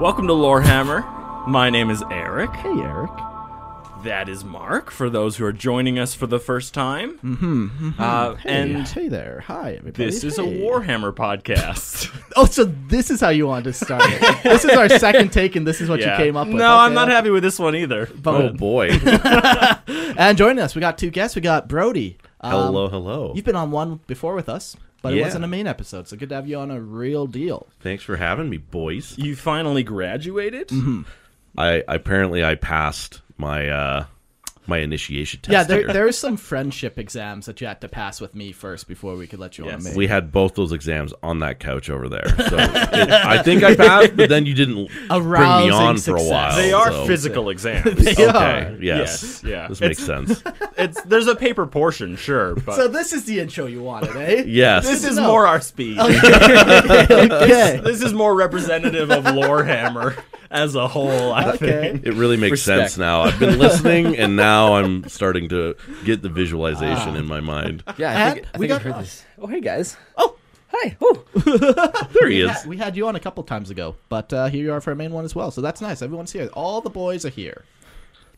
Welcome to Lorehammer. My name is Eric. Hey, Eric. That is Mark, for those who are joining us for the first time. Mm-hmm. Uh, and hey there. Hi, everybody. this is a Hey. Warhammer podcast. Oh, so this is how you want to start it. this is our second take, and this is what Yeah. you came up with. No, I'm Okay. not happy with this one either. Oh boy! And joining us, we got two guests. We got Brody. Um, hello, hello. You've been on one before with us, but it Yeah. wasn't a main episode, so good to have you on a real deal. Thanks for having me, boys. You finally graduated? I apparently I passed my uh my initiation test. yeah, there, here. there's some friendship exams that you had to pass with me first before we could let you on a Yes. main. we had both those exams on that couch over there. So it- I think I passed, but then you didn't bring Arousing me on for a success. while. They are Oh, so- physical exams. They are. Okay. Yes. Yes, yeah. This makes sense. it's there's a paper portion, sure, but So this is the intro you wanted, eh? Yes. this is no. more our speed. okay. This is more representative of Lorehammer as a whole, I think. Okay. It really makes Respect. sense now. I've been listening, and now I'm starting to get the visualization in my mind. Yeah, I And think, I we think I've got- heard this. Oh, hey guys. Oh. hi. Oh, There he We is. had, we had you on a couple times ago, but uh, here you are for our main one as well. So that's nice. Everyone's here. All the boys are here.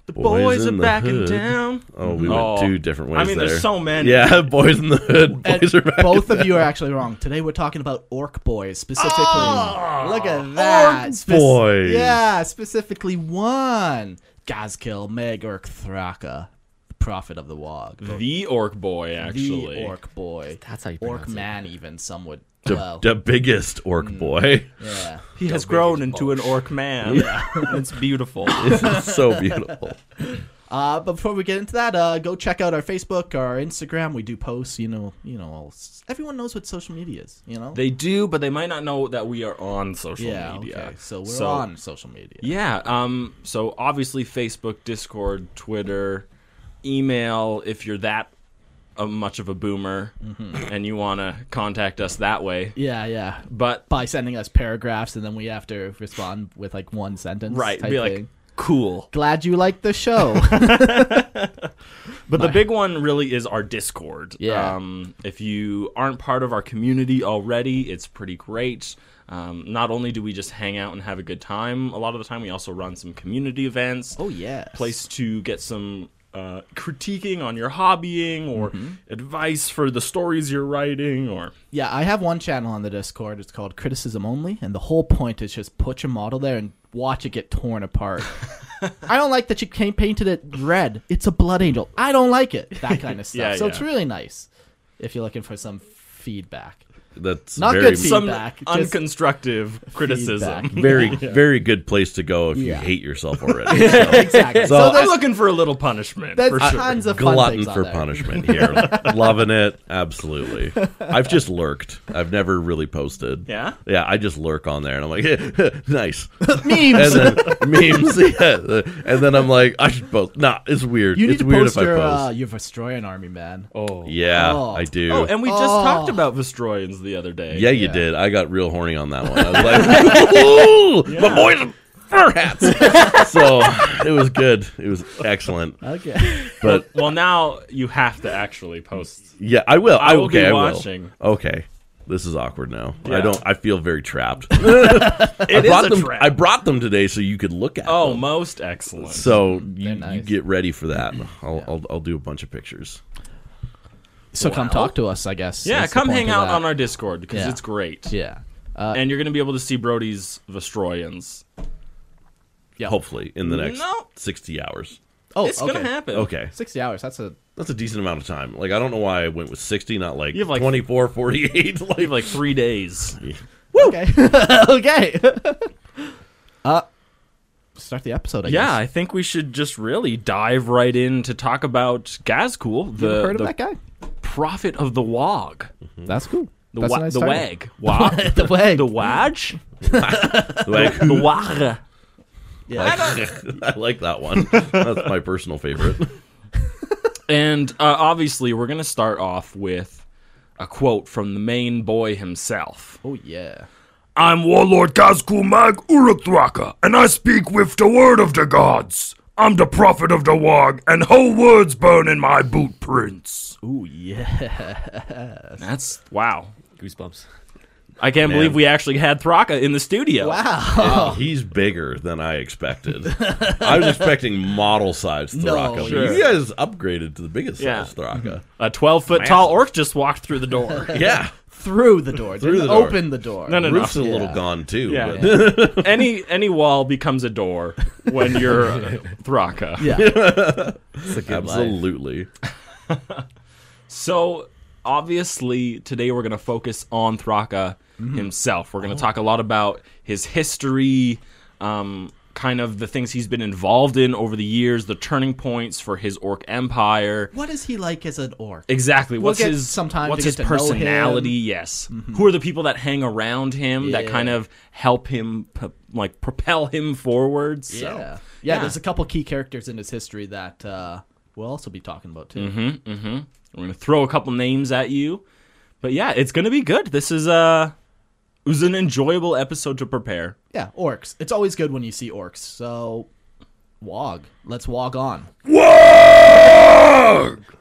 The Boys boys are in the backing hood. down. Oh, we Oh. went two different ways. I mean, there. there's so many. Yeah, boys in the hood. Boys are back. Both of you are actually wrong. Today we're talking about orc boys specifically. Look at that. Spec- boys. Yeah, specifically one. Gazkill Megurk Thraka, the prophet of the Wog. The, The orc boy, actually. orc boy. That's how you Orc pronounce it. man, even some would. the, well, the biggest orc boy. Mm. yeah. He has grown into an orc man. it's beautiful. It's so beautiful. Uh, but before we get into that, uh, go check out our Facebook, our Instagram. We do posts, you know, you know. All, s- everyone knows what social media is, you know. They do, but they might not know that we are on social yeah. media. Okay. So we're on social media. Yeah. Um. So obviously, Facebook, Discord, Twitter, email. If you're that uh, much of a boomer and you want to contact us that way, Yeah, yeah. but By sending us paragraphs, and then we have to respond with like one sentence. right, type be like thing. cool. glad you liked the show. But the big one really is our Discord. Yeah. Um, if you aren't part of our community already, it's pretty great. Um, not only do we just hang out and have a good time, a lot of the time we also run some community events. oh yeah. place to get some uh, critiquing on your hobbying or Mm-hmm. advice for the stories you're writing or Yeah, I have one channel on the Discord. It's called Criticism Only, and the whole point is just put your model there and watch it get torn apart. I don't like that you can painted it red. It's a blood angel. I don't like it. That kind of stuff. Yeah, so it's yeah. really nice if you're looking for some feedback. that's Not very good Some Feedback, just unconstructive criticism. very very good place to go if you Yeah. hate yourself already. So, Exactly. So I'm looking for a little punishment That's for sure. tons of fun glutton things on for there. punishment here. Loving it, absolutely. I've just lurked. I've never really posted. Yeah? yeah. I just lurk on there, and I'm like, nice. Memes. and then memes, yeah. And then I'm like, I should post. Nah, it's weird. You need it's to weird post if your. I Uh, post. you have Australian army man. Oh. yeah, Oh. I do. Oh, and we just Oh. talked about Vestroians the other day. yeah, you did. I got real horny on that one. I was like, ooh, my boys are fur hats. so it was good. It was excellent. Okay. But Well, now you have to actually post. yeah, I will. I, I will okay, be I watching. will. Okay. This is awkward now. Yeah. I don't. I feel very trapped. It is brought a them. trap. I brought them today so you could look at. oh, them. most excellent. so you, you nice. get ready for that. I'll, I'll I'll do a bunch of pictures. So come talk to us, I guess. yeah, is the come point hang of out that. on our Discord because Yeah. Uh, it's great. Yeah. And you're going to be able to see Brody's Vestroians. Yeah. Hopefully in the next No. sixty hours. Oh, It's okay. going to happen. Okay, Sixty hours. That's a. that's a decent amount of time. Like I don't know why I went with sixty, not like, You have, like, 24, 48. You Like, have like three days. Okay. okay. uh, start the episode. I Yeah, guess. I think we should just really dive right in to talk about Gazcool, You the, heard uh, the of that guy? prophet of the Wog. That's cool. The, That's a wa- nice the title. Wag. Wog? The wag. the Waj? like, The Wag. I like that one. That's my personal favorite. And uh, obviously, we're going to start off with a quote from the main boy himself. oh yeah. I'm Warlord Gazku Mag Urukdraka, and I speak with the word of the gods. I'm the prophet of the Wog, and whole words burn in my boot prints. Oh yeah. That's wow. Goosebumps. I can't believe we actually had Thraka in the studio. Wow. He's bigger than I expected. I was expecting model size Thraka. No, but sure. You guys upgraded to the biggest Yeah. size Thraka. A 12 foot tall orc just walked through the door. Yeah. Through the door. Through the door. Open the door. No, no, no. Roof's a little gone too. Yeah. but- any any wall becomes a door when you're uh, Thraka. Yeah. Absolutely. So obviously today we're going to focus on Thraka Mm-hmm. himself. We're going Oh. to talk a lot about his history, um, kind of the things he's been involved in over the years, the turning points for his orc empire. what is he like as an orc? Exactly. What's get his some time What's to his get to know him. Mm-hmm. personality? Yes. Who are the people that hang around him that Yeah. kind of help him, p- like propel him forward? So. Yeah. yeah. there's a couple key characters in his history that uh, we'll also be talking about too. Mm-hmm. We're gonna throw a couple names at you, but yeah, it's gonna be good. This is uh it was an enjoyable episode to prepare. Yeah, orcs. It's always good when you see orcs. So, wog. Let's wog on.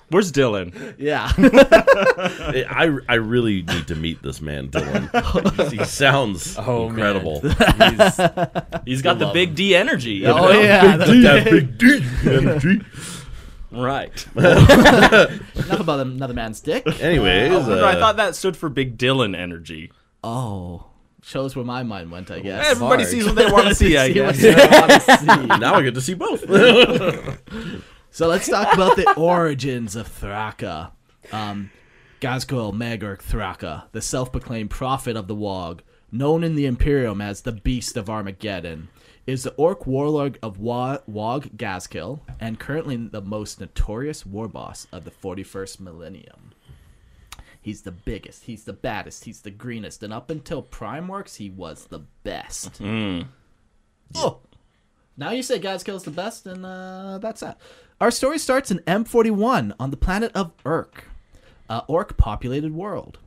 Where's Dylan? Yeah. I, I really need to meet this man, Dylan. he sounds incredible. He's got the big D energy. you oh know? yeah. That's- That big D energy. Right. Enough about another man's dick. Anyways, Remember, I uh, thought that stood for Big Dylan energy. Oh, shows where my mind went. I guess. Everybody smart. sees what they want to see, I See what guess. you wanna see. uh, now I get to see both. So let's talk about the origins of Thraka. Um, Gazgoel Magurk Thraka, the self proclaimed prophet of the Wog, known in the Imperium as the Beast of Armageddon, is the orc warlord of Wa- Wog Gazkill and currently the most notorious war boss of the 41st millennium. He's the biggest, he's the baddest, he's the greenest, and up until Primeworks, he was the best. Oh, now you say God's Kill is the best, and uh, that's that. Our story starts in M41 on the planet of Urk, a Orc populated world.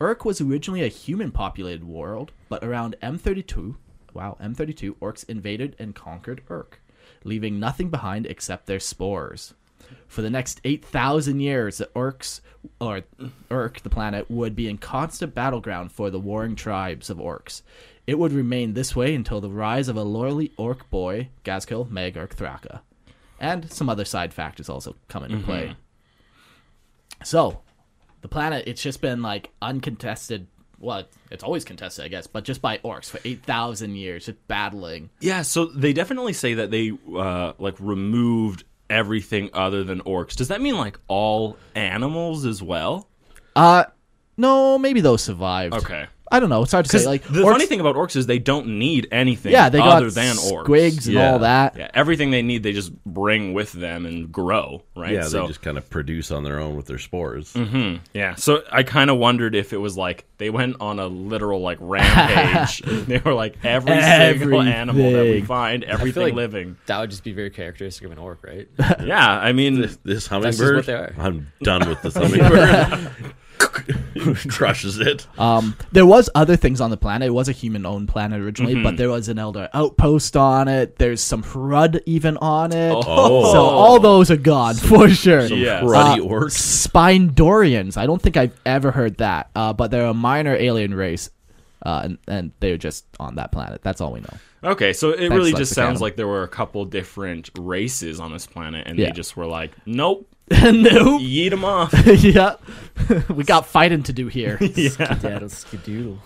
Urk was originally a human populated world, but around M32, wow, M32, Orcs invaded and conquered Urk, leaving nothing behind except their spores. For the next 8,000 years, the Orcs, or Urk, the planet, would be in constant battleground for the warring tribes of Orcs. It would remain this way until the rise of a lowly Orc boy, Gazkil Meg Urk Thraka. And some other side factors also come Mm-hmm. into play. So, the planet, it's just been like uncontested. Well, it's always contested, I guess, but just by Orcs for 8,000 years, just battling. Yeah, so they definitely say that they uh like removed everything other than orcs. Does that mean like all animals as well? Uh, No, maybe those survived. Okay. I don't know. It's hard to say. Because Like the orcs- funny thing about orcs is they don't need anything. yeah, they got other than orcs. squigs and Yeah. all that. Yeah, everything they need, they just bring with them and grow. Right. Yeah, so they just kind of produce on their own with their spores. yeah. So I kind of wondered if it was like they went on a literal like rampage. they were like every single animal that we Everything. find, everything like- living. That would just be very characteristic of an orc, right? Yeah. I mean, This just hummingbird, what they are. I'm done with this hummingbird. Crushes it. Um, there was other things on the planet. It was a human-owned planet originally, Mhm. but there was an Elder outpost on it. There's some Hrud even on it. Oh. So all those are gone for sure. yeah. Ruddy Uh, orcs. Spindorians. I don't think I've ever heard that, uh, but they're a minor alien race, uh, and, and they're just on that planet. That's all we know. Okay, so it really Lexic just sounds Animal. like there were a couple different races on this planet, and Yeah. they just were like, "Nope, no. yeet them off." yeah. we got fighting to do here. Daddle skidoodle.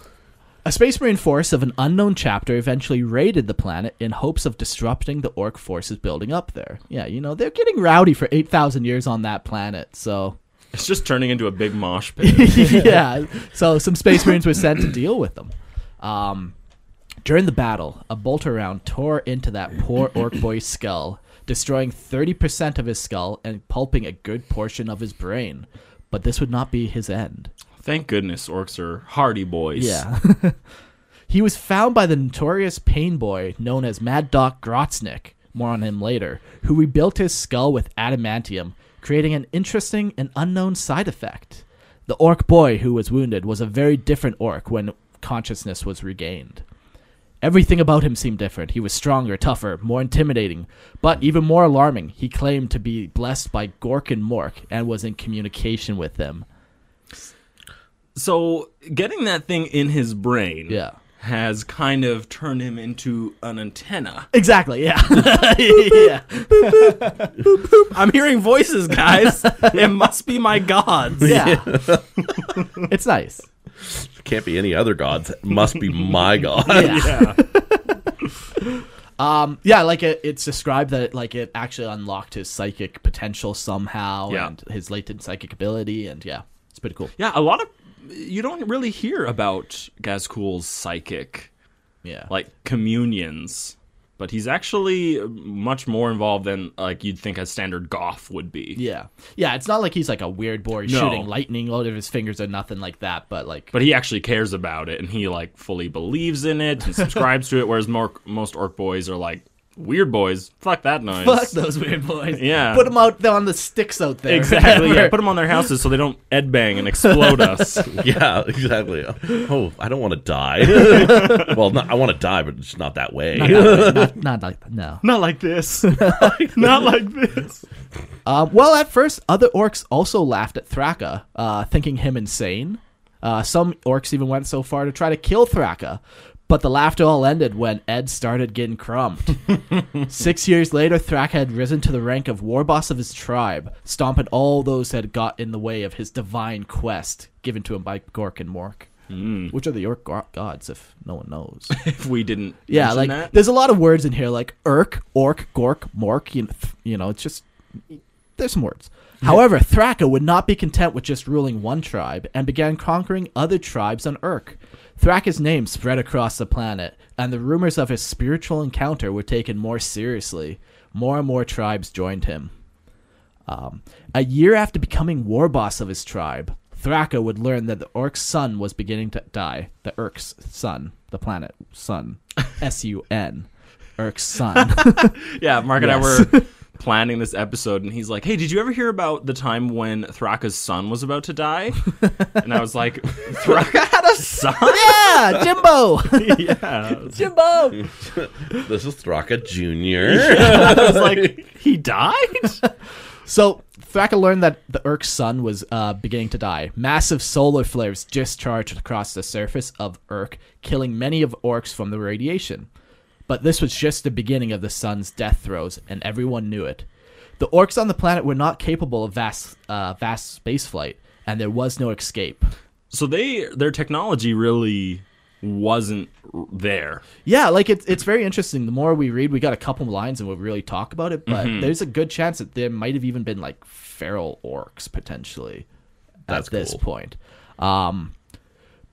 A space marine force of an unknown chapter eventually raided the planet in hopes of disrupting the orc forces building up there. Yeah, you know, they're getting rowdy for 8,000 years on that planet, so. It's just turning into a big mosh pit. yeah. So some space marines were sent to deal with them. Um, during the battle, a bolt round tore into that poor orc boy's skull, destroying 30% of his skull and pulping a good portion of his brain. But this would not be his end. Thank goodness orcs are hardy boys. Yeah. he was found by the notorious pain boy known as Mad Doc Grotznick, more on him later, who rebuilt his skull with adamantium, creating an interesting and unknown side effect. The orc boy who was wounded was a very different orc when consciousness was regained. Everything about him seemed different. He was stronger, tougher, more intimidating, but even more alarming, he claimed to be blessed by Gork and Mork and was in communication with them. So getting that thing in his brain, Yeah. has kind of turned him into an antenna. Exactly, yeah. yeah. I'm hearing voices, guys. it must be my gods. Yeah. it's nice. Can't be any other gods. Must be my god. Um, yeah, like it, it's described that it, like it actually unlocked his psychic potential somehow Yeah. and his latent psychic ability and yeah, it's pretty cool. Yeah, a lot of you don't really hear about Gazcool's psychic Yeah. like communions. But he's actually much more involved than like you'd think a standard goth would be. yeah. Yeah, it's not like he's like a weird boy No. shooting lightning out of his fingers or nothing like that, but like But he actually cares about it and he like fully believes in it and subscribes to it. Whereas more, most orc boys are like weird boys. Fuck that noise. fuck those weird boys. Yeah. Put them out there on the sticks out there. Exactly. yeah. Put them on their houses so they don't ed bang and explode us. Yeah, exactly. Oh, I don't want to die. well, not, I want to die, but it's not that way. not, not like that. No. Not like this. Not like this. Um, well, at first, other orcs also laughed at Thraka, uh, thinking him insane. Uh, some orcs even went so far to try to kill Thraka, but the laughter all ended when Ed started getting crumped. Six years later, Thraka had risen to the rank of war boss of his tribe, stomping all those that had got in the way of his divine quest given to him by Gork and Mork, which are the orc go- gods, if no one knows. If we didn't. Yeah, mention like that. there's a lot of words in here, like irk, orc, gork, mork. You know, th- you know it's just there's some words. However, Thraka would not be content with just ruling one tribe and began conquering other tribes on Urk. Thraka's name spread across the planet, and the rumors of his spiritual encounter were taken more seriously. More and more tribes joined him. Um, a year after becoming war boss of his tribe, Thraka would learn that the Orc's sun was beginning to die. The Urk's sun, the planet sun, S U N, Urk's sun. Yeah, Mark and I were planning this episode, and he's like, "Hey, did you ever hear about the time when Thraka's son was about to die?" and I was like, "Thraka had a son." yeah, Jimbo. Yeah, Jimbo! This is Thraka Junior. I was like, "He died." So Thraka learned that the Urk's sun was uh, beginning to die. Massive solar flares discharged across the surface of Urk, killing many of orcs from the radiation. But this was just the beginning of the sun's death throes, and everyone knew it. The orcs on the planet were not capable of vast, uh, vast spaceflight, and there was no escape. So they their technology really wasn't r- there. Yeah, like it's it's very interesting. The more we read, we got a couple lines and we'll really talk about it. But Mm-hmm. there's a good chance that there might have even been like feral orcs potentially That's at this cool. point. Um,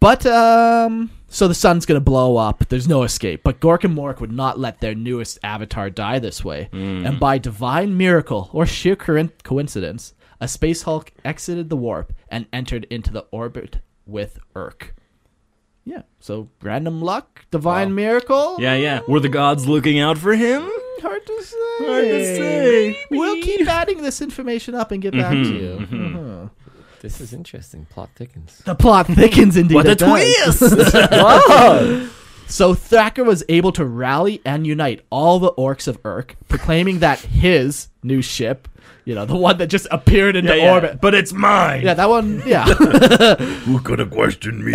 but um, so the sun's gonna blow up. There's no escape. But Gork and Mork would not let their newest avatar die this way, Hmm. and by divine miracle or sheer coin- coincidence, a space Hulk exited the warp and entered into the orbit with Urk. Yeah. So random luck, divine miracle. Yeah, yeah. Were the gods looking out for him? Hard to say. Hard to say. Mm-hmm, We'll keep adding this information up and get back to you. Uh-huh. This is interesting. Plot thickens. The plot thickens indeed. What a it does. twist! So Thacker was able to rally and unite all the orcs of Urk, proclaiming that his new ship, you know, the one that just appeared into Yeah, yeah. orbit. But it's mine. Yeah, that one, yeah. Who could have questioned me?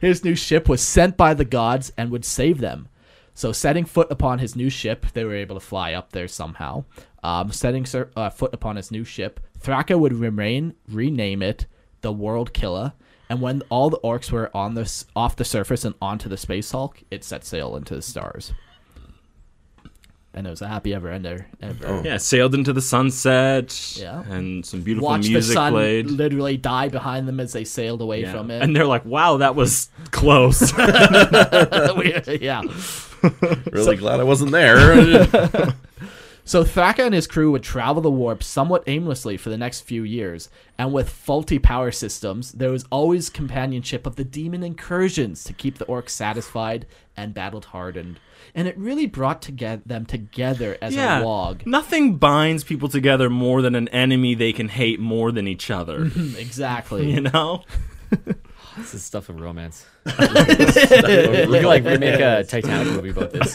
his new ship was sent by the gods and would save them. So, setting foot upon his new ship, they were able to fly up there somehow. Um, setting cer- uh, foot upon his new ship, Thraka would remain rename it the World Killer. And when all the orcs were on the s- off the surface and onto the space Hulk, it set sail into the stars. And it was a happy ever ender. Ever. Yeah, sailed into the sunset. Yeah. And some beautiful Watch the music sun played. literally die behind them as they sailed away Yeah. from it. And they're like, wow, that was close. yeah. really glad I wasn't there. So Thraka and his crew would travel the warp somewhat aimlessly for the next few years, and with faulty power systems, there was always companionship of the demon incursions to keep the orcs satisfied and battle hardened. And it really brought together them together as yeah. a log. Nothing binds people together more than an enemy they can hate more than each other. Mm. Exactly. you know? This is stuff of romance. We Really could like remake a Titanic movie about this.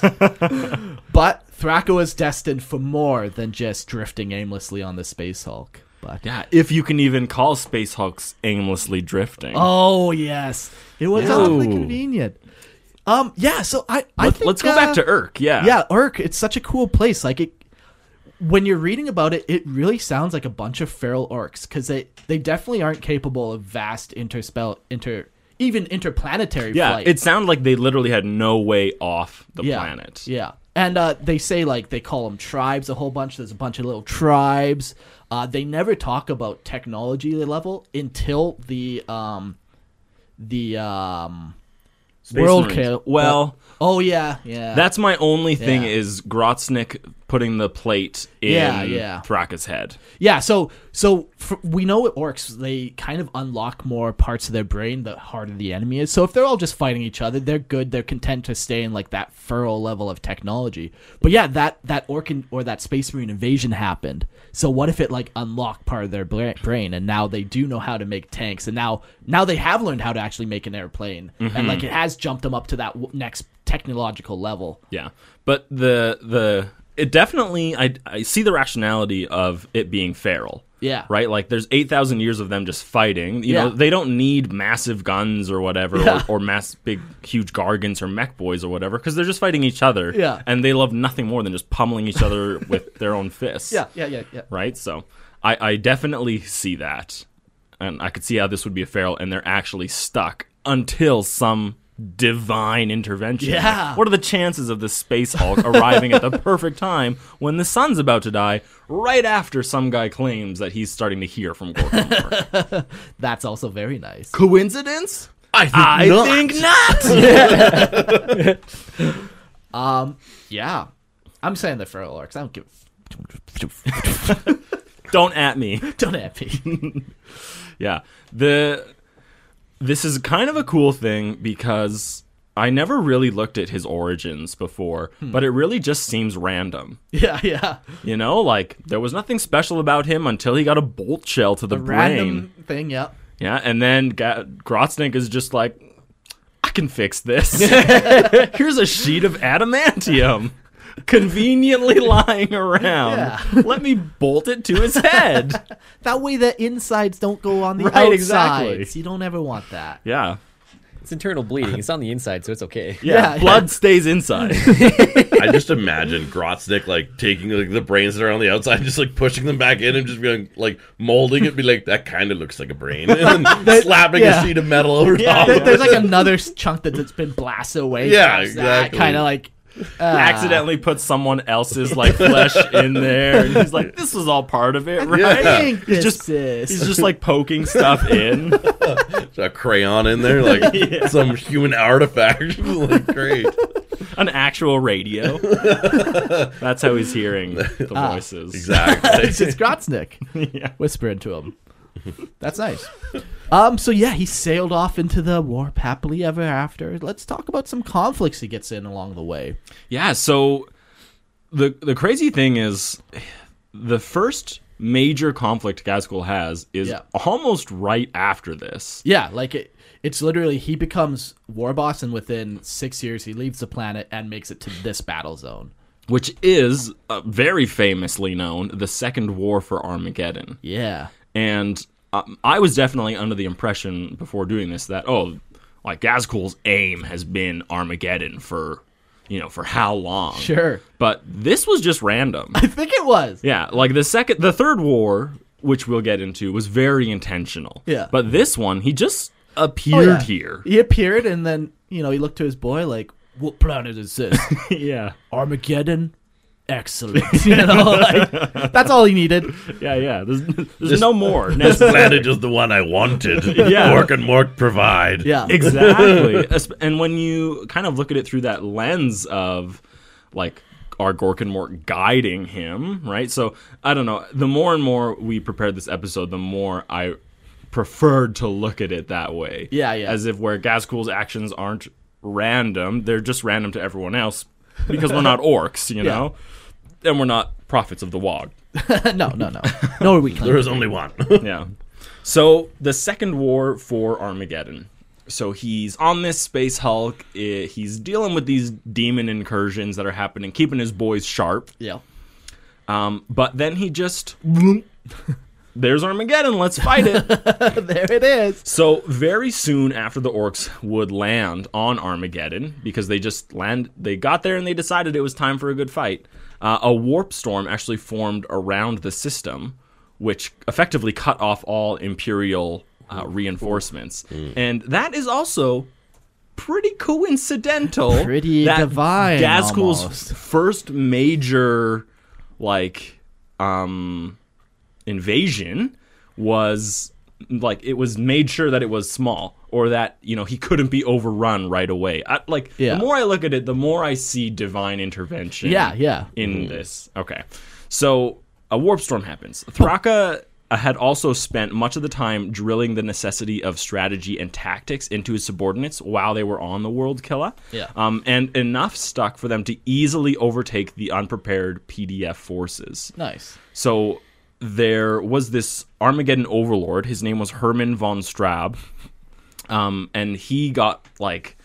But Thraka was destined for more than just drifting aimlessly on the Space Hulk. But Yeah, if you can even call Space Hulks aimlessly drifting. Oh yes. It was Yeah. awfully Ooh. convenient. Um yeah, so I, I Let, think, us go uh, back to Urk. Yeah. yeah urk it's such a cool place like it when you're reading about it it really sounds like a bunch of feral orcs because they they definitely aren't capable of vast interspell inter even interplanetary Yeah, flight it sounded like they literally had no way off the yeah planet. yeah and uh, they say like they call them tribes a whole bunch there's a bunch of little tribes uh, they never talk about technology level until the um the um Space world Marines. kill Well, oh yeah yeah that's my only thing Yeah. is Grotznik putting the plate in Yeah, yeah. Thraka's head. Yeah, so so fr we know with orcs they kind of unlock more parts of their brain the harder the enemy is. So if they're all just fighting each other, they're good. They're content to stay in like that feral level of technology. But yeah, that that orc in, or that space marine invasion happened. So what if it like unlocked part of their bla- brain and now they do know how to make tanks and now now they have learned how to actually make an airplane and like it has jumped them up to that w- next technological level. Yeah, but the the it definitely I I see the rationality of it being feral. Yeah. Right. Like there's eight thousand years of them just fighting. You know Yeah. they don't need massive guns or whatever Yeah. or, or mass big huge gargants or mech boys or whatever because they're just fighting each other. Yeah. And they love nothing more than just pummeling each other with their own fists. yeah, yeah, yeah. Right. So I I definitely see that, and I could see how this would be a feral and they're actually stuck until some divine intervention. Yeah. What are the chances of the space hulk arriving at the perfect time when the sun's about to die, right after some guy claims that he's starting to hear from Gorgon? That's also very nice. Coincidence? I think I not. think not. Um, Yeah. I'm saying the feral orcs. I don't give a f- Don't at me. Don't at me. Yeah. The this is kind of a cool thing because I never really looked at his origins before, but it really just seems random. yeah, yeah. You know, like there was nothing special about him until he got a bolt shell to the A brain. random thing, yep. Yeah, and then Ga- Grotznik is just like, I can fix this. Here's a sheet of adamantium conveniently lying around. Yeah. Let me bolt it to his head. That way the insides don't go on the Right, outsides. exactly. You don't ever want that. Yeah. It's internal bleeding. It's on the inside, so it's okay. Yeah, yeah. Blood stays inside. I just imagine Grotznick like taking like the brains that are on the outside, just like pushing them back in, and just being like molding it, be like that kind of looks like a brain, and then slapping yeah. a sheet of metal over top. There- of There's it. like another s- chunk that, that's been blasted away. Yeah, That's That exactly. kind of like accidentally put someone else's like flesh in there, and he's like, "This was all part of it, right?" think He's this just is- he's just like poking stuff in. There's a crayon in there, like some human artifact. like great. an actual radio. That's how he's hearing the Ah. voices. Exactly. it's Grotznick. Whispered to him. That's nice. Um, so yeah, he sailed off into the warp happily ever after. Let's talk about some conflicts he gets in along the way. Yeah, so the the crazy thing is the first major conflict Gaskell has is Yeah. almost right after this. Yeah, like it it's literally he becomes war boss and within six years he leaves the planet and makes it to this battle zone. which is uh, very famously known the Second War for Armageddon. Yeah. And um, I was definitely under the impression before doing this that oh, like Gazkul's aim has been Armageddon for you know for how long? Sure. But this was just random. I think it was. yeah, like the second, the third war, which we'll get into, was very intentional. Yeah. But this one, he just appeared Oh, yeah. here. He appeared and then, you know, he looked to his boy like, What planet is this? yeah. Armageddon? Excellent. you know, like, that's all he needed. Yeah. Yeah. There's, there's no more. this planet is the one I wanted. Yeah. Mork and Mork provide. Yeah. exactly Esp- and when you kind of look at it through that lens of like our Gorkinmort guiding him right so i don't know the more and more we prepared this episode the more i preferred to look at it that way Yeah, yeah. as if where Gazcool's actions aren't random they're just random to everyone else because we're not orcs you know and we're not prophets of the wog no, no, no. Nor we There claim. was only one. yeah. So the second war for Armageddon. So he's on this space Hulk. eh, He's dealing with these demon incursions that are happening, keeping his boys sharp. Yeah. Um, but then he just. There's Armageddon. Let's fight it. there it is. so very soon after the orcs would land on Armageddon, because they just land, they got there and they decided it was time for a good fight. Uh, a warp storm actually formed around the system, which effectively cut off all Imperial uh, reinforcements. Mm. And that is also pretty coincidental. Pretty that divine, Gazkul's almost. first major, like, um, invasion was like it was made sure that it was small or that you know he couldn't be overrun right away I, like Yeah. the more i look at it the more i see divine intervention Yeah, yeah. Mm-hmm. in this. Okay. So a warp storm happens. Thraka uh, had also spent much of the time drilling the necessity of strategy and tactics into his subordinates while they were on the world killer. Yeah. Um, and enough stuck for them to easily overtake the unprepared PDF forces. Nice. So there was this Armageddon overlord. His name was Herman von Straub. Um, and he got like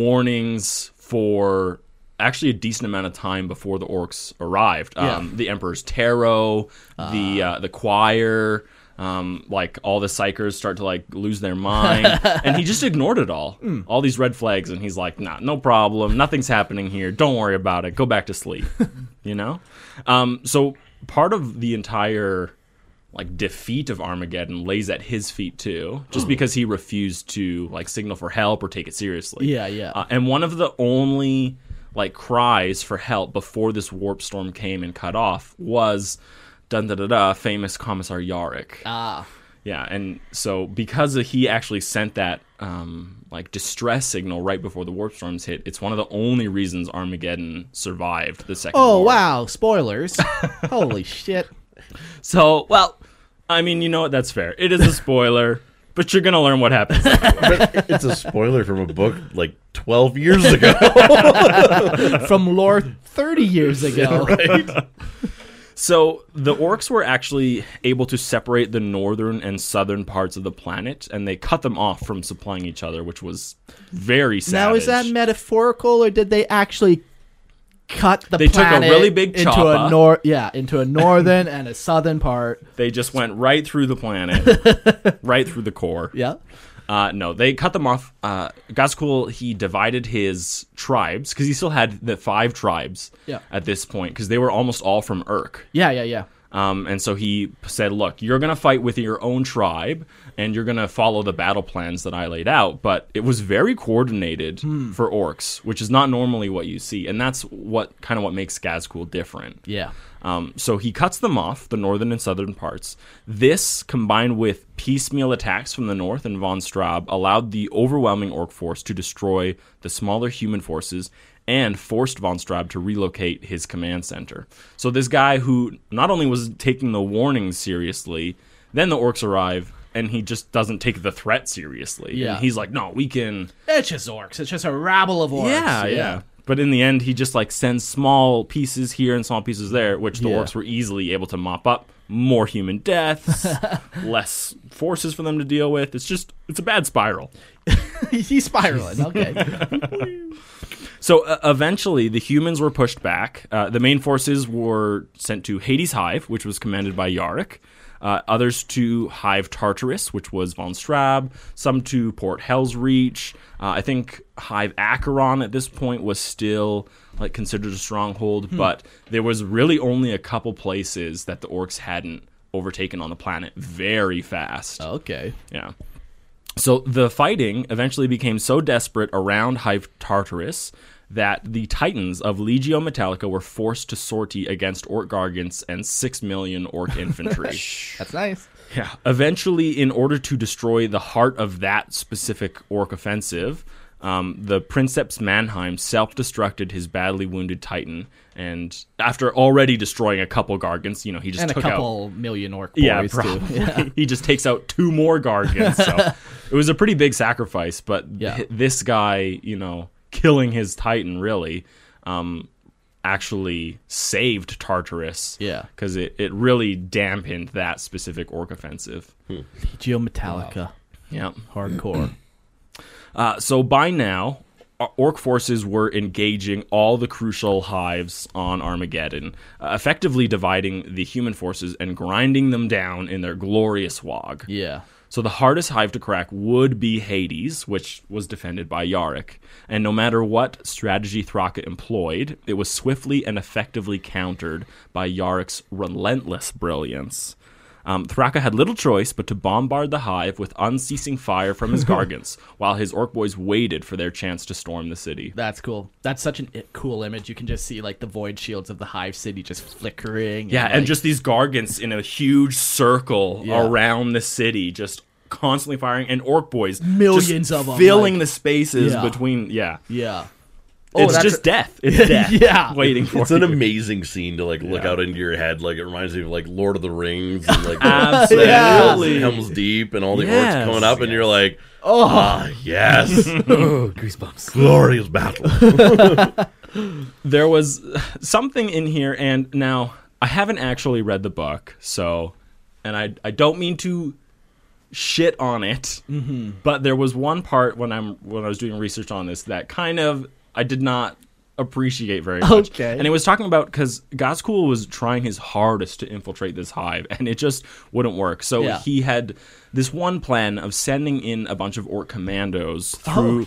warnings for actually a decent amount of time before the orcs arrived. Um, The Emperor's Tarot, the uh, the choir. Um, like all the psychers start to like lose their mind, and he just ignored it all, all these red flags, and he's like, "Nah, no problem, nothing's happening here. Don't worry about it. Go back to sleep." you know, um, so part of the entire like defeat of Armageddon lays at his feet too, Hmm. just because he refused to like signal for help or take it seriously. Yeah, yeah. Uh, and one of the only like cries for help before this warp storm came and cut off was dun da da da famous Commissar Yarick. Ah. Yeah, and so because he actually sent that um, like distress signal right before the warp storms hit, it's one of the only reasons Armageddon survived the second. Oh, war. wow. Spoilers. Holy shit. So, well, I mean, you know what? That's fair. It is a spoiler, but you're gonna learn what happens. But it's a spoiler from a book like 12 years ago. From lore 30 years ago. so, the orcs were actually able to separate the northern and southern parts of the planet, and they cut them off from supplying each other, which was very savage. Now, is that metaphorical or did they actually cut the They took a planet really big into chopper. a nor yeah into a northern and a southern part they just went right through the planet, right through the core. yeah Uh, no, they cut them off. Uh, Gazkul, he divided his tribes because he still had the five tribes Yeah. at this point because they were almost all from Urk. yeah yeah yeah Um, and so he said, Look, you're going to fight with your own tribe and you're going to follow the battle plans that I laid out. But it was very coordinated for orcs, which is not normally what you see. And that's what kind of what makes Gazgul different. Yeah. Um, so he cuts them off, the northern and southern parts. This, combined with piecemeal attacks from the north and von Straub, allowed the overwhelming orc force to destroy the smaller human forces and forced von Straub to relocate his command center. So this guy who not only was taking the warnings seriously, then the orcs arrive and he just doesn't take the threat seriously. And Yeah. he's like, no, we can It's just orcs. It's just a rabble of orcs. yeah, yeah. But in the end, he just like sends small pieces here and small pieces there, which the Yeah. orcs were easily able to mop up. More human deaths, less forces for them to deal with. It's just it's a bad spiral. He's spiraling. Okay. So uh, eventually, the humans were pushed back. Uh, the main forces were sent to Hades Hive, which was commanded by Yarick. Uh, others to Hive Tartarus, which was von Strab. Some to Port Hell's Reach. Uh, I think Hive Acheron at this point was still like considered a stronghold, but there was really only a couple places that the orcs hadn't overtaken on the planet very fast. okay. Yeah. So the fighting eventually became so desperate around Hive Tartarus that the Titans of Legio Metallica were forced to sortie against Orc Gargants and six million Orc infantry. That's nice. yeah. Eventually, in order to destroy the heart of that specific Orc offensive, um, the Princeps Mannheim self-destructed his badly wounded Titan, and after already destroying a couple Gargants, you know he just And a took out couple million orc boys yeah, too. probably. he just takes out two more gargants. So it was a pretty big sacrifice, but Yeah. th- this guy, you know, killing his titan really um, actually saved Tartarus. Yeah. because it, it really dampened that specific orc offensive. Geo Metallica. Yeah. Hardcore. Uh, so by now, o- orc forces were engaging all the crucial hives on Armageddon, uh, effectively dividing the human forces and grinding them down in their glorious wog. yeah. So the hardest hive to crack would be Hades, which was defended by Yarick. And no matter what strategy Thraka employed, it was swiftly and effectively countered by Yarick's relentless brilliance. Um, Thraka had little choice but to bombard the hive with unceasing fire from his gargants, while his orc boys waited for their chance to storm the city. That's cool. That's such an i- cool image. You can just see like the void shields of the hive city just flickering. Yeah, and like, just these gargants in a huge circle Yeah. around the city, just constantly firing, and orc boys just Millions of 'em, filling like- the spaces Yeah. between. Yeah, yeah, it's that's just death. It's death. Yeah. waiting for It's an you. amazing scene to like look out into your head. Like it reminds me of like Lord of the Rings and like Absolutely. Absolutely. Helm's Deep and all the orcs Yes. coming up, and you're like, oh yes, Oh, goosebumps. glorious battle. There was something in here, and now I haven't actually read the book, so, and I I don't mean to shit on it, Mm-hmm. but there was one part when I'm when I was doing research on this that kind of I did not appreciate very much. Okay. And it was talking about because Gazcool was trying his hardest to infiltrate this hive, and it just wouldn't work. So Yeah. he had this one plan of sending in a bunch of orc commandos Oh, through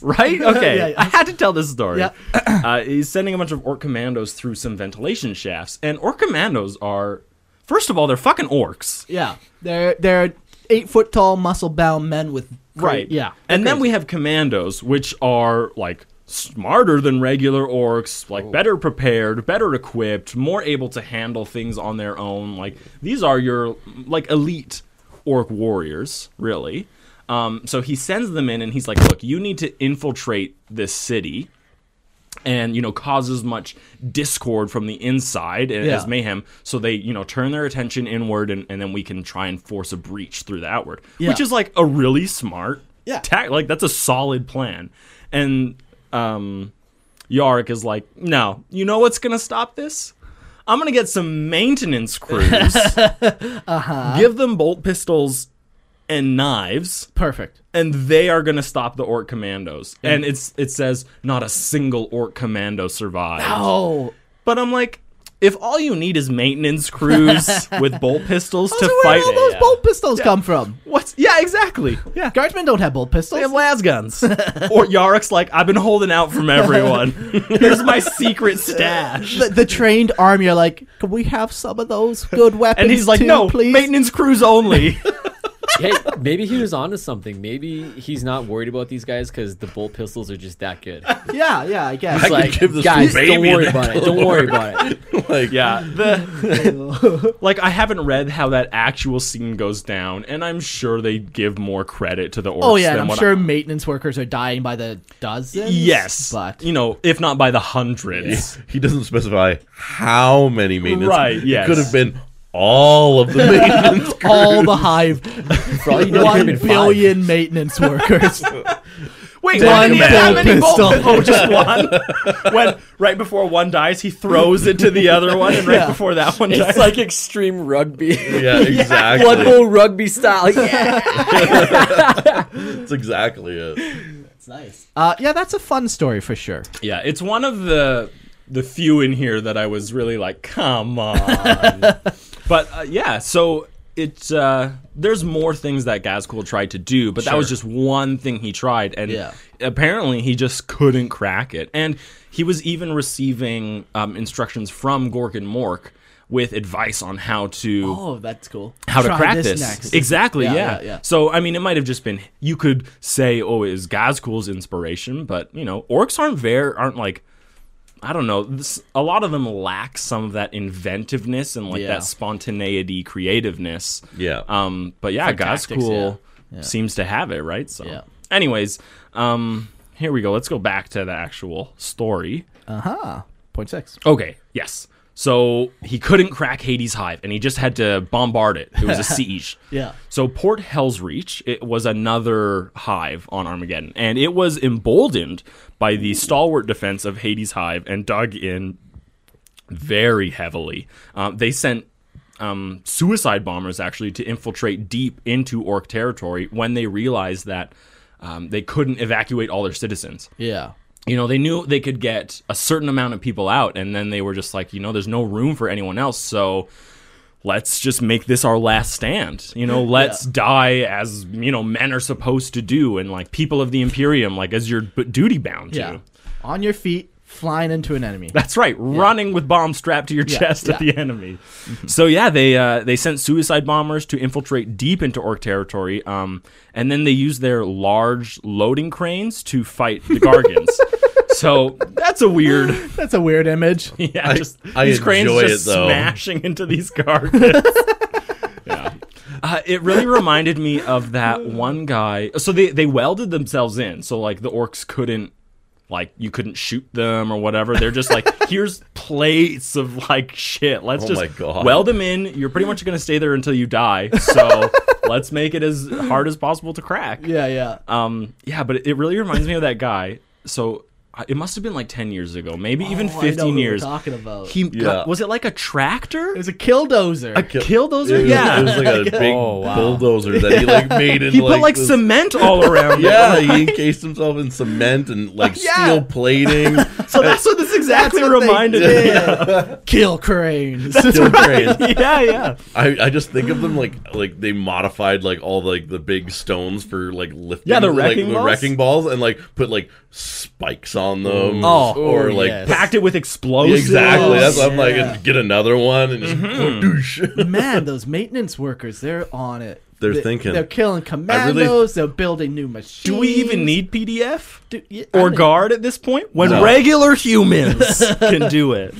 right okay Yeah, yeah. i had to tell this story Yeah. uh, he's sending a bunch of orc commandos through some ventilation shafts and orc commandos are first of all they're fucking orcs yeah. They're they're eight foot tall, muscle bound men with great- Right. Yeah, And then we have commandos, which are like smarter than regular orcs, like better prepared, better equipped, more able to handle things on their own. Like these are your like elite orc warriors, really. Um, so he sends them in, and he's like, "Look, you need to infiltrate this city." and you know causes much discord from the inside and Yeah. as mayhem so they you know turn their attention inward and, and then we can try and force a breach through the outward which Yeah. is like a really smart Yeah. tac- like that's a solid plan and um yarick is like no you know what's gonna stop this i'm gonna get some maintenance crews Uh-huh. give them bolt pistols and knives perfect. and they are going to stop the orc commandos. And it's it says not a single orc commando survived. Oh, But I'm like, if all you need is maintenance crews with bolt pistols to So where fight, did all those bolt pistols come from? what's yeah, exactly, yeah. Guardsmen don't have bolt pistols. They have las guns. or Yarik's like, I've been holding out from everyone. Here's my secret stash. the, the trained army are like, can we have some of those good weapons? And he's like, too, no, please. maintenance crews only. hey, maybe he was onto something. Maybe he's not worried about these guys because the bolt pistols are just that good. Yeah, yeah, I guess. It's could like, give this guys, baby don't worry an about it. Don't worry about it. like yeah. The, like, I haven't read how that actual scene goes down, and I'm sure they give more credit to the orcs oh yeah, and than I'm what sure maintenance workers are dying by the dozens. Yes, but you know, if not by the hundreds, he doesn't specify how many maintenance. Right, It yes. could have been all of the maintenance. all the hive, For all you know, it one could've been five. billion maintenance workers. Wait, Damn why do you, you have that man. many Pistol. bolt? Oh, just one. when right before one dies, he throws it to the other one, and right before that one dies, It's like extreme rugby. yeah, exactly. Blood Bowl rugby style. Like, yeah. That's exactly it. uh, yeah, that's a fun story for sure. yeah, it's one of the the few in here that I was really like, come on. but uh, yeah, so it's uh, there's more things that Gazcool tried to do, but that was just one thing he tried, and Yeah. apparently he just couldn't crack it. And he was even receiving um, instructions from Gork and Mork with advice on how to Oh, that's cool. how to Try crack this this, next. exactly Yeah, yeah, yeah, yeah. so i mean it might have just been you could say oh it was gazcool's inspiration but you know orcs aren't very aren't like i don't know this, a lot of them lack some of that inventiveness and like Yeah. that spontaneity creativeness Yeah. um but yeah tactics, gazcool yeah. Yeah. seems to have it right so Yeah. anyways um here we go let's go back to the actual story Uh huh. Point six. Okay, yes. So he couldn't crack Hades' hive, and he just had to bombard it. It was a siege. Yeah. So Port Hell's Reach, it was another hive on Armageddon, and it was emboldened by the stalwart defense of Hades' hive and dug in very heavily. Um, they sent um, suicide bombers actually to infiltrate deep into Orc territory when they realized that um, they couldn't evacuate all their citizens Yeah. you know, they knew they could get a certain amount of people out, and then they were just like, you know, there's no room for anyone else, so let's just make this our last stand. You know, let's die as, you know, men are supposed to do, and like people of the Imperium, like as you're b- duty bound Yeah. to. On your feet, flying into an enemy. That's right, running with bombs strapped to your chest at the enemy. So yeah, they uh, they sent suicide bombers to infiltrate deep into Orc territory, um, and then they used their large loading cranes to fight the Gargans. so that's a weird That's a weird image. Yeah, I- just I these cranes enjoy just it, though. smashing into these carcasses. yeah, uh, it really reminded me of that one guy. So they they welded themselves in, so like the orcs couldn't. Like you couldn't shoot them or whatever. They're just like, here's plates of like shit. Let's Oh just my God. weld them in. You're pretty much gonna stay there until you die. So let's make it as hard as possible to crack. Yeah, yeah. Oh, Um, yeah, but it really reminds me of that guy. So I- it must have been like ten years ago, maybe even Oh, I know who fifteen we're years. talking about. He Yeah. was it like a tractor? There's a killdozer. a It killdozer? was, Yeah, Oh, it was like a big bulldozer that he like made into he put like this- cement all around. it. Yeah, he encased himself in cement and like Yeah. steel plating. so that's what this exactly what they reminded did. me. of. Kill cranes. Steel cranes. yeah, yeah. I, I just think of them like like they modified like all like the big stones for like lifting Yeah, the like, wrecking balls? wrecking balls and like put like spikes on them Oh. or Oh, like yes. Packed it with explosives. exactly that's what I'm like Yeah. get another one and just Mm-hmm. douche. Man, those maintenance workers, they're on it. They're thinking. They're killing commandos. They're building new machines. Do we even need PDF Do- yeah, I or don't- guard at this point? When No. regular humans can do it.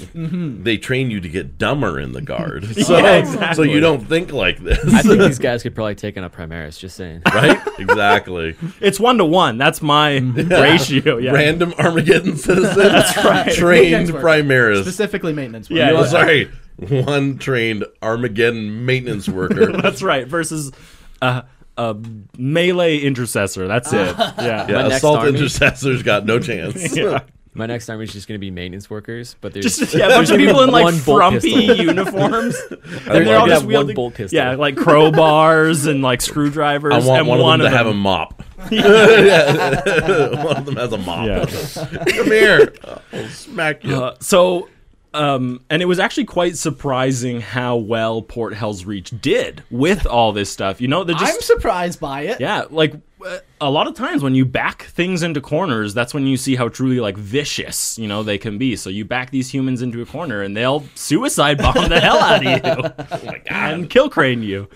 they train you to get dumber in the guard so, so exactly. you don't think like I this think these guys could probably take on a Primaris. Just saying. right exactly It's one to one. That's my ratio. Yeah. random Armageddon citizens trained Maintenance workers. Primaris Specifically, maintenance workers. Yeah, oh, sorry one trained Armageddon maintenance worker That's right. Versus uh, a melee intercessor. That's it. Yeah. Yeah, My next assault army. intercessors got no chance. Yeah. My next army is just going to be maintenance workers, but there's Just yeah, a bunch of gonna people be in like one bolt frumpy pistol. uniforms, love and they're all it. just Have one wielding bolt pistol. yeah, like crowbars and like screwdrivers. I want and one, of them to have a mop. Yeah. one of them has a mop. Yeah. Come here. I'll smack you. Uh, so Um, and it was actually quite surprising how well Port Hell's Reach did with all this stuff. You know, they're just I'm surprised by it. yeah, like uh, a lot of times when you back things into corners, that's when you see how truly like vicious you know they can be. So you back these humans into a corner, and they'll suicide bomb the hell out of you and kill crane you.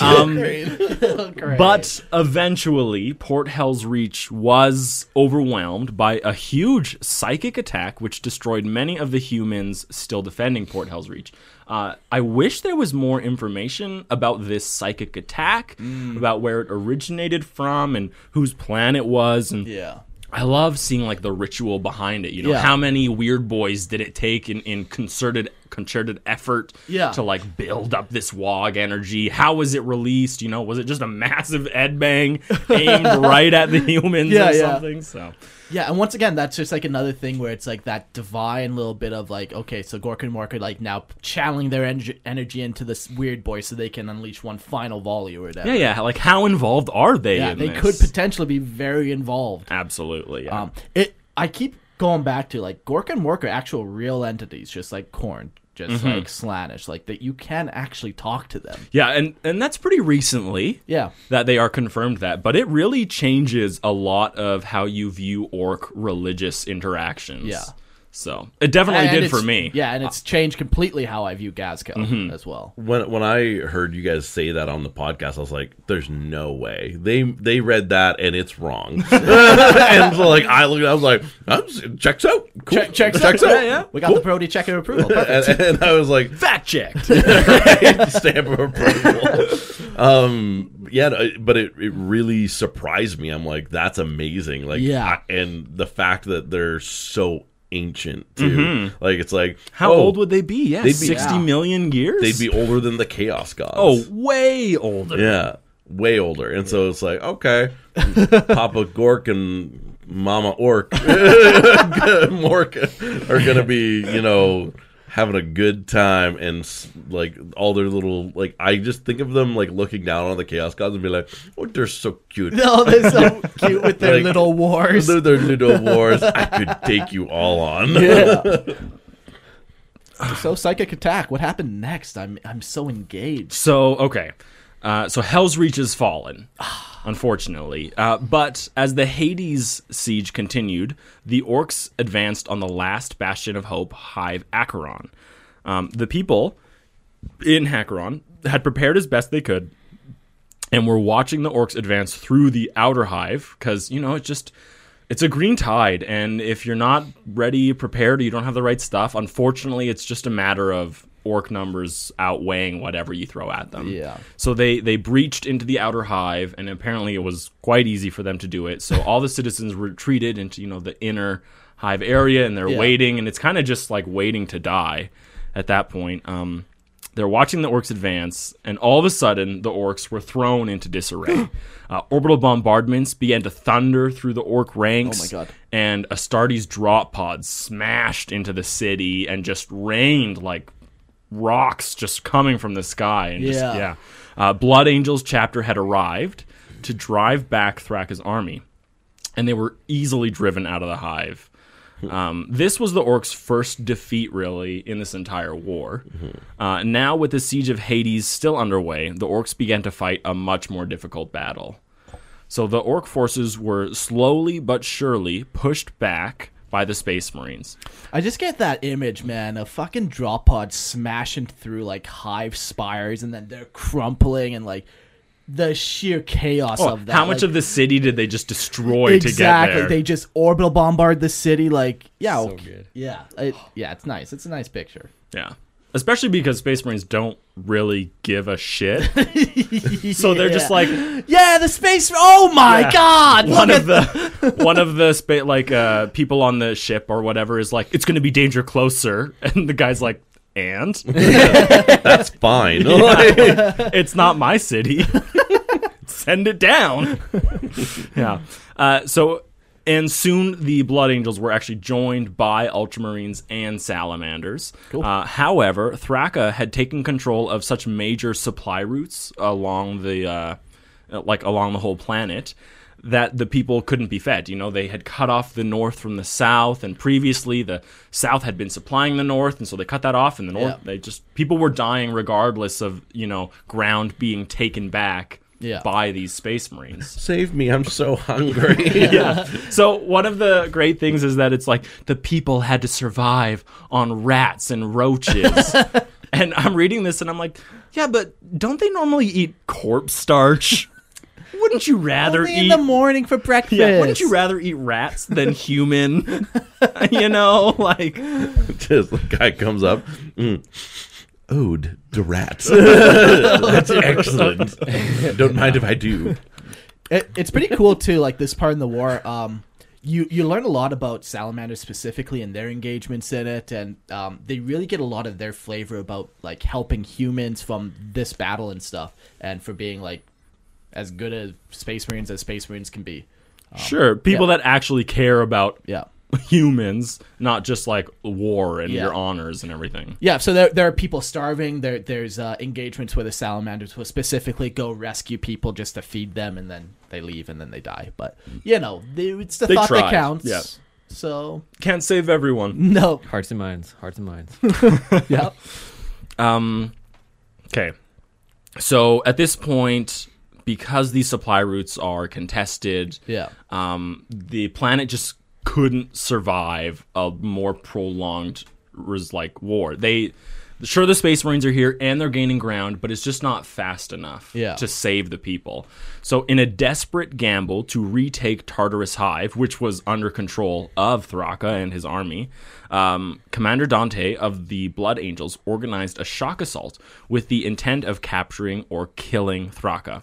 um, But eventually, Port Hell's Reach was overwhelmed by a huge psychic attack, which destroyed many of the humans still defending Port Hell's Reach. Uh, I wish there was more information about this psychic attack, about where it originated from, and whose plan it was, and Yeah. I love seeing like the ritual behind it. You know, Yeah. how many weird boys did it take in, in concerted concerted effort Yeah. to like build up this wog energy? How was it released? You know, was it just a massive ed bang aimed right at the humans Yeah, or yeah. something? So Yeah, and once again, that's just like another thing where it's like that divine little bit of like, okay, so Gork and Mork are like now channeling their en- energy into this weird boy so they can unleash one final volley or whatever. yeah, yeah. Like how involved are they? Yeah, in they this? could potentially be very involved. absolutely. Yeah. Um, it. I keep going back to like Gork and Mork are actual real entities, just like Corn, just Mm-hmm. like Slanish, like that you can actually talk to them. Yeah, and and that's pretty recently. Yeah. That they are confirmed that, but it really changes a lot of how you view orc religious interactions. Yeah. So, it definitely And did it's- for me. Mm-hmm. Yeah, and it's changed completely how I view Gazco as well. when when I heard you guys say that on the podcast, I was like, "There's no way they they read that and it's wrong." and so like I looked, I was like, "Oh, "Checks out, cool. Check, checks checks out. Yeah, out." yeah. We got the Brody check of approval. Perfect. And, and I was like, Fact checked. stamp of approval. um, yeah, no, it- but it, it really surprised me. I'm like, that's amazing. Like, Yeah. I- and the fact that they're so ancient too. Like, it's like Mm-hmm. How oh, old would they be? Yeah, They'd be- sixty Yeah. million years. they'd be older than the chaos gods? oh, way older. Yeah, way older. And so it's like, okay, Papa Gork and Mama Ork, Mork are gonna be, you know, having a good time, and s- like all their little, like I just think of them like looking down on the Chaos Gods and be like, oh, they're so cute. No, they're so cute with their Like- little wars. They're their little wars. I could take you all on. so psychic attack. What happened next? I'm I'm so engaged. So okay, uh, so Hell's Reach is fallen, Ah. unfortunately. Uh, but as the Hades siege continued, the orcs advanced on the last bastion of hope, Hive Acheron. Um, the people in Acheron had prepared as best they could. And were watching the orcs advance through the outer hive because you know it's just it's a green tide, and if you're not ready, prepared, or you don't have the right stuff, unfortunately, it's just a matter of orc numbers outweighing whatever you throw at them. Yeah. So they they breached into the outer hive, and apparently it was quite easy for them to do it. So all the citizens retreated into you know the inner hive area, and they're Yeah. waiting, and it's kind of just like waiting to die at that point. Um, they're watching the orcs advance, and all of a sudden, the orcs were thrown into disarray. uh, orbital bombardments began to thunder through the orc ranks. Oh my God. And Astartes drop pods smashed into the city and just rained like rocks just coming from the sky. And just, Yeah. yeah. Uh, Blood Angels chapter had arrived to drive back Thraka's army, and they were easily driven out of the hive. Um, this was the orcs' first defeat, really, in this entire war. Uh, now, with the siege of Hades still underway, the orcs began to fight a much more difficult battle. So the orc forces were slowly but surely pushed back by the Space Marines. I just get that image, man, of fucking drop pod smashing through like hive spires and then they're crumpling and like the sheer chaos Oh, of that. how much like, of the city did they just destroy exactly? to get there? They just orbital bombard the city. Like yeah, So okay. good. yeah, it, yeah. It's nice. It's a nice picture. Yeah. Especially because Space Marines don't really give a shit. so they're just like Yeah, the space. Oh my god! one Look at of the one of the spa- like uh, people on the ship or whatever is like it's going to be danger closer and the guy's like and That's fine. Like, it's not my city. Send it down. yeah. Uh, so, and soon the Blood Angels were actually joined by Ultramarines and Salamanders. Uh, however, Thraka had taken control of such major supply routes along the, uh, uh, like along the whole planet. that the people couldn't be fed. You know, they had cut off the North from the South, and previously the South had been supplying the North, and so they cut that off, and the North, Yeah. they just, people were dying regardless of, you know, ground being taken back Yeah. by these Space Marines. Save me, I'm so hungry. so, one of the great things is that it's like the people had to survive on rats and roaches. and I'm reading this and I'm like, yeah, but don't they normally eat corpse starch? Wouldn't you rather Only in eat the morning for breakfast. Yeah, wouldn't you rather eat rats than human? you know, like Just the guy comes up. Mm. Ode to rats. That's excellent. Don't mind if I do. It, it's pretty cool too. Like this part in the war, um, you you learn a lot about salamanders specifically and their engagements in it, and um, they really get a lot of their flavor about like helping humans from this battle and stuff, and for being like as good as space marines as space marines can be. sure, people that actually care about Yeah. humans, not just like war and Yeah. your honors and everything. Yeah, so there, there are people starving. There there's uh, engagements where the salamanders will specifically go rescue people just to feed them, and then they leave and then they die. But you know, they, it's the They thought tried, that counts. yeah. So Can't save everyone. no, Hearts and minds. Hearts and minds. yeah, Um, okay, so at this point, because these supply routes are contested, yeah. um, the planet just couldn't survive a more prolonged res- like war. They sure the space marines are here and they're gaining ground, but it's just not fast enough Yeah. to save the people. So in a desperate gamble to retake Tartarus Hive, which was under control of Thraka and his army, um, Commander Dante of the Blood Angels organized a shock assault with the intent of capturing or killing Thraka.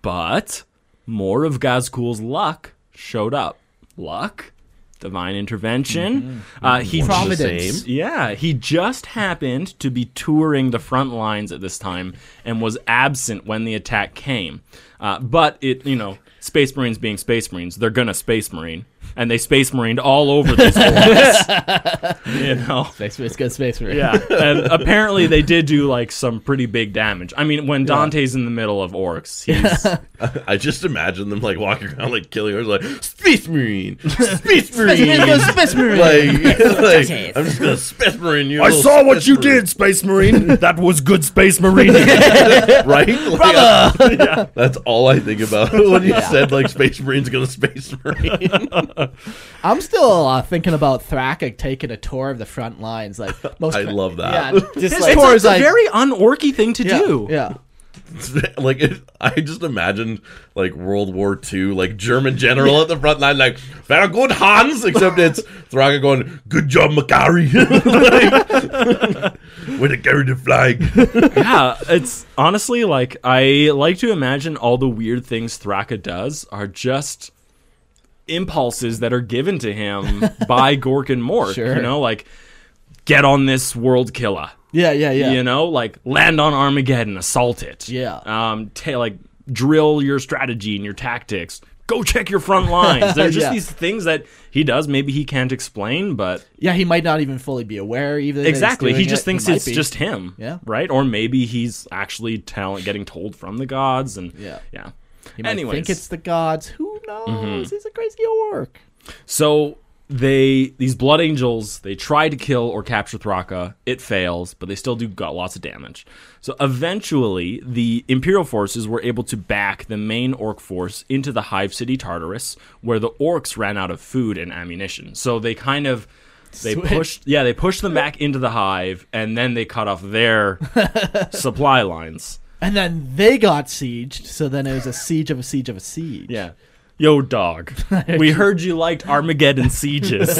But more of Gazkul's luck showed up. Luck? Divine intervention. Uh, he Providence. yeah, he just happened to be touring the front lines at this time and was absent when the attack came. Uh, but it, you know, Space Marines being Space Marines, they're gonna Space Marine, and they Space Marined all over this. you know, Space Marines, good Space Marine. yeah, and apparently they did do like some pretty big damage. I mean, when Dante's in the middle of orcs, he's I just imagine them like walking around like killing her like Space Marine, Space Marine, Space Marine. like, like I'm just gonna Space Marine you. little Space Marine." Space Marine. that was good, Space Marine. right? Like, I- yeah, that's all I think about when you said like Space Marine's gonna Space Marine. I'm still uh, thinking about Thraka taking a tour of the front lines. Like most, I love that. yeah, just It's like a, tours like very unorky thing to yeah, do. Yeah, like it, I just imagined like World War II, like German general at the front line, like very good Hans, except it's Thraga going, "Good job, Macari, like, way to carry the flag." yeah, it's honestly like I like to imagine all the weird things Thraka does are just impulses that are given to him by Gork and Mork. Sure. You know, like get on this world killer. yeah, yeah, yeah. You know, like land on Armageddon, assault it. Yeah. Um, ta- like drill your strategy and your tactics. Go check your front lines. There are just Yeah. these things that he does. Maybe he can't explain, but yeah, he might not even fully be aware even. that he's exactly he doing just it. thinks might it's be. just him Yeah. right or maybe he's actually talent getting told from the gods and Yeah. yeah He might anyways Mm-hmm. think it's the gods. Who knows? He's a crazy orc. so they these blood angels they try to kill or capture thraka it fails but they still do got lots of damage so eventually the imperial forces were able to back the main orc force into the hive city tartarus where the orcs ran out of food and ammunition so they kind of they Switch. pushed yeah they pushed them back into the hive and then they cut off their supply lines And then they got sieged. So then it was a siege of a siege of a siege. yeah yo dog we heard you liked armageddon sieges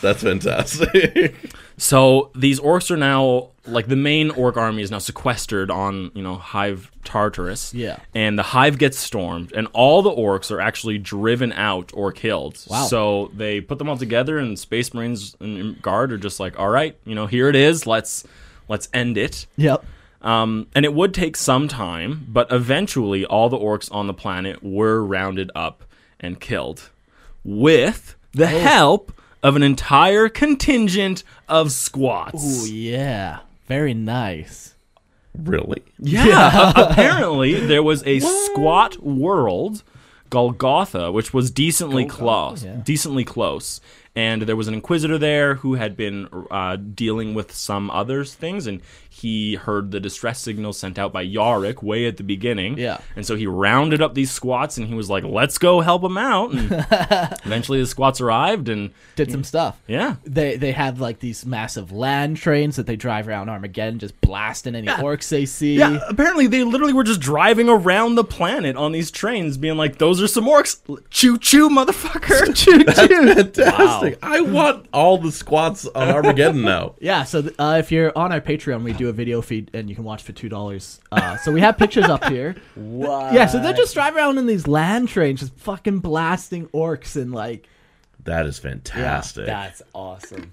That's fantastic. So these orcs are now like the main orc army is now sequestered on you know Hive Tartarus. Yeah. and the Hive gets stormed, and all the orcs are actually driven out or killed. Wow. So they put them all together, and Space Marines and Guard are just like, all right, you know, here it is. Let's let's end it. Yep. Um, and it would take some time, but eventually all the orcs on the planet were rounded up and killed with the help of an entire contingent of squats. Ooh yeah. Very Oh, nice. Really? Yeah. apparently, there was a squat world, Golgotha, which was decently close. Decently close. And there was an inquisitor there who had been uh, dealing with some other things, and he heard the distress signal sent out by Yarick way at the beginning. Yeah. And so he rounded up these squats, and he was like, "Let's go help him out." And eventually, the squats arrived, and Did some stuff. yeah, They they have like these massive land trains that they drive around Armageddon, just blasting any orcs they see. Yeah, apparently they literally were just driving around the planet on these trains, being like, "Those are some orcs, choo choo, motherfucker." Fantastic. I want all the squats on Armageddon now. Yeah, so th- uh, if you're on our Patreon, we do a video feed and you can watch for two dollars. Uh, so we have pictures up here. What? Yeah, so they're just driving around in these land trains, just fucking blasting orcs and like That is fantastic. That's awesome.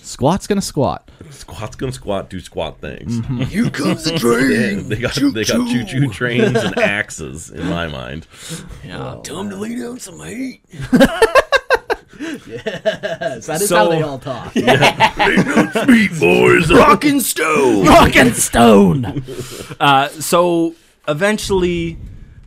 squat's gonna squat. Squat's gonna squat, do squat things. Here comes the train. they got they got choo choo trains and axes in my mind. Time to lay down some hate. That is So- how they all talk. Beat boys, rockin' stove. Fucking stone. uh, so eventually,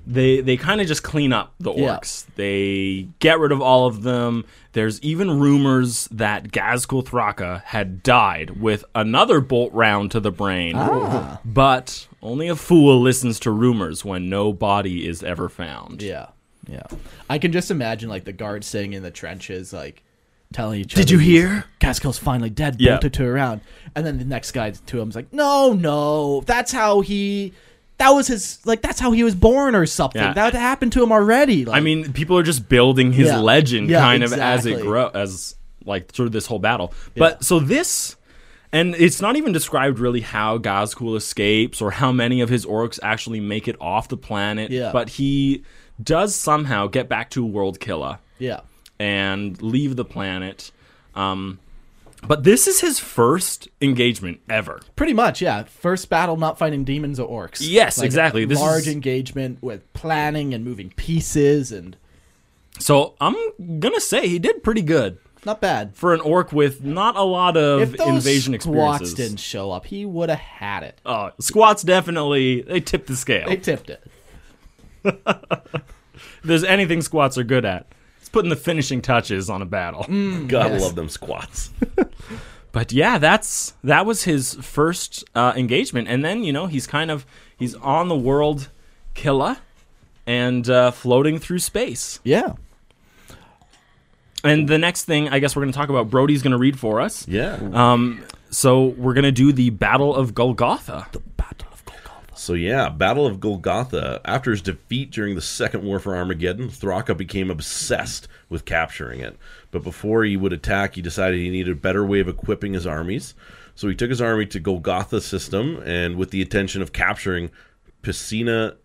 they they kind of just clean up the Yeah. orcs. They get rid of all of them. There's even rumors that Gazkul Thraka had died with another bolt round to the brain, Ah. but only a fool listens to rumors when no body is ever found. yeah, yeah. I can just imagine like the guards sitting in the trenches, like telling each other. Did you these- hear? Gaskell's finally dead, Yeah. bolted to around. And then the next guy to him's like, no, no, that's how he, that was his, like, that's how he was born or something. Yeah. That happened to him already. Like, I mean, people are just building his Yeah. legend Yeah, kind of as it exactly. grows, as like through this whole battle. But so this, and it's not even described really how Gazkul escapes or how many of his orcs actually make it off the planet. Yeah. But he does somehow get back to World Killer yeah. and leave the planet. Um, but this is his first engagement ever. Pretty much, yeah. First battle, not fighting demons or orcs. Yes, exactly. This is- large engagement with planning and moving pieces, and So I'm gonna say he did pretty good not bad. for an orc with not a lot of If those invasion squats experiences. didn't show up, he would have had it. Uh, squats definitely they tip the scale. They tipped it. If there's anything squats are good at. It's putting the finishing touches on a battle. Gotta love them squats. But yeah, that's that was his first uh, engagement, and then you know he's kind of he's on the world killer and uh, floating through space. Yeah. And the next thing I guess we're going to talk about Brody's going to read for us. Yeah. So we're going to do the Battle of Golgotha. So yeah, Battle of Golgotha. After his defeat during the Second War for Armageddon, Thraka became obsessed with capturing it. But before he would attack, he decided he needed a better way of equipping his armies. So he took his army to Golgotha system, and with the intention of capturing Piscina.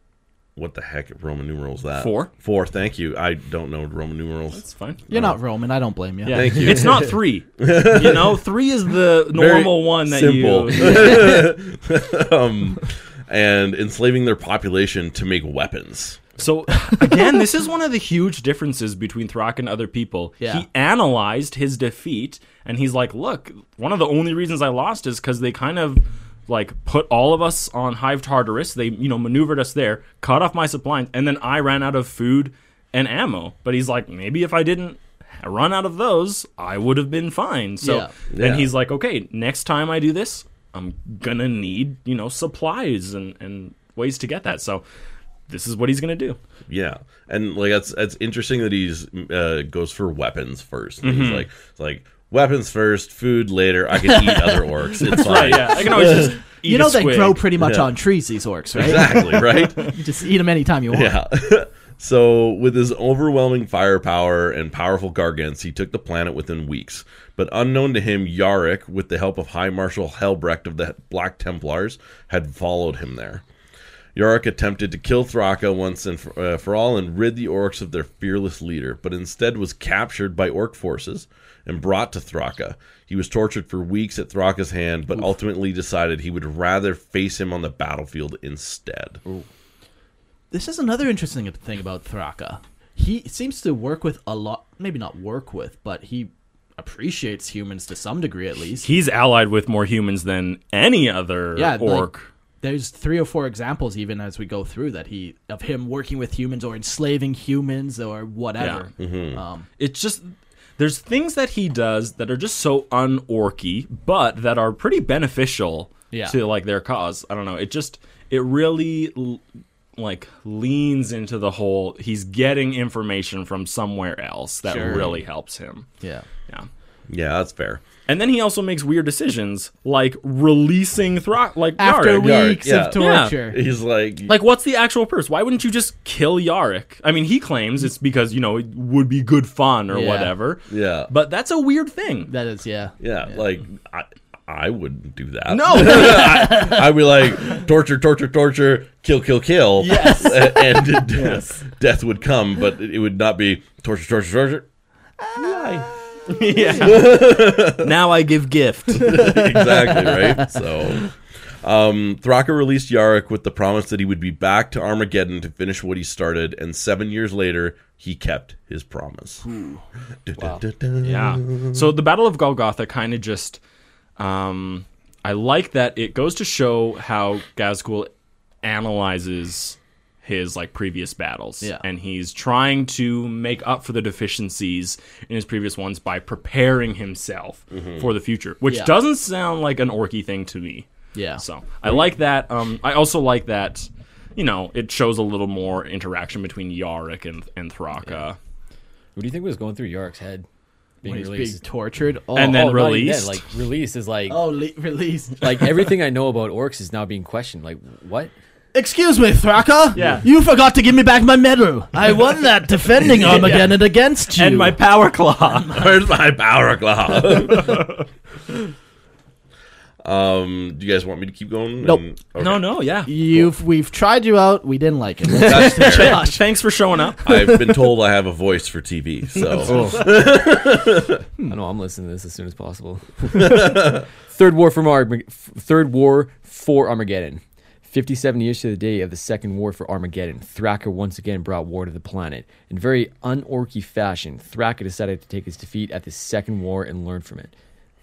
What the heck Roman numerals that? Four. Four. Thank you. I don't know Roman numerals. It's fine. You're not Roman. I don't blame you. Yeah. Thank you. It's not three. you know, three is the Very normal one that simple. you. um, and enslaving their population to make weapons. So again, this is one of the huge differences between Throck and other people. Yeah. He analyzed his defeat and he's like, "Look, one of the only reasons I lost is cuz they kind of like put all of us on Hive Tartarus. They, you know, maneuvered us there, cut off my supplies, and then I ran out of food and ammo." But he's like, "Maybe if I didn't run out of those, I would have been fine." So Yeah. then Yeah. he's like, "Okay, next time I do this, I'm going to need, you know, supplies and and ways to get that." So this is what he's going to do. Yeah, and like that's that's interesting that he's uh, goes for weapons 1st Mm-hmm. He's like it's like weapons first, food later. I can eat other orcs. It's fine. yeah, I can always just eat You a know they squid. grow pretty much Yeah. on trees, these orcs, right? exactly right. You just eat them anytime you want. Yeah. so with his overwhelming firepower and powerful gargants, he took the planet within weeks. But unknown to him, Yarick, with the help of High Marshal Helbrecht of the Black Templars, had followed him there. Yorick attempted to kill Thraka once and for, uh, for all and rid the orcs of their fearless leader, but instead was captured by orc forces and brought to Thraka. He was tortured for weeks at Thraka's hand, but ultimately decided he would rather face him on the battlefield instead. This is another interesting thing about Thraka. He seems to work with a lot, maybe not work with, but he appreciates humans to some degree, at least. He's allied with more humans than any other yeah, like, uh, orc. there's three or four examples even as we go through that he of him working with humans or enslaving humans or whatever. Um, it's just there's things that he does that are just so unorky, but that are pretty beneficial Yeah. to like their cause. I don't know. It just it really l- like leans into the whole he's getting information from somewhere else that Sure. really helps him. yeah. Yeah. Yeah, that's fair. And then he also makes weird decisions like releasing Throck like After Yarick. yard, weeks yeah. of Yeah. torture. He's like, Like, what's the actual purpose? Why wouldn't you just kill Yarick? I mean, he claims it's because, you know, it would be good fun or Yeah. whatever. Yeah. But that's a weird thing. That is yeah. yeah, like I, I wouldn't do that. No. I'd be like torture, torture, torture, kill, kill, kill. Yes, and death, death would come, but it would not be torture, torture, torture. yeah. now I give gift. exactly right. So, um, Thraka released Yarick with the promise that he would be back to Armageddon to finish what he started, and seven years later, he kept his promise. Dun, dun, dun, dun. Yeah. So the Battle of Golgotha kind of just, um, I like that it goes to show how Gazgul analyzes his like previous battles, Yeah. and he's trying to make up for the deficiencies in his previous ones by preparing himself for the future, which Yeah. doesn't sound like an orky thing to me. Yeah. So I like that. Um, I also like that. You know, it shows a little more interaction between Yarick and, and Thraka. What do you think was going through Yark's head? Being When he's released. being tortured. Oh, And then- oh, not even released? That, like released is like oh, le- released. like everything I know about orcs is now being questioned. Like what? Excuse me, Thraka. Yeah. You forgot to give me back my medal. I won that defending Armageddon against you. And my power claw. Where's my power claw? um, do you guys want me to keep going? Nope. And- okay. No, no, yeah. You've we've tried you out. We didn't like it. That's fair. Th- Thanks for showing up. I've been told I have a voice for TV, so Hmm. I know I'm listening to this as soon as possible. Third war from Arm- Third war for Armageddon. 57 years to the day of the Second War for Armageddon, Thraka once again brought war to the planet. In very unorky fashion, Thraka decided to take his defeat at the Second War and learn from it.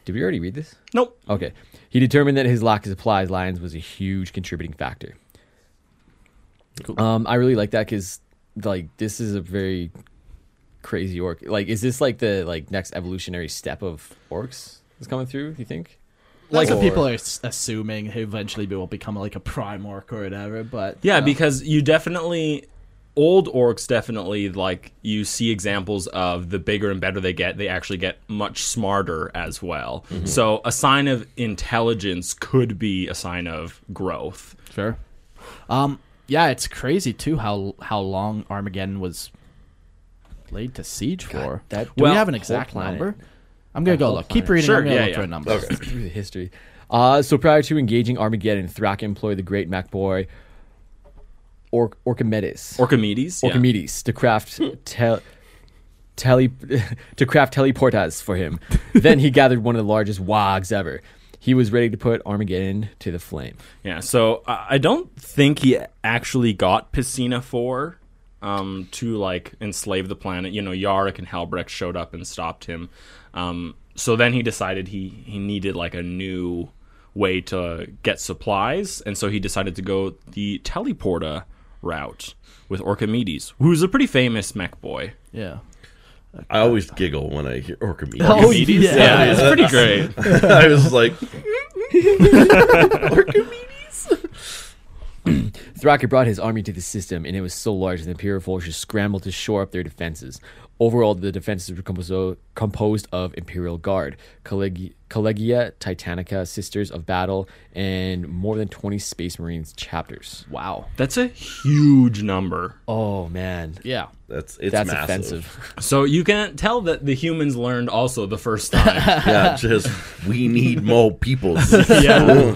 Did we already read this? Nope. Okay. He determined that his lack of supplies lines was a huge contributing factor. Um, I really like that because like this is a very crazy orc. Like, is this like the like next evolutionary step of orcs is coming through? Do you think? like Or- people are s- assuming he eventually will become like a prime orc or whatever. But Yeah, because you definitely old orcs definitely like you see examples of the bigger and better they get, they actually get much smarter as well. So a sign of intelligence could be a sign of growth. Sure. Um. Yeah, it's crazy too how how long Armageddon was laid to siege for. that- Do Well, we have an whole exact planet. number? I'm gonna go whole look. Keep planet. reading. Sure, I'm gonna yeah, look yeah. for a number. Okay. through the history. Uh, so prior to engaging Armageddon, Thraka employed the great Mac boy or- Orchimedes. Orchimedes. yeah. Archimedes to craft tel- tele- to craft teleportas for him. then he gathered one of the largest wogs ever. He was ready to put Armageddon to the flame. Yeah, so I I don't think he actually got Piscina 4 um, to like enslave the planet. You know, Yarick and Halbrecht showed up and stopped him. Um, so then he decided he, he needed like a new way to get supplies, and so he decided to go the teleporta route with Orchimedes, who's a pretty famous mech boy. Yeah. I always giggle when I hear Orchimedes. Oh, Orchimedes? yeah. yeah, it's pretty great. I was like, Thraka brought his army to the system, and it was so large that the Imperial forces scrambled to shore up their defenses. Overall, the defenses were composo- composed of Imperial Guard, Colleg- Collegia Titanica, Sisters of Battle, and more than 20 Space Marines chapters. Wow. That's a huge number. Oh, man. Yeah. that's it's That's massive. offensive. So you can tell that the humans learned also the first time. Yeah, just we need more people. yeah.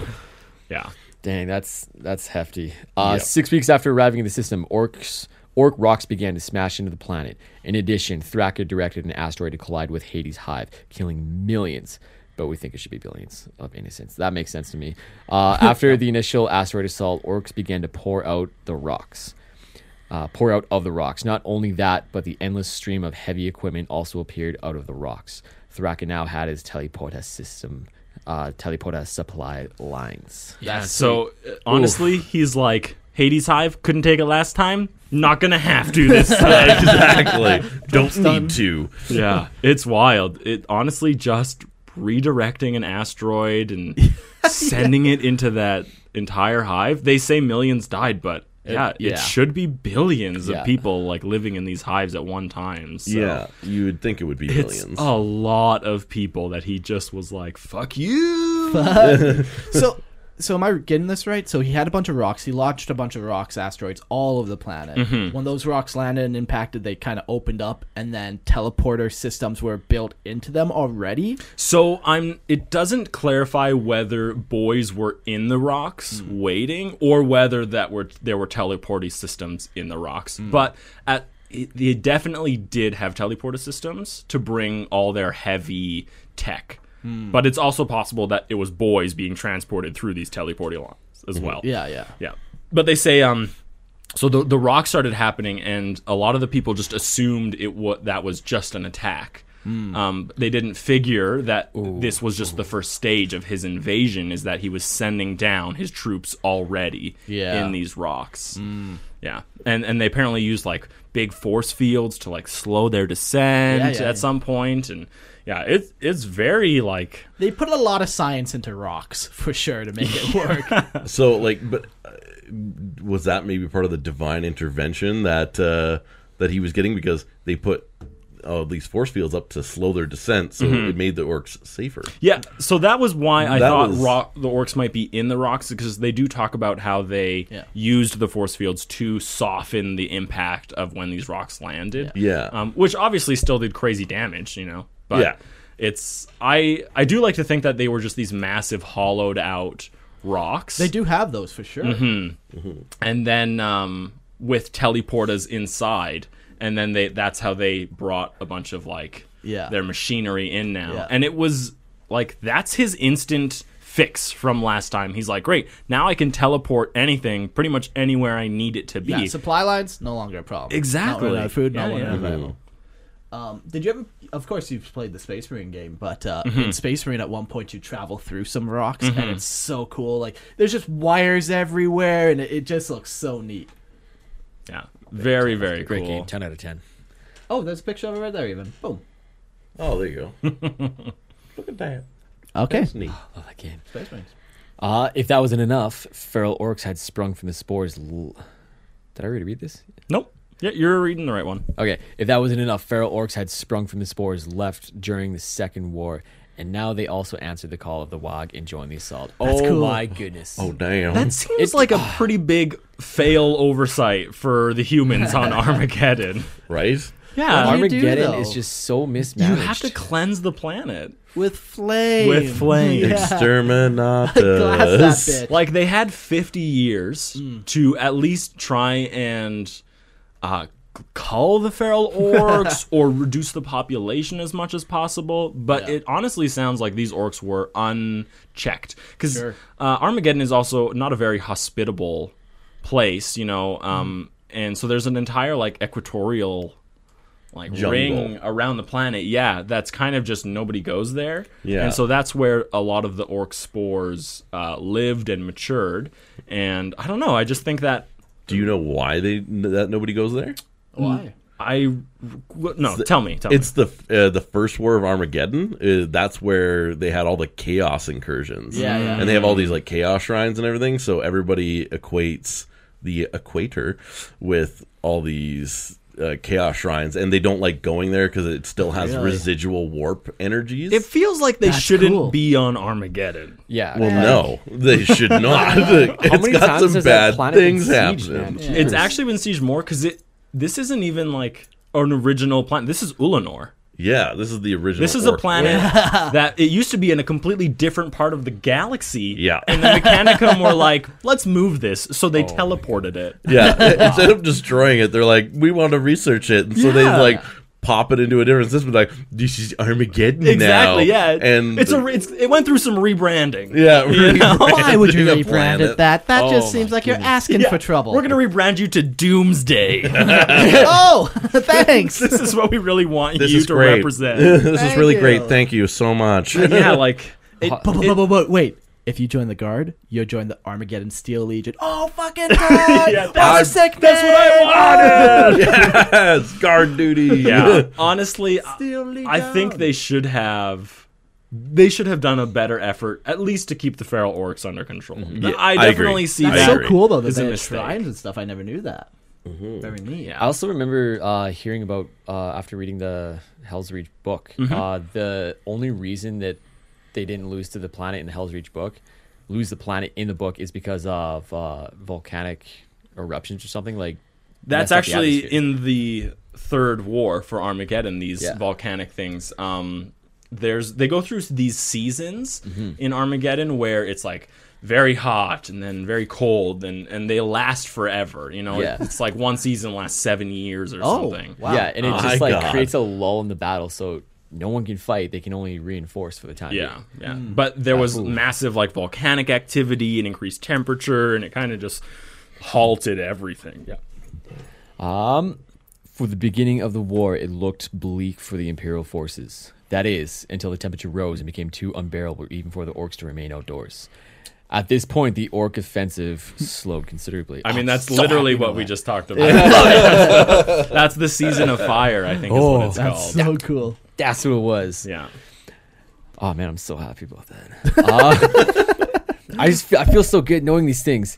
Yeah. Dang, that's that's hefty. Uh, Six weeks after arriving in the system, orcs orc rocks began to smash into the planet. In addition, Thraka directed an asteroid to collide with Hades' hive, killing millions. But we think it should be billions of innocents. That makes sense to me. Uh, after the initial asteroid assault, orcs began to pour out the rocks. Uh, pour out of the rocks. Not only that, but the endless stream of heavy equipment also appeared out of the rocks. Thraka now had his teleporter system, uh, teleporter supply lines. Yeah, so uh, honestly, he's like Hades Hive couldn't take it last time. Not gonna have to this time. exactly. Don't need to. yeah, it's wild. It honestly just redirecting an asteroid and sending it into that entire hive. They say millions died, but yeah, it, yeah. should be billions Yeah. of people like living in these hives at one time. So Yeah, you would think it would be It's millions. a lot of people that he just was like, "Fuck you." so so am I getting this right? So he had a bunch of rocks. He launched a bunch of rocks, asteroids all over the planet. When those rocks landed and impacted, they kind of opened up, and then teleporter systems were built into them already. So I'm. It doesn't clarify whether boys were in the rocks waiting, or whether that were there were teleporty systems in the rocks. But at it, they definitely did have teleporter systems to bring all their heavy tech. But it's also possible that it was boys being transported through these teleporting lines as well. Yeah, yeah. Yeah. But they say um so the the rock started happening and a lot of the people just assumed it wa that was just an attack. Hmm. Um, they didn't figure that this was just the first stage of his invasion is that he was sending down his troops already Yeah. Hmm. in these rocks. Yeah. And and they apparently used like big force fields to like slow their descent Yeah, yeah, at yeah. some point and yeah, it's it's very like They put a lot of science into rocks for sure to make it work. So, like, but uh, was that maybe part of the divine intervention that uh, that he was getting because they put uh, these force fields up to slow their descent, so Mm-hmm. it made the orcs safer. Yeah, so that was why I That thought was- rock, the orcs might be in the rocks because they do talk about how they Yeah. used the force fields to soften the impact of when these rocks landed. Yeah. um, which obviously still did crazy damage, you know. But Yeah. it's I I do like to think that they were just these massive hollowed out rocks. they do have those for sure. and then um, with teleporters inside, and then they that's how they brought a bunch of like Yeah. their machinery in now, Yeah. and it was like that's his instant fix from last time. He's like, great, now I can teleport anything pretty much anywhere I need it to be. Yeah, supply lines no longer a problem. Exactly. Not running out of food, not Yeah, running yeah. out of ammo. Um, did you ever? Of course, you've played the Space Marine game, but uh, in Space Marine, at one point you travel through some rocks, and it's so cool. Like there's just wires everywhere, and it, it just looks so neat. yeah, very very Great cool. game, ten out of ten. Oh, there's a picture of it right there, even. Boom. Oh, there you go. Look at that. Okay. It's neat. Love that game. Space Marines. Uh, if that wasn't enough, feral orcs had sprung from the spores. L- Did I already read this? Nope. Yeah, you're reading the right one. Okay, if that wasn't enough, feral orcs had sprung from the spores left during the Second War, and now they also answered the call of the Wog and joined the assault. oh cool. my goodness! Oh, damn. That seems like a pretty big fail oversight for the humans on Armageddon. right? Yeah, What do you do, Armageddon though? is just so you mismanaged. have to cleanse the planet With flame. with flames. Glass Exterminatus. that bitch. Like they had 50 years to at least try and uh, c- cull the feral orcs or reduce the population as much as possible. But it honestly sounds like these orcs were unchecked because uh, Armageddon is also not a very hospitable place, you know. Um, And so there's an entire like equatorial like Jungle. ring around the planet. Yeah, that's kind of just nobody goes there. Yeah. And so that's where a lot of the orc spores uh, lived and matured. And I don't know. I just think that Do you know why they that nobody goes there? Why? I w- no. tell me. Tell It's the uh, the first war of Armageddon. Uh, that's where they had all the chaos incursions. Yeah, yeah. And they have all these like chaos shrines and everything. So everybody equates the equator with all these uh, chaos shrines, and they don't like going there because it still has residual warp energies. me. It feels like they That's shouldn't cool. be on Armageddon. yeah. well, no, they should not. it's many got times some has that bad planet been things sieged, happening. man? It's actually been sieged more because it. This isn't even like an original planet. This is Ulanor. Yeah, this is the original. This is a orc planet world. that it used to be in a completely different part of the galaxy. Yeah. Oh And the Mechanicum were like, let's move this. So they teleported it. Yeah, instead of destroying it, they're like, we want to research it, and so they Yeah. like pop it into a different system. Like this is Armageddon Exactly. now. Yeah. and it's a the- re- it's, it went through some rebranding. yeah. Why would you rebranding the rebrand planet. it that? That Oh just my seems like you're asking for trouble. We're gonna rebrand you to Doomsday. oh, thanks. this is what we really want This you is to great. represent. this is Thank really you. great. Thank you so much. yeah, like it, But, but, but, but wait. If you join the guard, you'll join the Armageddon Steel Legion. Oh, fucking God! Yeah, What a I- sick that's what I wanted. yes, guard duty. yeah, honestly, I- Steel Legion. I think they should have. They should have done a better effort, at least to keep the feral orcs under control. I Mm-hmm. I agree. definitely see That's That's that. so agree. cool though. That It's a they had mistake. Mm-hmm. shrines and stuff. I never knew that. Very neat. I also remember uh, hearing about uh, after reading the Hell's Reach book. Mm-hmm. Uh, the only reason that they didn't lose to the planet in the Hell's Reach book, lose the planet in the book, is because of uh, volcanic eruptions or something like. That's messed up the actually atmosphere. in the third war for Armageddon. These Yeah. volcanic things. Um, there's they go through these seasons in Armageddon where it's like very hot and then very cold and and they last forever. You know, Yeah. it's like one season lasts seven years or Oh, something. wow. Yeah, and it My just like God. creates a lull in the battle, so no one can fight. They can only reinforce for the time. being. Yeah, yeah. But there was massive like volcanic activity and increased temperature, and it kind of just halted everything. Yeah. Um, for the beginning of the war, it looked bleak for the Imperial forces. That is, until the temperature rose and became too unbearable even for the orcs to remain outdoors. At this point, the orc offensive slowed considerably. I mean, I'm that's so literally happy what about we that. just talked about. that's the season of fire, I think, is what it's That's called. so cool. That's what it was. yeah. Oh, man, I'm so happy about that. Uh, I just feel, I feel so good knowing these things.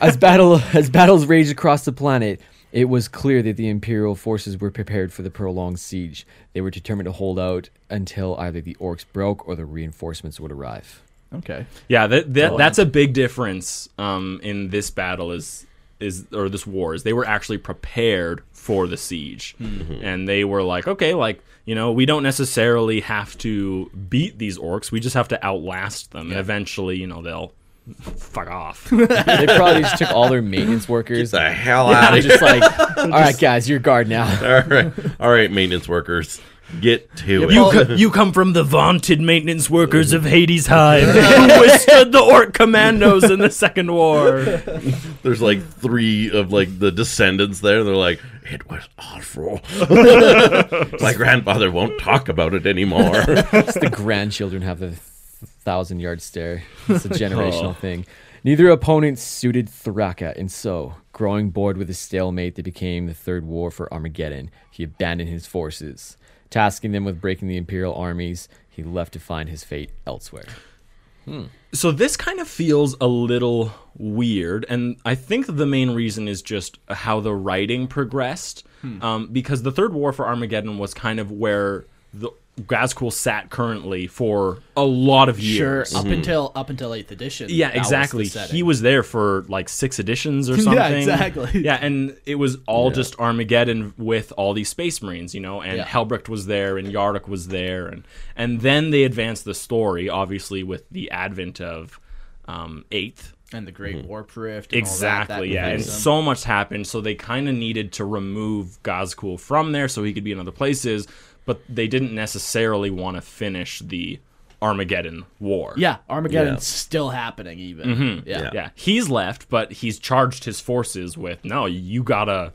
As, battle, as battles raged across the planet, it was clear that the Imperial forces were prepared for the prolonged siege. They were determined to hold out until either the orcs broke or the reinforcements would arrive. Okay. Yeah, that, that that's a big difference um, in this battle is is or this war is they were actually prepared for the siege, and they were like, okay, like you know, we don't necessarily have to beat these orcs, we just have to outlast them, and eventually, you know, they'll fuck off. they probably just took all their maintenance workers. The hell out and of just like, all right, guys, you're guard now. All right, all right, maintenance workers, get to it. You, co- you come from the vaunted maintenance workers of Hades Hive, who withstood the orc commandos in the Second War. There's like three of like the descendants there. They're like, it was awful. My grandfather won't talk about it anymore. It's the grandchildren have the thousand yard stare. It's a Oh. generational thing. Neither opponent suited Thraka, and so, growing bored with his stalemate that became the Third War for Armageddon, he abandoned his forces. Tasking them with breaking the Imperial armies, he left to find his fate elsewhere. So this kind of feels a little weird, and I think the main reason is just how the writing progressed, um, because the Third War for Armageddon was kind of where the Gazcool sat currently for a lot of Sure. years. Up until up until eighth edition. Mm-hmm. Yeah, that was the exactly. setting. He was there for like six editions or Yeah, something. exactly. Yeah, and it was all just Armageddon with all these Space Marines, you know. And Yeah. Helbrecht was there, and Yardak was there, and and then they advanced the story, obviously with the advent of um, Eighth. and the Great Warp Rift. and all that, that Mm-hmm. Exactly. yeah, and mechanism. so much happened, so they kind of needed to remove Gazcool from there so he could be in other places, but they didn't necessarily want to finish the Armageddon War. Yeah, Armageddon's still happening even. Yeah. Mm-hmm. Yeah, he's left, but he's charged his forces with no. You gotta,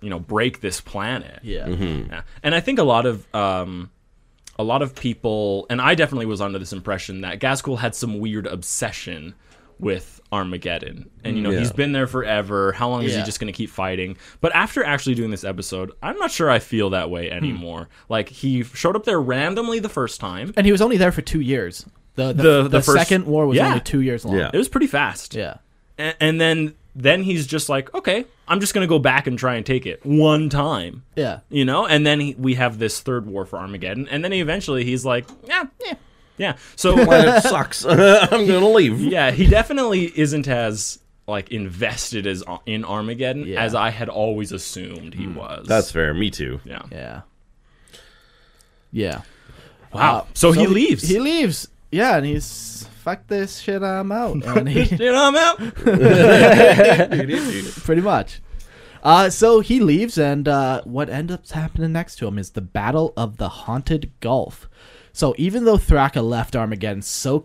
you know, break this planet. Yeah. Yeah. And I think a lot of um, a lot of people, and I definitely was under this impression that Gaskell had some weird obsession with Armageddon, and you know he's been there forever. How long is he Yeah. just going to keep fighting? But after actually doing this episode, I'm not sure I feel that way Hmm. anymore. Like he showed up there randomly the first time. And he was only there for two years. The the, The- the, the first- second war was Yeah. only two years long. Yeah. It was pretty fast. Yeah. and, and then then he's just like okay i'm just gonna go back and try and take it one time Yeah. you know and then he, we have this third war for armageddon and then eventually he's like yeah yeah yeah so Planet sucks. I'm gonna leave. yeah he definitely isn't as like invested as uh, in armageddon Yeah. as i had always assumed he was That's fair. Me too. yeah, Yeah. Yeah. wow Uh, so, he leaves He leaves. Yeah, and he's fuck this shit. I'm out. And he you know, I'm out. pretty much. Uh, so he leaves, and uh, what ends up happening next to him is the Battle of the Haunted Gulf. So even though Thraka left Armageddon so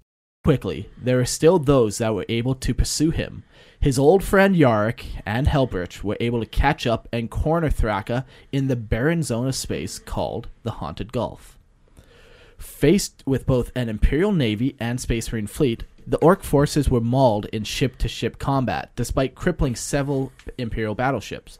quickly, there were still those that were able to pursue him. His old friend Yarick and Helbrich were able to catch up and corner Thraka in the barren zone of space called the Haunted Gulf. Faced with both an Imperial Navy and Space Marine fleet, the Orc forces were mauled in ship to ship combat, despite crippling several Imperial battleships.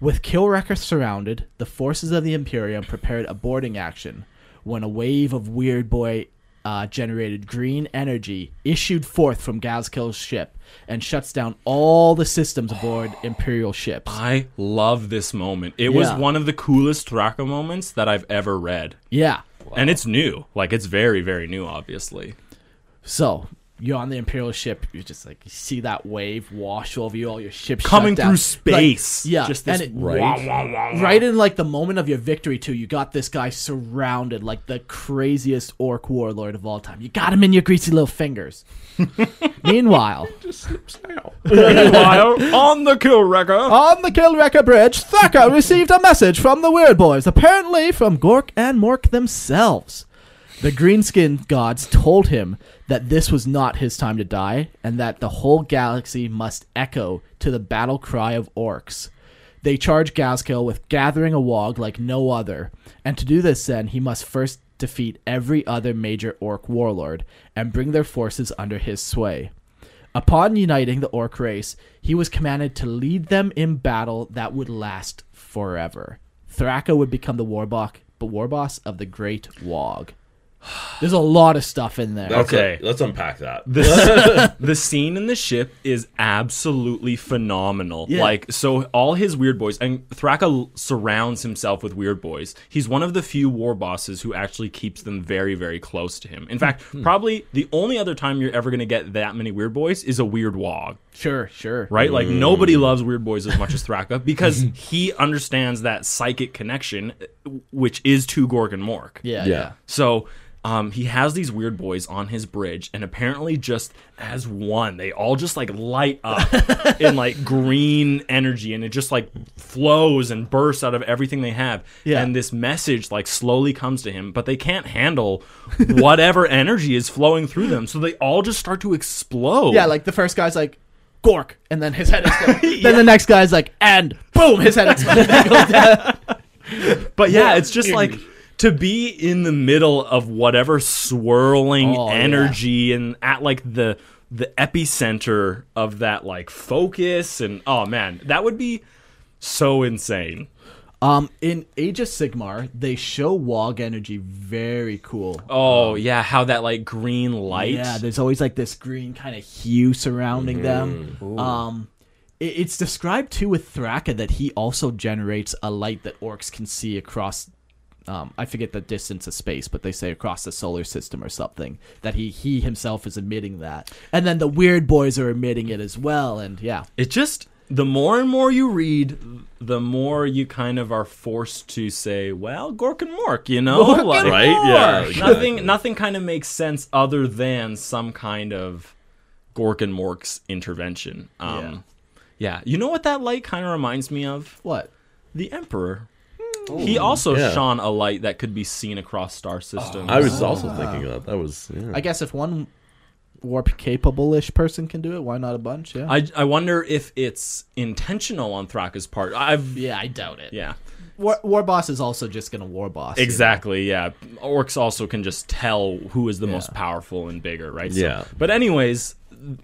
With Killwrecker surrounded, the forces of the Imperium prepared a boarding action when a wave of Weird Boy uh, generated green energy issued forth from Gazkill's ship and shuts down all the systems aboard Imperial ships. I love this moment. It was Yeah. one of the coolest Thraka moments that I've ever read. Yeah. And it's new. Like, it's very, very new, obviously. So you're on the Imperial ship. You're just like you see that wave wash over you. All your ships shut Coming down. through space. Like, yeah, Just this and it, Right? right in like the moment of your victory too. You got this guy surrounded like the craziest orc warlord of all time. You got him in your greasy little fingers. Meanwhile, Meanwhile, on the kill record. on the Killwrecker Bridge, Thacker received a message from the Weird Boys, apparently from Gork and Mork themselves. The Greenskin gods told him that this was not his time to die, and that the whole galaxy must echo to the battle cry of orcs. They charge Gazkill with gathering a wog like no other, and to do this, then, he must first defeat every other major orc warlord and bring their forces under his sway. Upon uniting the orc race, he was commanded to lead them in battle that would last forever. Thraka would become the warboss, but warboss of the Great Wog. There's a lot of stuff in there. That's Okay. it. let's unpack that. the scene in the ship is absolutely phenomenal. Yeah. Like, so all his weird boys, and Thraka l- surrounds himself with weird boys. He's one of the few war bosses who actually keeps them very, very close to him. In fact, Hmm. probably the only other time you're ever going to get that many weird boys is a weird wog, Sure, sure. right? Like, nobody loves weird boys as much as Thraka because he understands that psychic connection, uh, which is to Gorg and Mork. Yeah, Yeah. yeah. So um, he has these weird boys on his bridge, and apparently, just as one, they all just like light up in like green energy, and it just like flows and bursts out of everything they have. Yeah. And this message like slowly comes to him, but they can't handle whatever energy is flowing through them, so they all just start to explode. Yeah, like the first guy's like, Gork, and then his head explodes. Then the next guy's like, and boom, his head explodes. But yeah, it's just like to be in the middle of whatever swirling Oh, yeah. energy and at like the the epicenter of that like focus and oh man, that would be so insane. um, in Age of Sigmar, they show Wog energy very cool. Oh yeah, how that like green light. Yeah, there's always like this green kind of hue surrounding them. Um, it, it's described too with Thraka that he also generates a light that orcs can see across. Um, I forget the distance of space, but they say across the solar system or something. That he he himself is emitting that, and then the weird boys are emitting it as well. And yeah, It just the more and more you read, the more you kind of are forced to say, "Well, Gork and Mork," you know, like, Right? Yeah. exactly. nothing nothing kind of makes sense other than some kind of Gork and Mork's intervention. Um, yeah. you know what that light kind of reminds me of? What? The Emperor. He also yeah. shone a light that could be seen across star systems. I was also thinking that. That was. Yeah. I guess if one warp capable ish person can do it, why not a bunch? Yeah. I, I wonder if it's intentional on Thraka's part. I've yeah, I doubt it. yeah. War, war boss is also just gonna war boss. you know? Exactly, yeah. Orcs also can just tell who is the most powerful and bigger, right? So- Yeah. but anyways,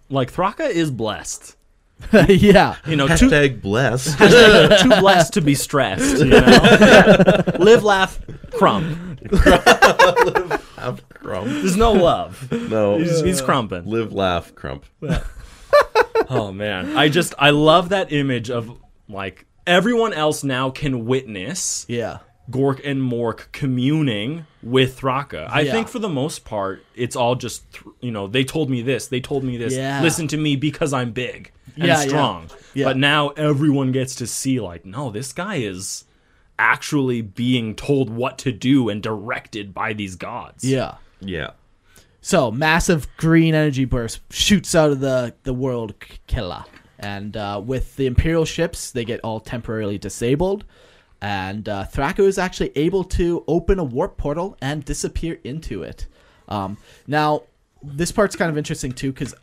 like Thraka is blessed. yeah. You know, too, Hashtag blessed. too blessed to be stressed. You know, live, laugh, crump. crump. There's no love. No. He's, he's crumping. Live, laugh, crump. Oh man, I just I love that image of like everyone else now can witness Yeah. Gork and Mork communing with Thraka. I Yeah. think for the most part, it's all just thr you know they told me this, they told me this. Yeah. Listen to me because I'm big and Yeah, yeah. strong. Yeah. But now everyone gets to see like, no, this guy is actually being told what to do and directed by these gods. Yeah. Yeah. So massive green energy burst shoots out of the the world K- killer, and uh, with the imperial ships, they get all temporarily disabled. And uh, Thrako is actually able to open a warp portal and disappear into it. Um, now, this part's kind of interesting too because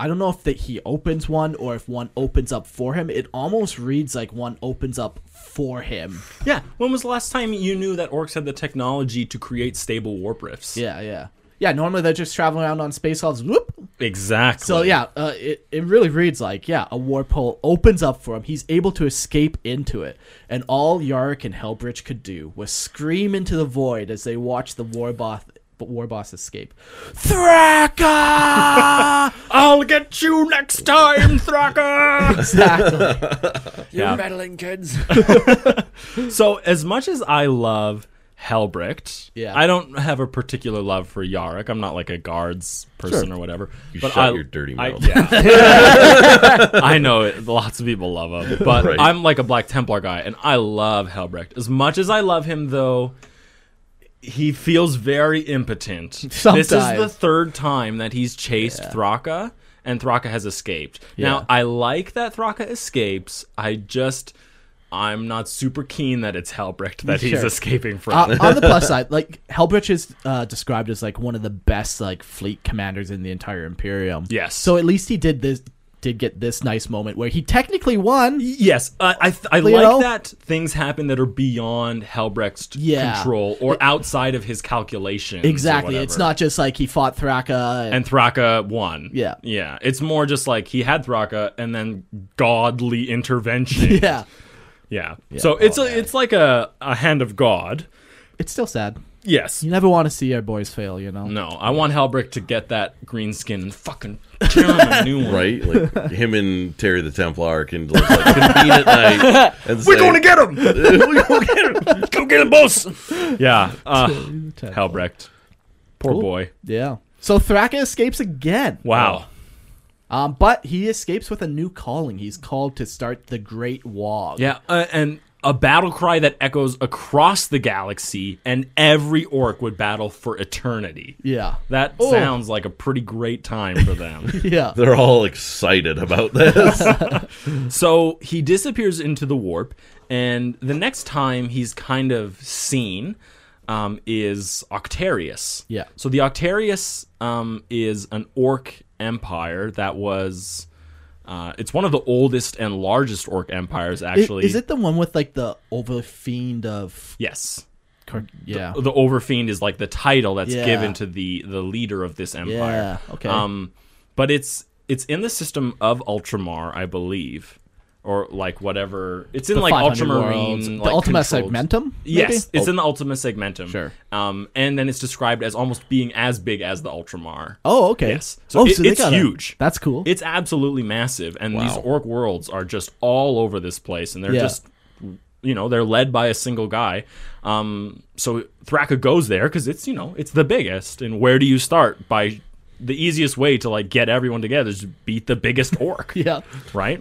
I don't know if that he opens one or if one opens up for him. It almost reads like one opens up for him. Yeah. When was the last time you knew that orcs had the technology to create stable warp rifts? Yeah, yeah, yeah. Normally they're just traveling around on space hulls. Whoop, Exactly. So yeah, uh, it it really reads like yeah, a warp hole opens up for him. He's able to escape into it, and all Yarick and Helbrich could do was scream into the void as they watched the war boss, war boss escape. Thraka! I'll get you next time, Thraka. You're Yeah. meddling kids. So as much as I love Helbricht, Yeah. I don't have a particular love for Yarick. I'm not like a guards person or whatever. You but I, shut your dirty I- mouth. yeah. I know it, lots of people love him, but Right. I'm like a Black Templar guy, and I love Helbricht. As much as I love him, though. He feels very impotent. This is the Sometimes. third time that he's chased Thraka, and Thraka has escaped. Now, I like that Thraka escapes. I just, I'm not super keen that it's Halbrecht that he's Sure. escaping from. Uh, on the plus side, like Helbrich is uh, described as like one of the best like fleet commanders in the entire Imperium. Yes. So at least he did this, did get this nice moment where he technically won. yes, I I, th- I You like know? that things happen that are beyond Halbrecht's Yeah. control or outside of his calculations. or Exactly. It's whatever. not just like he fought Thraka and And Thraka won. Yeah. Yeah. It's more just like he had Thraka and then godly intervention. yeah. Yeah. oh, So it's a, it's like a, a hand of God. It's still sad. Yes. You never want to see our boys fail, you know. No, I want Halbrick to get that green skin and fucking turn on a new one. Right? Like him and Terry the Templar can like, convene at night. And We're going to get him. We're going to get him. Go get him, boss. Yeah. Uh, Halbrecht. Poor boy. Yeah. So Thraka escapes again. Wow. Um, but he escapes with a new calling. He's called to start the Great Wog. Yeah, uh, and a battle cry that echoes across the galaxy, and every orc would battle for eternity. Yeah. That sounds like a pretty great time for them. Yeah. They're all excited about this. so he disappears into the warp, and the next time he's kind of seen um, is Octarius. Yeah. So the Octarius um, is an orc empire that was. Uh, it's one of the oldest and largest orc empires, I- actually. is it the one with like the overfiend of? Yes. Kirk- Yeah. the overfiend is like the title that's Yeah. given to the the leader of this empire. Yeah, okay. Um, but it's it's in the system of Ultramar, I believe, or like whatever. It's in The like 500 Ultramarine, worlds. The like, Ultima controlled- Segmentum, Yes, maybe? Oh. it's in the Ultima Segmentum. Sure. Um, and then it's described as almost being as big as the Ultramar. oh, okay. Yes. So oh, it- they it's got a- huge. That's cool. It's absolutely massive, and these Wow. orc worlds are just all over this place, and they're Yeah. just, you know, they're led by a single guy. Um, so Thraka goes there because it's you know it's the biggest, and where do you start? By the easiest way to like get everyone together is to beat the biggest orc, yeah. right?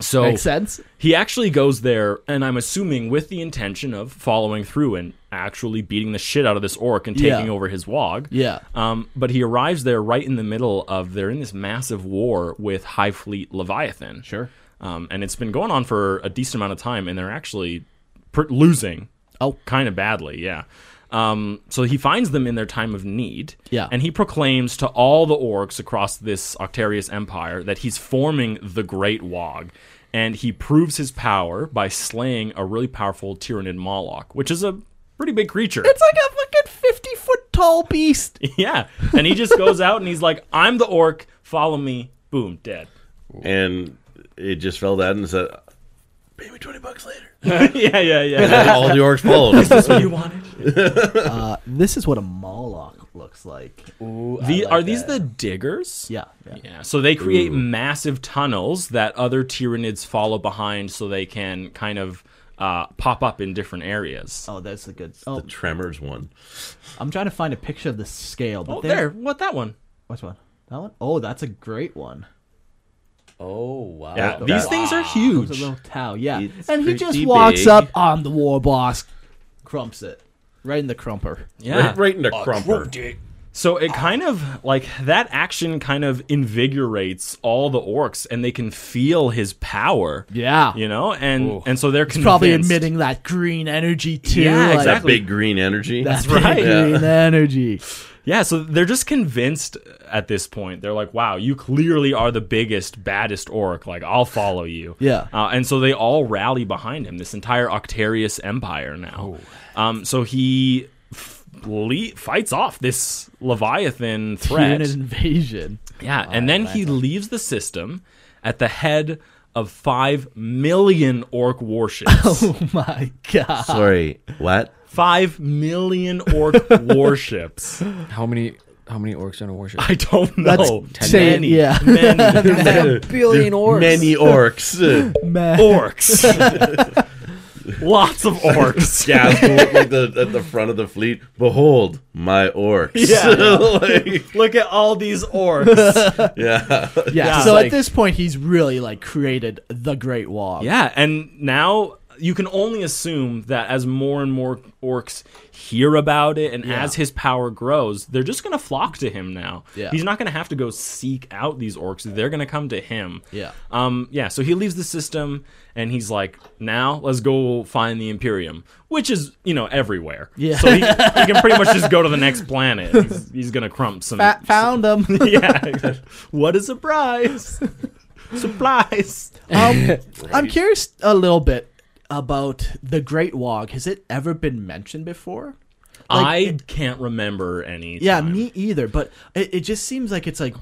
So Makes sense. He actually goes there, and I'm assuming with the intention of following through and actually beating the shit out of this orc and Yeah. taking over his wog. Yeah. Um, but he arrives there right in the middle of they're in this massive war with High Fleet Leviathan. Sure. Um, and it's been going on for a decent amount of time, and they're actually pr- losing. Oh. kind of badly, yeah. Um, so he finds them in their time of need. Yeah. And he proclaims to all the orcs across this Octarius Empire that he's forming the Great Wog. And he proves his power by slaying a really powerful Tyranid Moloch, which is a pretty big creature. It's like a fucking fifty foot tall beast. yeah. And he just goes out and he's like, I'm the orc, follow me. Boom, dead. and it just fell dead and said, "Pay me twenty bucks later." yeah, yeah, yeah. And all the orcs followed. That's what you wanted. Uh, this is what a Moloch looks like. The, are these the diggers? Yeah. yeah. Yeah, so they create massive tunnels that other Tyranids follow behind so they can kind of uh, pop up in different areas. Oh, that's a good. Oh, The Tremors one. I'm trying to find a picture of the scale. But Oh, they're- there. What that one? Which one? That one? Oh, that's a great one. Oh wow. Yeah, these things are It's a huge. little towel, yeah. It's and he just pretty walks big. up on the war boss, crumps it right in the crumper. Yeah. Right, right into Crumper. So it kind of like that action kind of invigorates all the orcs and they can feel his power. Yeah. You know, and and so they're convinced. Probably emitting that green energy too. Yeah, like, That exactly. big green energy. That's That's right. right. Green energy. Yeah, so they're just convinced at this point. They're like, "Wow, you clearly are the biggest, baddest orc. Like, I'll follow you." Yeah. uh, and so they all rally behind him. This entire Octarius Empire now. Um, so he f- le- fights off this Leviathan threat. Green invasion. Yeah, and then he leaves the system at the head of five million orc warships. Oh my god. Sorry, what? five million orc warships. How many how many orcs on a warship? I don't Let's know. say it, many, yeah. many billion orcs. Many orcs. Man. orcs. Lots of orcs. Gasping like the, at the front of the fleet. Behold, my orcs. Yeah. Like, Look at all these orcs. yeah. yeah. Yeah. So Like- at this point, he's really like created the Great Wall. yeah, and now you can only assume that as more and more orcs hear about it and as his power grows, they're just going to flock to him now. Yeah. He's not going to have to go seek out these orcs. They're going to come to him. Yeah. Um yeah, so he leaves the system and he's like, "Now, let's go find the Imperium," which is, you know, everywhere. Yeah. So he, he can pretty much just go to the next planet. He's, he's going to crump some Fa- found them. yeah. what a surprise! Supplies. Um, I'm curious a little bit about the Great Wog. Has it ever been mentioned before? I can't remember any. Yeah, time. me either. But it, it just seems like it's like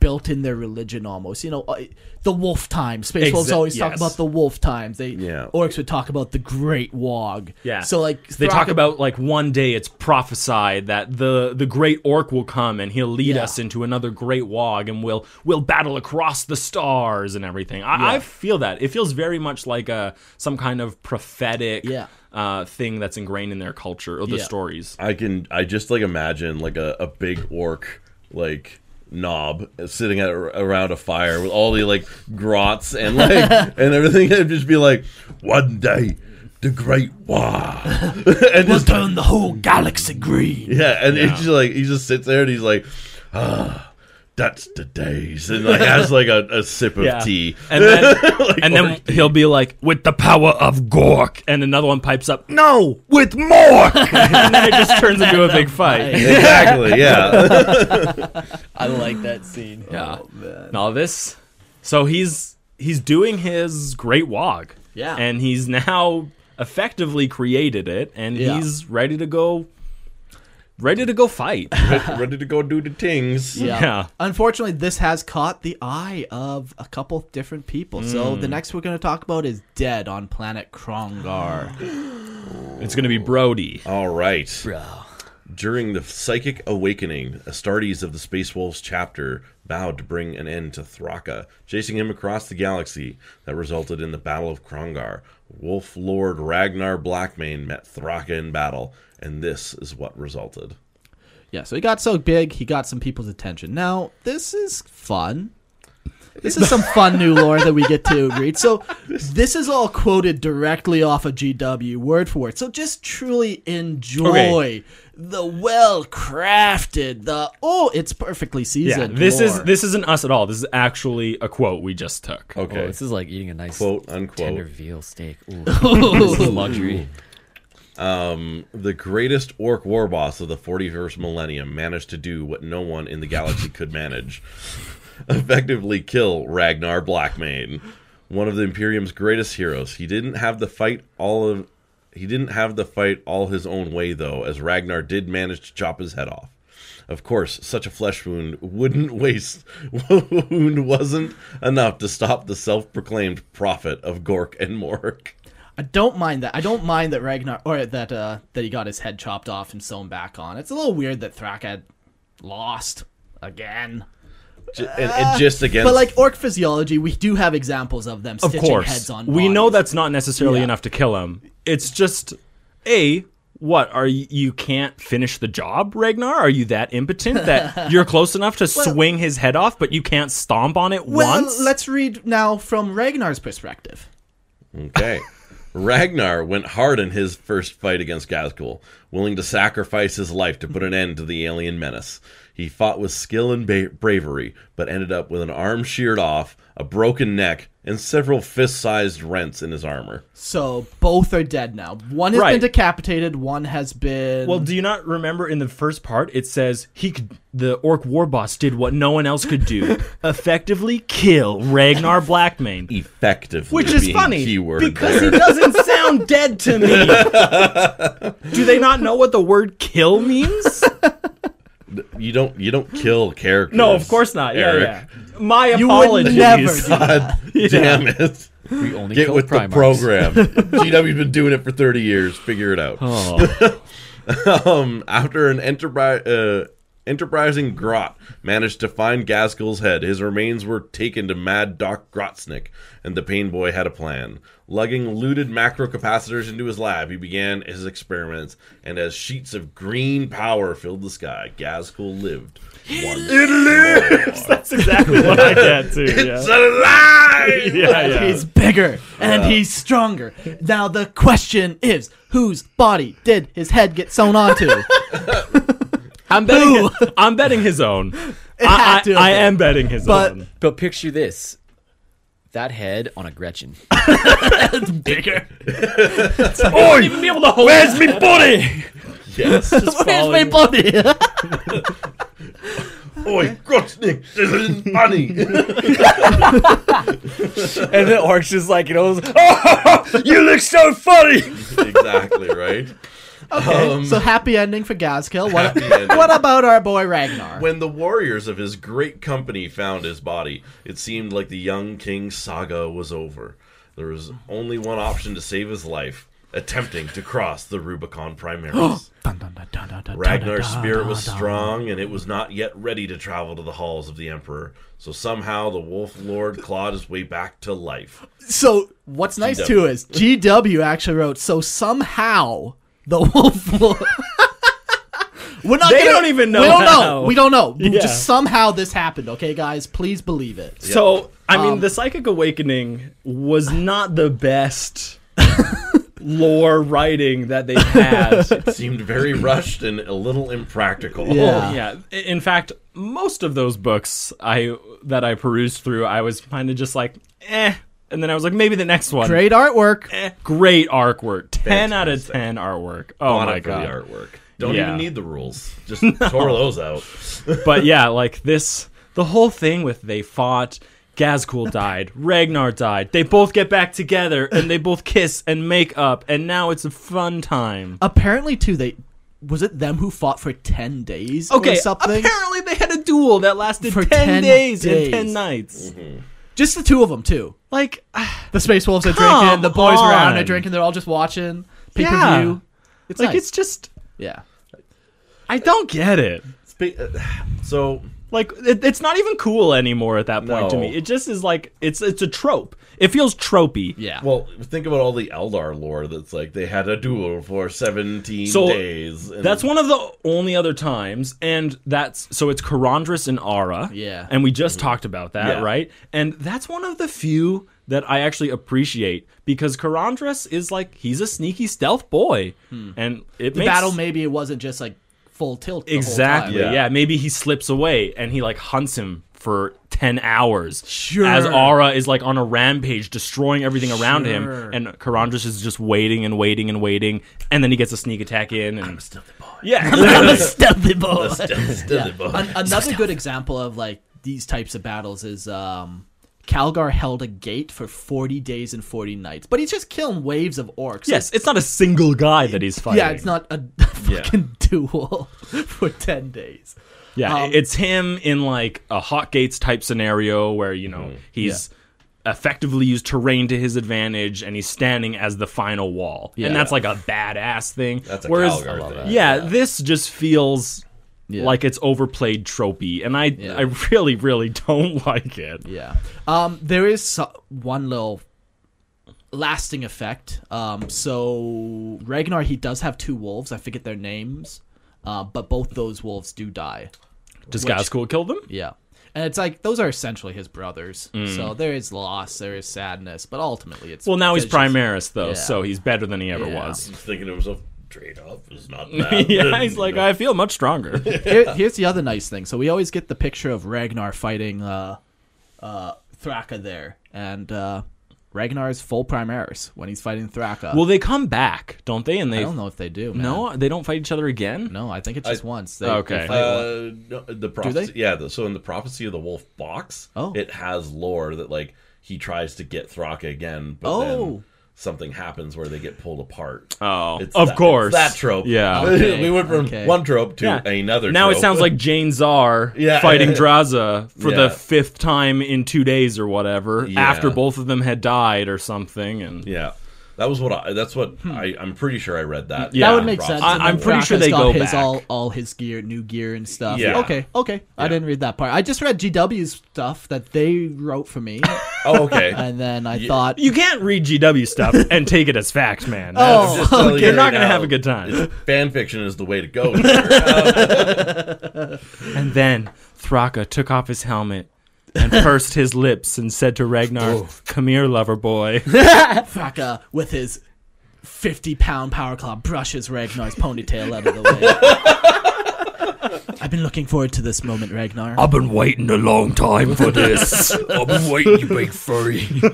built in their religion almost. You know, uh, the wolf time. Space Exa- wolves always talk yes. about the wolf times. They Yeah. orcs would talk about the Great Wog. Yeah. So like they Thraka- talk about like one day it's prophesied that the the great orc will come and he'll lead Yeah. us into another great wog and we'll we'll battle across the stars and everything. I, I feel that it feels very much like a some kind of prophetic Yeah. uh, thing that's ingrained in their culture or the Yeah. stories. I can I just like imagine like a, a big orc like knob sitting at, around a fire with all the like grots and like and everything and just be like one day the great war and We'll just turn the whole galaxy green. yeah and it's just like he just sits there and he's like ah that's the days and like has like a, a sip of Yeah. tea And then, and then he'll be like, with the power of Gork. And another one pipes up, no, with more. and then it just turns into a big fight. exactly yeah I like that scene. Yeah. Now this, so he's he's doing his great wog. Yeah. And he's now effectively created it, and Yeah. he's ready to go, ready to go fight. Re- ready to go do the things Yeah. Yeah. Unfortunately, this has caught the eye of a couple different people. So Mm. the next we're going to talk about is Dead on Planet Krongar. it's gonna be Brody. All right. During the psychic awakening, Astartes of the Space Wolves chapter vowed to bring an end to Thraka, chasing him across the galaxy. That resulted in the Battle of Krongar. Wolf Lord Ragnar Blackmane met Thraka in battle, and this is what resulted. yeah, so he got so big, he got some people's attention. Now, this is fun. This is some fun new lore that we get to read. So this is all quoted directly off of GW, word for word. So just truly enjoy Okay. the well crafted, the oh, it's perfectly Yeah, seasoned. this is lore. this isn't us at all. This is actually a quote we just took. Okay. Oh, this is like eating a nice Quote, unquote. tender veal steak. Ooh, this is luxury. the greatest orc war boss of the 41st millennium managed to do what no one in the galaxy could manage effectively kill Ragnar Blackmane, one of the Imperium's greatest heroes. He didn't have the fight all of he didn't have the fight all his own way though, as Ragnar did manage to chop his head off. Of course, such a flesh wound wouldn't waste wound wasn't enough to stop the self-proclaimed prophet of Gork and Mork. I don't mind that. I don't mind that Ragnar or that uh that he got his head chopped off and sewn back on. It's a little weird that Thraka lost again. J- and, and just against Uh, But like orc physiology, we do have examples of them Of stitching course, heads on. we know bodies. that's not necessarily Yeah. enough to kill him. It's just a what are you, you can't finish the job, Ragnar? Are you that impotent that you're close enough to swing his head off, but you can't stomp on it Well, once? let's read now from Ragnar's perspective. Okay. Ragnar went hard in his first fight against Gazgul, willing to sacrifice his life to put an end to the alien menace. He fought with skill and ba- bravery, but ended up with an arm sheared off, a broken neck, and several fist sized rents in his armor. So both are dead now. One has been Right. decapitated. One has been. Well, do you not remember in the first part it says he could, the orc war boss did what no one else could do, effectively kill Ragnar Blackmane, Effectively, which is being funny keyword because there. he doesn't sound dead to me. do they not know what the word kill means? you don't you don't kill characters. No, of course not. Yeah, Eric. yeah. My you would apologies. never. Do that. God damn it! We only Get kill with the Primarchs. program. GW's been doing it for thirty years. Figure it out. Oh, Um, after an enterprise, uh, enterprising Grot managed to find Gaskell's head, his remains were taken to Mad Doc Grotznick, and the pain boy had a plan. Lugging looted macrocapacitors into his lab, he began his experiments, and as sheets of green power filled the sky, Gaskell lived. It lives! That's exactly what I get too. Yeah. It's alive! Yeah, yeah. He's bigger and he's stronger. Now the question is, whose body did his head get sewn onto? I'm betting. His, I'm betting his own. I, had I, to have I been. am betting his But- own. but picture this: that head on a Gretchen. Bigger. oh, even be able to hold. Where's my body? Yes. Where's my body? Oi, Grotznick, this isn't funny! and the orc's just like, you know, you look so funny. exactly, right? Um, Okay, so happy ending for Gazkill. What, happy ending. what about our boy Ragnar? When the warriors of his great company found his body, it seemed like the young king's saga was over. There was only one option to save his life attempting to cross the Rubicon Primaris. Ragnar's spirit was strong, and it was not yet ready to travel to the halls of the Emperor. So somehow the Wolf Lord clawed his way back to life. So what's nice GW. too is GW actually wrote. So somehow the wolf. Lord- We're not They gonna- don't even know We don't how. know. We don't know. Yeah. Just somehow this happened. Okay, guys, please believe it. So I mean, the psychic awakening was not the best lore writing that they had. Uh. It seemed very rushed and a little impractical. Yeah. Oh, yeah. I- In fact, most of those books I that I perused through, I was kind of just like, eh, and then I was like, maybe the next one. Great artwork. Eh. Great artwork. Ten out of ten artwork. Oh Bought my it for god. the artwork. Don't Yeah. even need the rules. Just tore those out. But yeah, like this, the whole thing with they fought. Gazcool died. Ragnar died. They both get back together and they both kiss and make up, and now it's a fun time. Apparently, too, they was it them who fought for ten days or something. apparently they had a duel that lasted For 10, 10 days, days. and 10 nights. Just the two of them too. Like, uh, The space wolves are Come drinking. The boys around are on. drinking. They're all just watching pay per Yeah. view. It's like nice. it's just yeah. I don't get it. Spe- uh, So Like it, it's not even cool anymore at that point to No. me. It just is like it's it's a trope. It feels tropey. Yeah. Well, think about all the Eldar lore that's like they had a duel for 17 So, days. and- That's one of the only other times, and that's so it's Carandris and Ara. Yeah. and we just talked about that, Yeah. right? And that's one of the few that I actually appreciate because Carandris is like he's a sneaky stealth boy, and it The makes battle maybe it wasn't just like full tilt. the whole time. Exactly. Yeah. Yeah. Maybe he slips away and he like hunts him for ten hours. Sure. As Aura is like on a rampage, destroying everything around him, Sure. and Karandris is just waiting and waiting and waiting, and then he gets a sneak attack in. And I'm still the boy. Yeah. Stealthy boy. Stealthy boy. An- another good example of like these types of battles is um Calgar held a gate for 40 days and 40 nights, but he's just killing waves of orcs. yes. It's not a single guy that he's fighting. Yeah, it's not a fucking duel for 10 days. Yeah. Um, it's him in like a hot gates type scenario where you know he's. Effectively used terrain to his advantage, and he's standing as the final wall, and that's like a badass thing. That's a Whereas, Calgar thing. yeah, this just feels Yeah. like it's overplayed tropey, and I I really really don't like it. Yeah. Um, there is so- one little lasting effect. Um, so Ragnar, he does have two wolves. I forget their names, uh, but both those wolves do die. Does Which- Gazcool kill them? Yeah. And it's like those are essentially his brothers. So there is loss, there is sadness, but ultimately it's Mm. Well, now he's it's just- Primaris though, yeah. so he's better than he ever Yeah. was. He's thinking to himself, trade off is not bad. yeah, he's like I feel much stronger. Here- here's the other nice thing. So we always get the picture of Ragnar fighting uh, uh, Thraka there, and uh, Ragnar is full Primaris when he's fighting Thraka. well, they come back, don't they? And I they don't know if they do. Man. no, they don't fight each other again. no, I think it's just I- once. They, Okay. they fight once. Uh, no, the prophecy, they? yeah. The, so in the prophecy of the wolf box, Oh. it has lore that like he tries to get Thraka again, but Oh. then something happens where they get pulled apart. Oh, It's of that- it's course, that trope. Yeah. Okay, we went from okay. one trope to Yeah. another. Now it trope. sounds like Jane Czar Yeah. fighting Draza for Yeah. the fifth time in two days or whatever Yeah. after both of them had died or something. And yeah. That was what I. That's what I. I'm pretty sure I read that. Yeah. Hmm. That would make sense. Prophecy. I- And I'm then pretty sure Thraka's they got go his back. all all his gear, new gear and stuff. Yeah. Okay, okay. I didn't read that part. I just read GW's stuff that they wrote for me, oh, okay. and then I thought You can't read GW stuff and take it as fact, man. Oh, just telling you You're not gonna now, have a good time. Fan fiction is the way to go. here. And then Thraka took off his helmet and pursed his lips and said to Ragnar, Oh. "Come here, lover boy." Thraka with his 50 pound power claw brushes Ragnar's ponytail out of the way. I've been looking forward to this moment, Ragnar. I've been waiting a long time for this. I've been waiting, you big furry. you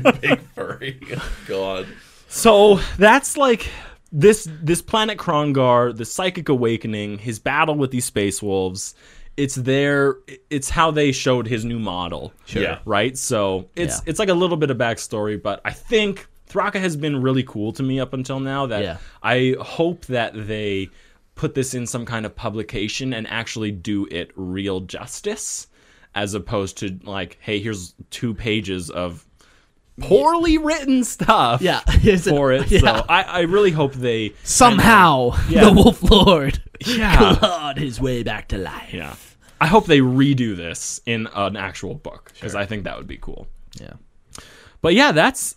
big furry. Oh, God. so that's like this this planet Krongar, the psychic awakening, his battle with these space wolves. It's their it's how they showed his new model. Sure. Yeah. Right? So it's Yeah. it's like a little bit of backstory, but I think Thraka has been really cool to me up until now that Yeah. I hope that they put this in some kind of publication and actually do it real justice as opposed to like, hey, here's two pages of poorly written stuff Yeah, here's an- for it. yeah. So I, I really hope they Somehow, the Wolf Lord Yeah. clawed his way back to life. Yeah. I hope they redo this in an actual book because I think that would be cool. Yeah. But yeah, that's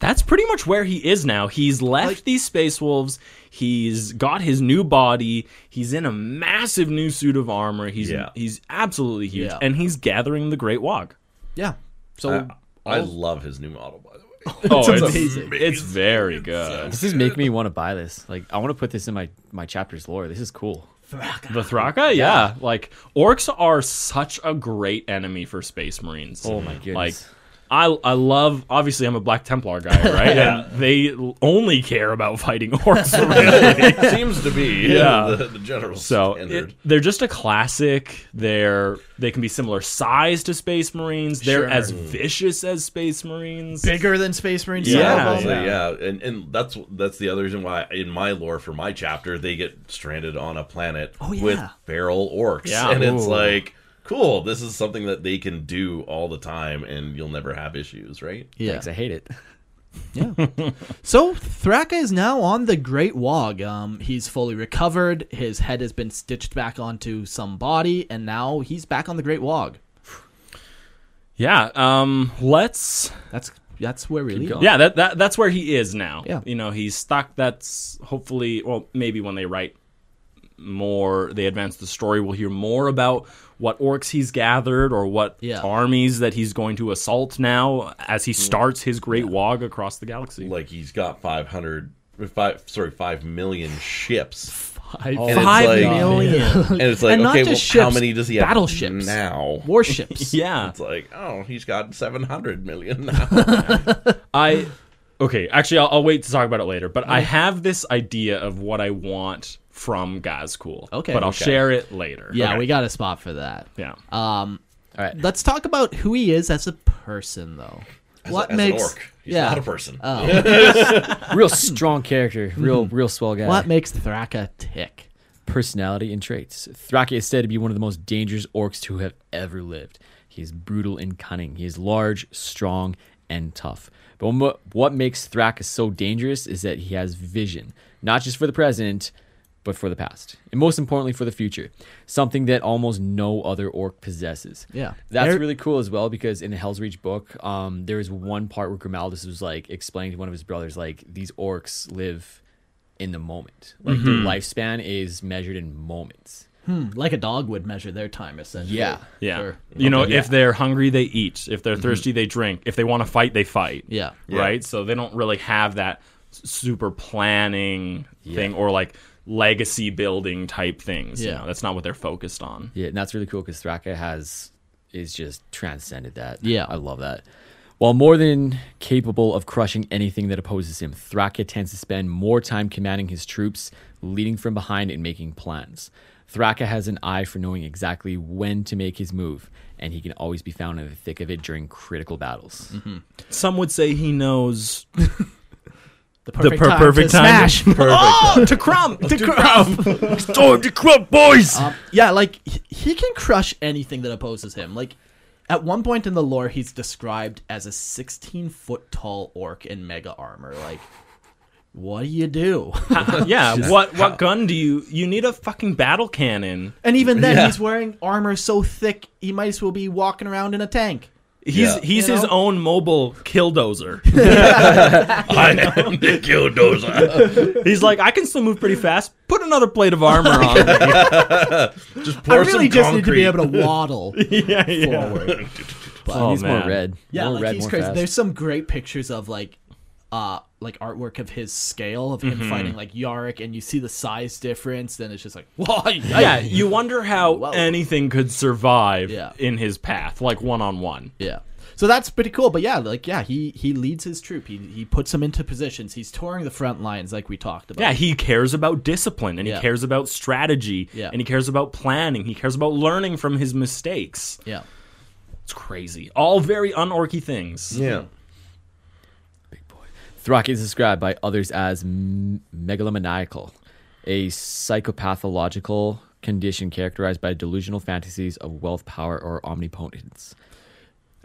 that's pretty much where he is now. He's left these space wolves. He's got his new body. He's in a massive new suit of armor. He's Yeah. he's absolutely huge, Yeah. and he's gathering the Great Wog. Yeah. So, Uh, I, I love his new model, by the way. Oh, it's, amazing. it's very good. This is making me want to buy this. Like, I want to put this in my my chapter's lore. This is cool. The Thraka, yeah. Like orcs are such a great enemy for space marines. Oh my goodness. Like I I love obviously I'm a black templar guy, right? And they l- only care about fighting orcs. really. it seems to be Yeah. the, the general so it- standard. they're just a classic. They're they can be similar size to space marines. They're Sure. as vicious as space marines. bigger than Space Marine Yeah. Probably, yeah, and and that's that's the other reason why in my lore for my chapter they get stranded on a planet Oh, yeah. with feral orcs, Yeah. and it's Ooh. like cool. This is something that they can do all the time, and you'll never have issues, right? Yeah. Thanks, I hate it. Yeah. so Thraka is now on the Great Wog. Um, he's fully recovered. His head has been stitched back onto some body, and now he's back on the Great Wog. Yeah. Um. Let's. That's that's where we leave. Yeah. That, that that's where he is now. Yeah. You know, he's stuck. That's hopefully. Well, maybe when they write more, they advance the story. We'll hear more about what orcs he's gathered or what Yeah. armies that he's going to assault now as he starts his great wog across the galaxy. Like he's got 500, five, sorry, 5 million ships. Five And it's like- And it's like, And not okay, well, just how ships, many does he have battleships. now? warships. Yeah. It's like, oh, he's got 700 million now. I okay. Actually, I'll, I'll wait to talk about it later. But I have this idea of what I want from Gazcool. Okay. but I'll Okay. share it later. Yeah, Okay. we got a spot for that. Um, yeah. All right. Let's talk about who he is as a person, though. what As an makes orc. He's yeah, Oh. not a person. Real strong character. Real, real swell guy. what makes Thraka tick? personality and traits. Thraki is said to be one of the most dangerous orcs to have ever lived. He is brutal and cunning. He is large, strong, and tough. But mo- what makes Thraka so dangerous is that he has vision, not just for the present, but for the past. And most importantly, for the future. Something that almost no other orc possesses. Yeah. That's There- really cool as well because in the Hell's Reach book, um, there is one part where Grimaldus was like explaining to one of his brothers, like, these orcs live in the moment. Like their lifespan is measured in moments. Hmm, like a dog would measure their time, essentially. Yeah. Yeah. Sure. Mhm. You know, if they're hungry, they eat. If they're thirsty, they drink. If they want to fight, they fight. Yeah. Right? So they don't really have that s- super planning thing or like legacy building type things. You Yeah. know, that's not what they're focused on. Yeah, and that's really cool because Thraka has is just transcended that. Yeah. I love that. While more than capable of crushing anything that opposes him, Thraka tends to spend more time commanding his troops, leading from behind, and making plans. Thraka has an eye for knowing exactly when to make his move, and he can always be found in the thick of it during critical battles. Some would say he knows The perfect per- time perfect to time. smash. Oh, to crumb, to crumb. Time to crop, boys! Um, yeah, like he- he can crush anything that opposes him. Like at one point in the lore, he's described as a 16 foot tall orc in mega armor. Like, what do you do? yeah, what what gun do you you need a fucking battle cannon. and even then, he's wearing armor so thick he might as well be walking around in a tank. He's Yeah. he's You his know? own mobile killdozer. I am the Gildoza. he's like, I can still move pretty fast. Put another plate of armor on. me." Just pour I really some just need to concrete. be able to waddle yeah, yeah. forward. he Oh, needs man. more red. Yeah, more like red, he's more crazy. fast. There's some great pictures of like uh like artwork of his scale of him fighting like Yarick and you see the size difference, then it's just like why yeah, you wonder how Whoa. anything could survive Yeah. in his path, like one on one. Yeah. So that's pretty cool. But yeah, like yeah, he he leads his troop. He he puts them into positions. He's touring the front lines like we talked about. Yeah, he cares about discipline and Yeah. he cares about strategy Yeah. and he cares about planning. He cares about learning from his mistakes. yeah. It's crazy. All very unorky things. Yeah. Thraki is described by others as m- megalomaniacal, a psychopathological condition characterized by delusional fantasies of wealth, power, or omnipotence.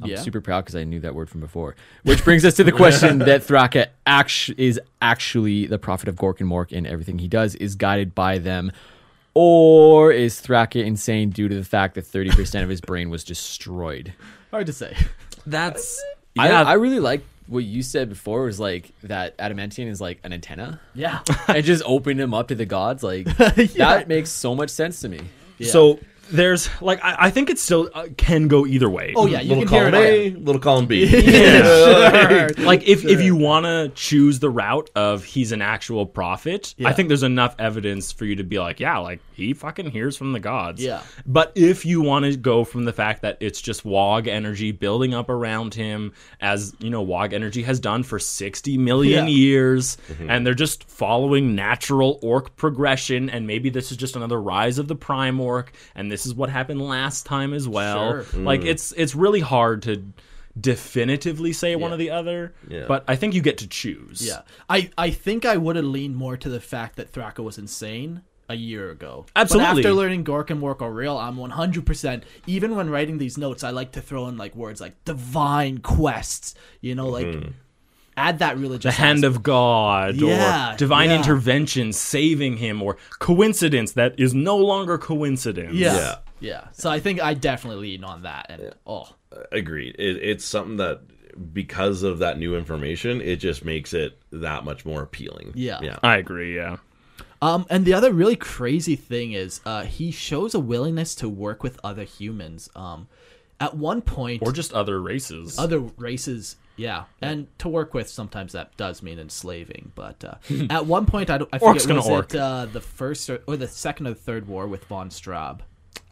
I'm Yeah. super proud because I knew that word from before. Which brings us to the question that Thraka act- is actually the prophet of Gork and Mork, and everything he does is guided by them. Or is Thraka insane due to the fact that 30% of his brain was destroyed? Hard to say. That's I, I really like what you said before was like that Adamantium is like an antenna. Yeah. It just opened him up to the gods. Like that makes so much sense to me. So there's like I, I think it still uh, can go either way. Oh yeah, you Little can hear column it. A, little column B. Like if, if you want to choose the route of he's an actual prophet, I think there's enough evidence for you to be like, yeah, like he fucking hears from the gods. Yeah. But if you want to go from the fact that it's just wog energy building up around him, as you know, wog energy has done for 60 million Yeah. years, and they're just following natural orc progression, and maybe this is just another rise of the prime orc, and this is what happened last time as well. Sure. Like it's it's really hard to definitively say one or the other, Yeah. but I think you get to choose. Yeah. I I think I would have leaned more to the fact that Thraka was insane a year ago. But Absolutely. after learning Gork and Mork are real, I'm 100%. Even when writing these notes, I like to throw in like words like divine quests, you know, like Add that religious the hand of God Yeah, or divine yeah. intervention saving him or coincidence that is no longer coincidence. yeah. yeah. So I think I definitely lean on that and oh Agreed. It, it's something that because of that new information, it just makes it that much more appealing. Yeah. Yeah. I agree, yeah. Um, and the other really crazy thing is uh, he shows a willingness to work with other humans. Um, at one point, Or just other races. other races, yeah, and to work with sometimes that does mean enslaving. But uh, at one point, I, don't, I Orc's forget gonna was orc. it uh, the first or, or the second or the third war with von Straub.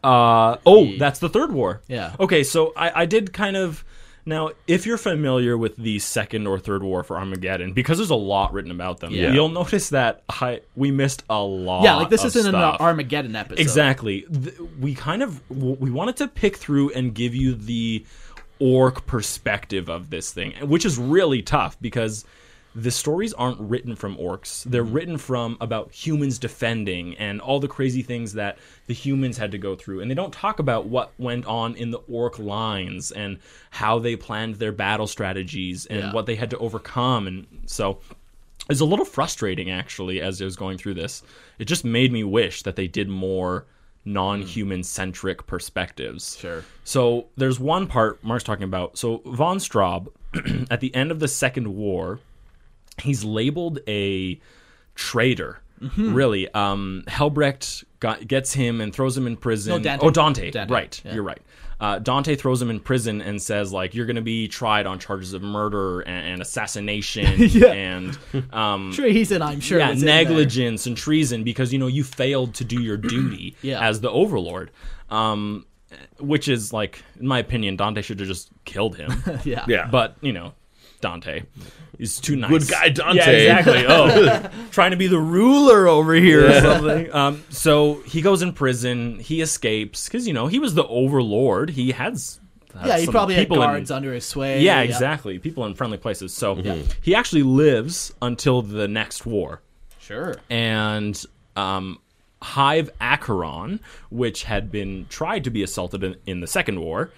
Uh, oh, that's the third war. Yeah. Okay, so I, I did kind of. Now, if you're familiar with the second or third war for Armageddon, because there's a lot written about them, Yeah. you'll notice that I, we missed a lot. yeah, like this of isn't an stuff. Armageddon episode. Exactly. Th- we kind of w- we wanted to pick through and give you the orc perspective of this thing, which is really tough because the stories aren't written from orcs. They're written from about humans defending and all the crazy things that the humans had to go through. And they don't talk about what went on in the orc lines and how they planned their battle strategies and what they had to overcome. And so it's a little frustrating actually as I was going through this. It just made me wish that they did more non-human centric perspectives. Sure. So there's one part Mark's talking about. So von Straub at the end of the Second War, he's labeled a traitor. Mm-hmm. Really, um, Helbrecht got, gets him and throws him in prison. No, Dante. Oh, Dante. Dante, Right, yeah. you're right. Uh, Dante throws him in prison and says, like, you're going to be tried on charges of murder and, and assassination and um, Sure, he's in. I'm sure. yeah, it's in there. negligence and treason because you know you failed to do your duty Yeah. as the overlord. Um, which is like, in my opinion, Dante should have just killed him. Yeah. Yeah. But you know, Dante is too nice. Good guy, Dante. Yeah, exactly. Oh, trying to be the ruler over here or something. Um, so he goes in prison. He escapes because you know he was the overlord. He had. s- had Yeah, he some probably had people in- guards under his sway. yeah, exactly. People in friendly places. So Mm-hmm. he actually lives until the next war Sure. and um, Hive Acheron, which had been tried to be assaulted in, in the Second War.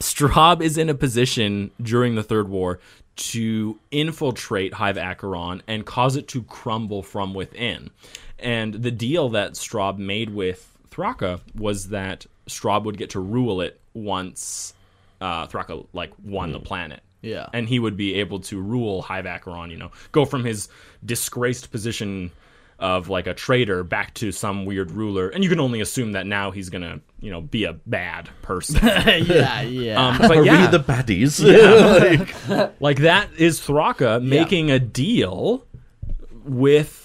Straub is in a position during the Third War to infiltrate Hive Acheron and cause it to crumble from within. And the deal that Straub made with Thraka was that Straub would get to rule it once uh, Thraka like won the planet. Yeah. and he would be able to rule Hive Acheron. You know, go from his disgraced position of like a traitor back to some weird ruler, and you can only assume that now he's gonna you know be a bad person. yeah, yeah. Um, but Are yeah, we the baddies? Yeah. like, like that is Thraka making a deal with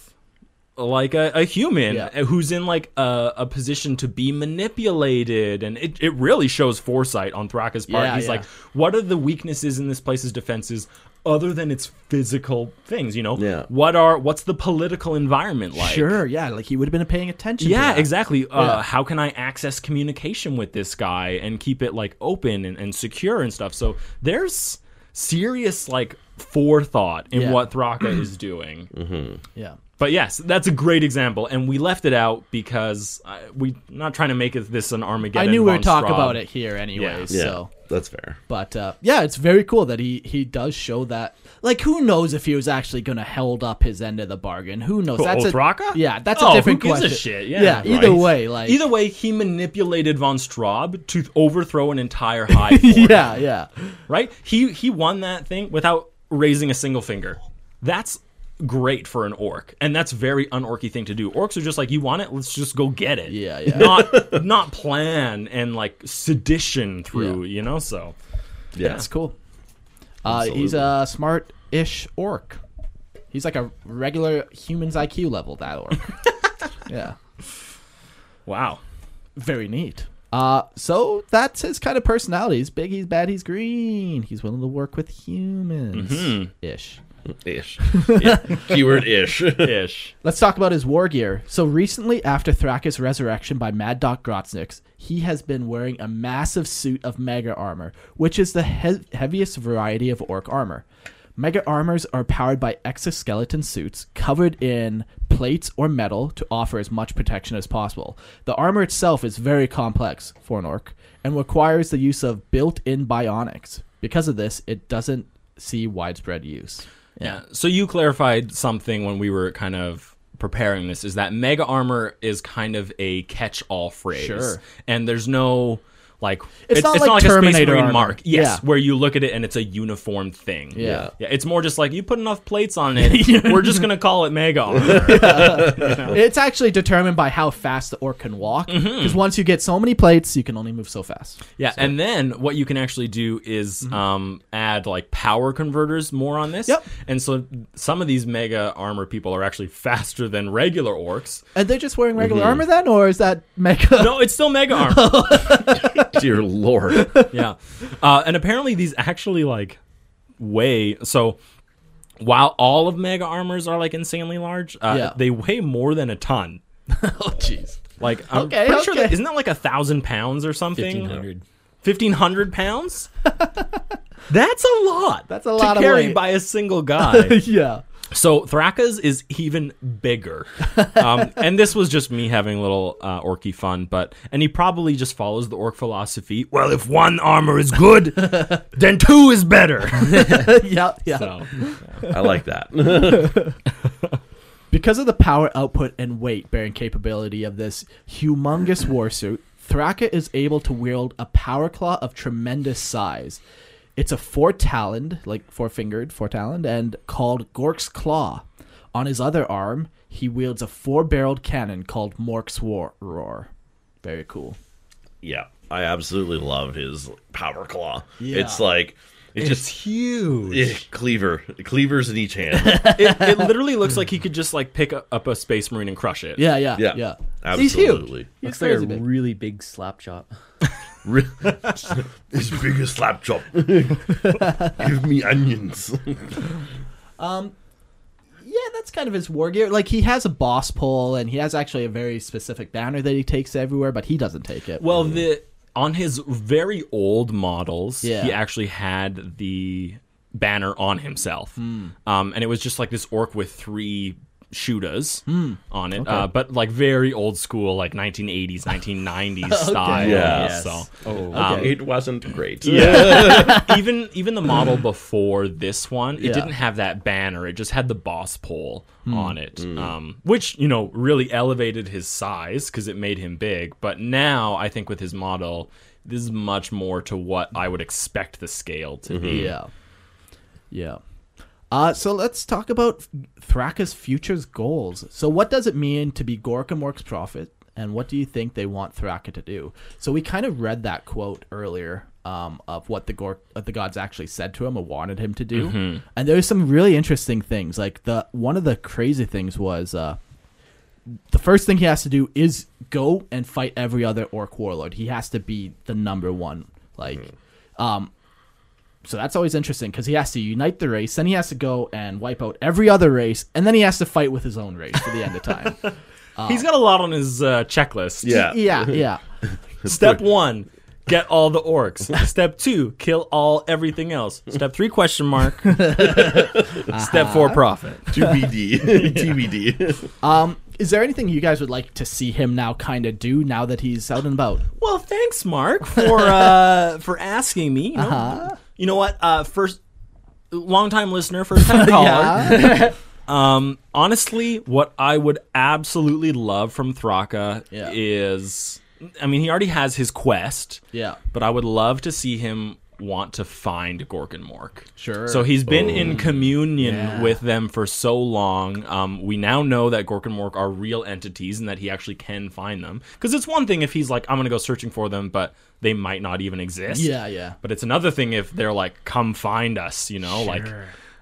like a, a human Yeah. who's in like a, a position to be manipulated and it, it really shows foresight on Thraka's part. Yeah, He's yeah. like, what are the weaknesses in this place's defenses other than its physical things, you know? Yeah. What are what's the political environment like? sure. Yeah, like he would have been paying attention. to Yeah, that. exactly. Uh, How can I access communication with this guy and keep it like open and, and secure and stuff? So there's serious like forethought in Yeah. what Thraka is doing. Yeah. But yes, that's a great example, and we left it out because uh, we not trying to make it this an I Armageddon. knew we Von would talk Straub. about it here anyway. yeah. So, That's fair. but uh, yeah, it's very cool that he he does show that. Like, who knows if he was actually going to held up his end of the bargain? Who knows? Who, that's oh, a, Thraka? Yeah, that's Oh, a different who gives question. a shit? Yeah, Either right. way, like. Either way, he manipulated von Straub to overthrow an entire hive. for him. yeah, yeah, right? He he won that thing without raising a single finger. That's great for an orc, and that's very unorky thing to do. Orcs are just like, you want it, let's just go get it. Yeah, yeah. Not not plan and like sedition through, you know. So Yeah. That's cool. Uh, he's a smart-ish orc. He's like a regular human's IQ level. That orc. yeah. wow, Very neat. Uh, so that's his kind of personality. He's big, he's bad, he's green. He's willing to work with humans. Ish. Ish. Yeah. Keyword ish. ish. Let's talk about his war gear. So recently, after Thraka's resurrection by Mad Doc Grotzniks, he has been wearing a massive suit of mega armor, which is the he- heaviest variety of orc armor. Mega armors are powered by exoskeleton suits covered in plates or metal to offer as much protection as possible. The armor itself is very complex for an orc and requires the use of built in bionics. Because of this, it doesn't see widespread use. Yeah. So you clarified something when we were kind of preparing this is that mega armor is kind of a catch-all phrase. Sure. And there's no like It's not like a Space Terminator Marine armor. mark. Yes, Yeah. where you look at it and it's a uniform thing. Yeah. Yeah, it's more just like you put enough plates on it, we're just going to call it mega armor. It's actually determined by how fast the orc can walk. Because once you get so many plates, you can only move so fast. Yeah, and then what you can actually do is um, add like power converters more on this. Mm-hmm. Yep. And so some of these mega armor people are actually faster than regular orcs. Are they just wearing regular armor then, or is that mega? No, it's still mega armor. Dear Lord. yeah. Uh, and apparently these actually like weigh so while all of mega armors are like insanely large, uh, Yeah. they weigh more than a ton. Oh, jeez. Like I'm Okay, pretty sure okay. that isn't that like a thousand pounds or something? 1500. Fifteen hundred pounds? That's a lot. That's a lot to of carry weight. by a single guy. Yeah. So Thraka's is even bigger, um, and this was just me having a little uh, orky fun. But and he probably just follows the orc philosophy. Well, if one armor is good, then two is better. yeah. Yeah. So I like that. Because of the power output and weight bearing capability of this humongous warsuit, Thraka is able to wield a power claw of tremendous size. It's a four taloned, like four fingered, four taloned, and called Gork's Claw. On his other arm, he wields a four barreled cannon called Mork's War- Roar. Very cool. yeah. I absolutely loved his power claw. Yeah. It's like it's it's, just huge. eh, cleaver. Cleavers in each hand. It, it literally looks like he could just like pick u- up a space marine and crush it. Yeah, yeah, Yeah. yeah. He's Absolutely. huge. He's Looks like a crazy big. really big slap chop. Re- his biggest slap chop. Give me onions. Yeah, that's kind of his war gear. Like he has a boss pole, and he has actually a very specific banner that he takes everywhere, but he doesn't take it. Well, the on his very old models, Yeah. he actually had the banner on himself, um, and it was just like this orc with three shooters on it, uh, but like very old school, like 1980s, 1990s style. Yeah. So. Oh, Ah, Um, it wasn't great. even even the model before this one, it Yeah. didn't have that banner. It just had the boss pole on it, um, which you know really elevated his size because it made him big. But now I think with his model, this is much more to what I would expect the scale to be. Yeah. Yeah. Mm. Uh, so let's talk about Thraka's future's goals. So, what does it mean to be Gork and Mork's prophet, and what do you think they want Thraka to do? So, we kind of read that quote earlier um, of what the Gork, uh, the gods actually said to him or wanted him to do, and there's some really interesting things. Like the one of the crazy things was uh, the first thing he has to do is go and fight every other orc warlord. He has to be the number one. Like, um, so that's always interesting because he has to unite the race, then he has to go and wipe out every other race, and then he has to fight with his own race to the end of time. He's got a lot on his uh, checklist. Yeah. yeah, yeah. Step one. Get all the orcs. Step two, kill all everything else. Step three, question mark. Step four, profit. TBD. TBD. Um, is there anything you guys would like to see him now kind of do now that he's out and about? Well, thanks, Mark, for uh, for asking me. You know, Uh-huh. you know what? Uh, first, long time listener, first time caller. Um, honestly, what I would absolutely love from Thraka Yeah. is, I mean, he already has his quest. Yeah. But I would love to see him want to find Gork and Mork. Sure. So he's been in communion with them for so long. Um, we now know that Gork and Mork are real entities and that he actually can find them. Because it's one thing if he's like, I'm going to go searching for them, but they might not even exist. Yeah, yeah. But it's another thing if they're like, come find us, you know? Like,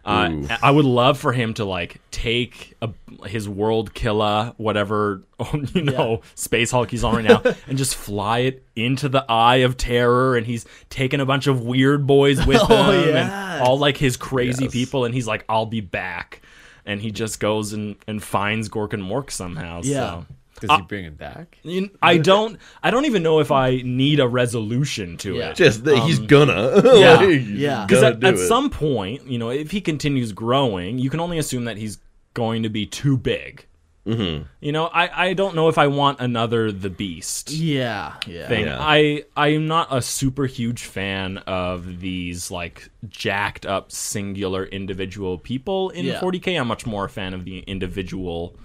uh, I would love for him to like take a, his world killer, whatever, you know, space hulk he's on right now, and just fly it into the eye of terror. And he's taking a bunch of weird boys with Oh, him and all like his crazy people. And he's like, I'll be back. And he just goes and, and finds Gork and Mork somehow. Yeah. So. does he bring it back? You- I don't. I don't even know if I need a resolution to Yeah. it. Just that he's gonna. Um, yeah, he's yeah. 'Cause Because gonna at, do at it. some point, you know, if he continues growing, you can only assume that he's going to be too big. Mm-hmm. You know, I, I don't know if I want another The Beast. Yeah, yeah. thing. Yeah. I I'm not a super huge fan of these like jacked up singular individual people in Yeah. 40k. I'm much more a fan of the individual,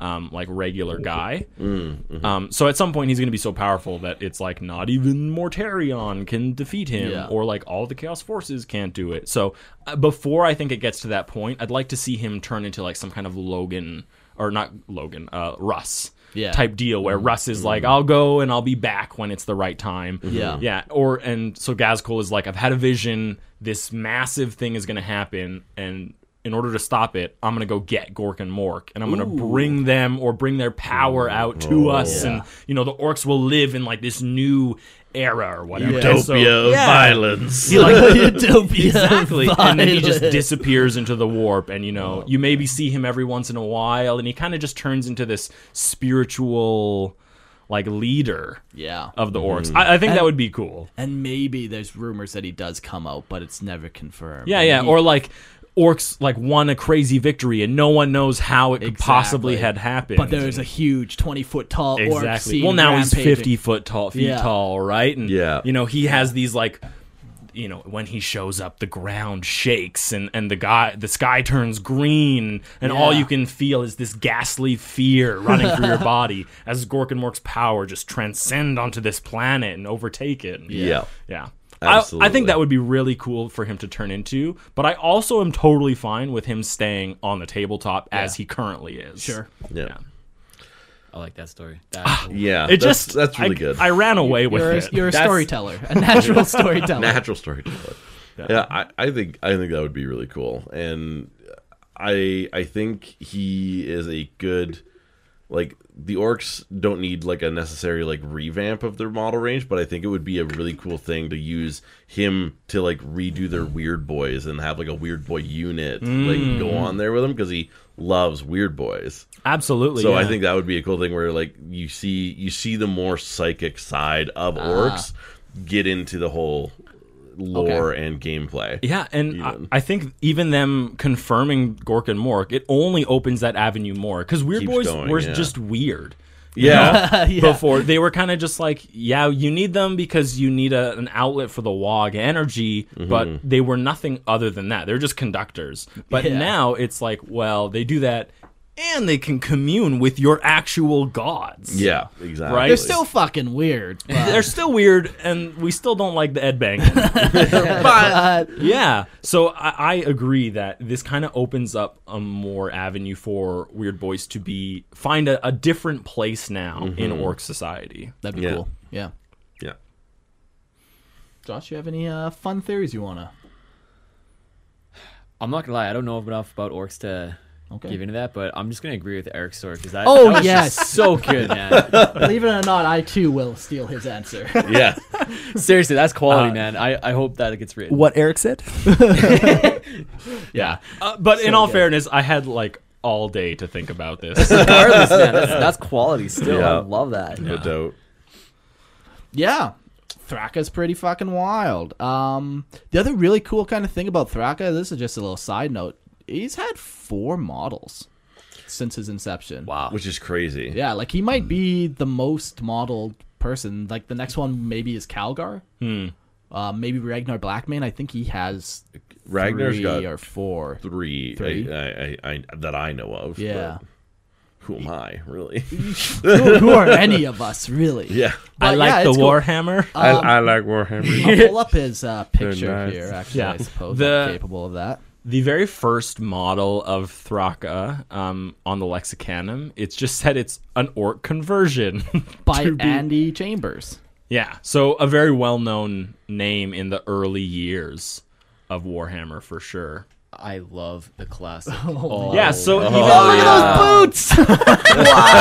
um, like regular guy. Um, so at some point he's gonna be so powerful that it's like not even Mortarion can defeat him, Yeah. or like all the Chaos forces can't do it. So uh, before I think it gets to that point, I'd like to see him turn into like some kind of Logan or not Logan, uh, Russ Yeah. type deal Mm-hmm. where Russ is like, I'll go and I'll be back when it's the right time. Mm-hmm. Yeah. Yeah. Or, and so Gazcoal is like, I've had a vision. This massive thing is going to happen. And in order to stop it, I'm going to go get Gork and Mork and I'm going to bring them or bring their power Oh. out to us. And, you know, the orcs will live in like this new era or whatever. Yeah. And Utopia so- of Yeah. violence. He like Utopia. exactly and then he just violence. disappears into the warp and you Oh, know you maybe see him every once in a while and he kind of just turns into this spiritual like leader Yeah. of the orcs I, I think that would be cool And maybe there's rumors that he does come out, but it's never confirmed. yeah And yeah he- or like orcs like won a crazy victory and no one knows how it could possibly Exactly. had happened But there's a huge 20 foot tall orc. exactly scene well now he's rampaging. 50 foot tall feet Yeah. tall right and Yeah. you know he has these like you know when he shows up the ground shakes and and the guy the sky turns green and all Yeah. you can feel is this ghastly fear running through your body as gork and mork's power just transcend onto this planet and overtake it Yeah. yeah. I, I Absolutely. think that would be really cool for him to turn into, but I also am totally fine with him staying on the tabletop as he currently is. Sure. Yeah. Yeah. I like that story. That, Yeah. It that's, just that's really I, good. I ran away with You're a, it. you're a That's- storyteller, a natural storyteller. natural storyteller. Yeah, I, I think I think that would be really cool, and I I think he is a good like the orcs don't need like a necessary like revamp of their model range, but I think it would be a really cool thing to use him to like redo their weird boys and have like a weird boy unit like go on there with him because he loves weird boys. Absolutely. So I yeah. think that would be a cool thing where like you see you see the more psychic side of Uh-huh. orcs get into the whole lore and gameplay. Yeah, and I, I think even them confirming Gork and Mork, it only opens that avenue more because Weird Keeps Boys going, were yeah. just weird. Yeah. Yeah. Before they were kind of just like, yeah, you need them because you need a, an outlet for the wog energy, Mm-hmm. but they were nothing other than that. They're just conductors. But Yeah. now it's like, well, they do that and they can commune with your actual gods. yeah, exactly. Right? They're still fucking weird. But, They're still weird, and we still don't like the Ed Bang. but Yeah. So I, I agree that this kind of opens up a more avenue for Weird Boys to be find a, a different place now in Mm-hmm. orc society. that'd be Yeah. cool. Yeah. Yeah. Josh, you have any uh, fun theories you wanna? I'm not gonna lie, I don't know enough about orcs to Okay. give into that, but I'm just gonna agree with Eric's story because that, Oh, that was yes. just so good, man. Believe it or not, I too will steal his answer. Yeah. Seriously, that's quality, man. I, I hope that it gets written. What Eric said? Yeah. Uh, but in all fairness, I had like all day to think about this. Regardless, man, that's, that's quality still. Yeah. I love that. No doubt. Yeah. Thraka's pretty fucking wild. Um, the other really cool kind of thing about Thraka, this is just a little side note. He's had four models since his inception. Wow. Which is crazy. Yeah, like he might be the most modeled person. Like the next one maybe is Calgar. Hmm. Uh, maybe Ragnar Blackman. I think he has Ragnar's 3 got or four. three, Three. I, I, I, I, that I know of. Yeah. but Who am I, really? who, who are any of us really? yeah. I But like yeah, the it's cool. Warhammer. Um, I, I like Warhammer. I'll pull up his uh, picture nice. here. Actually, Yeah. I suppose The- I'm capable of that. The very first model of Thraka um, on the Lexicanum, it's just said it's an orc conversion. By to be- Andy Chambers. Yeah. So a very well known name in the early years of Warhammer for sure. I love the classic. Oh, Uh, Yeah, Oh, so even Boots.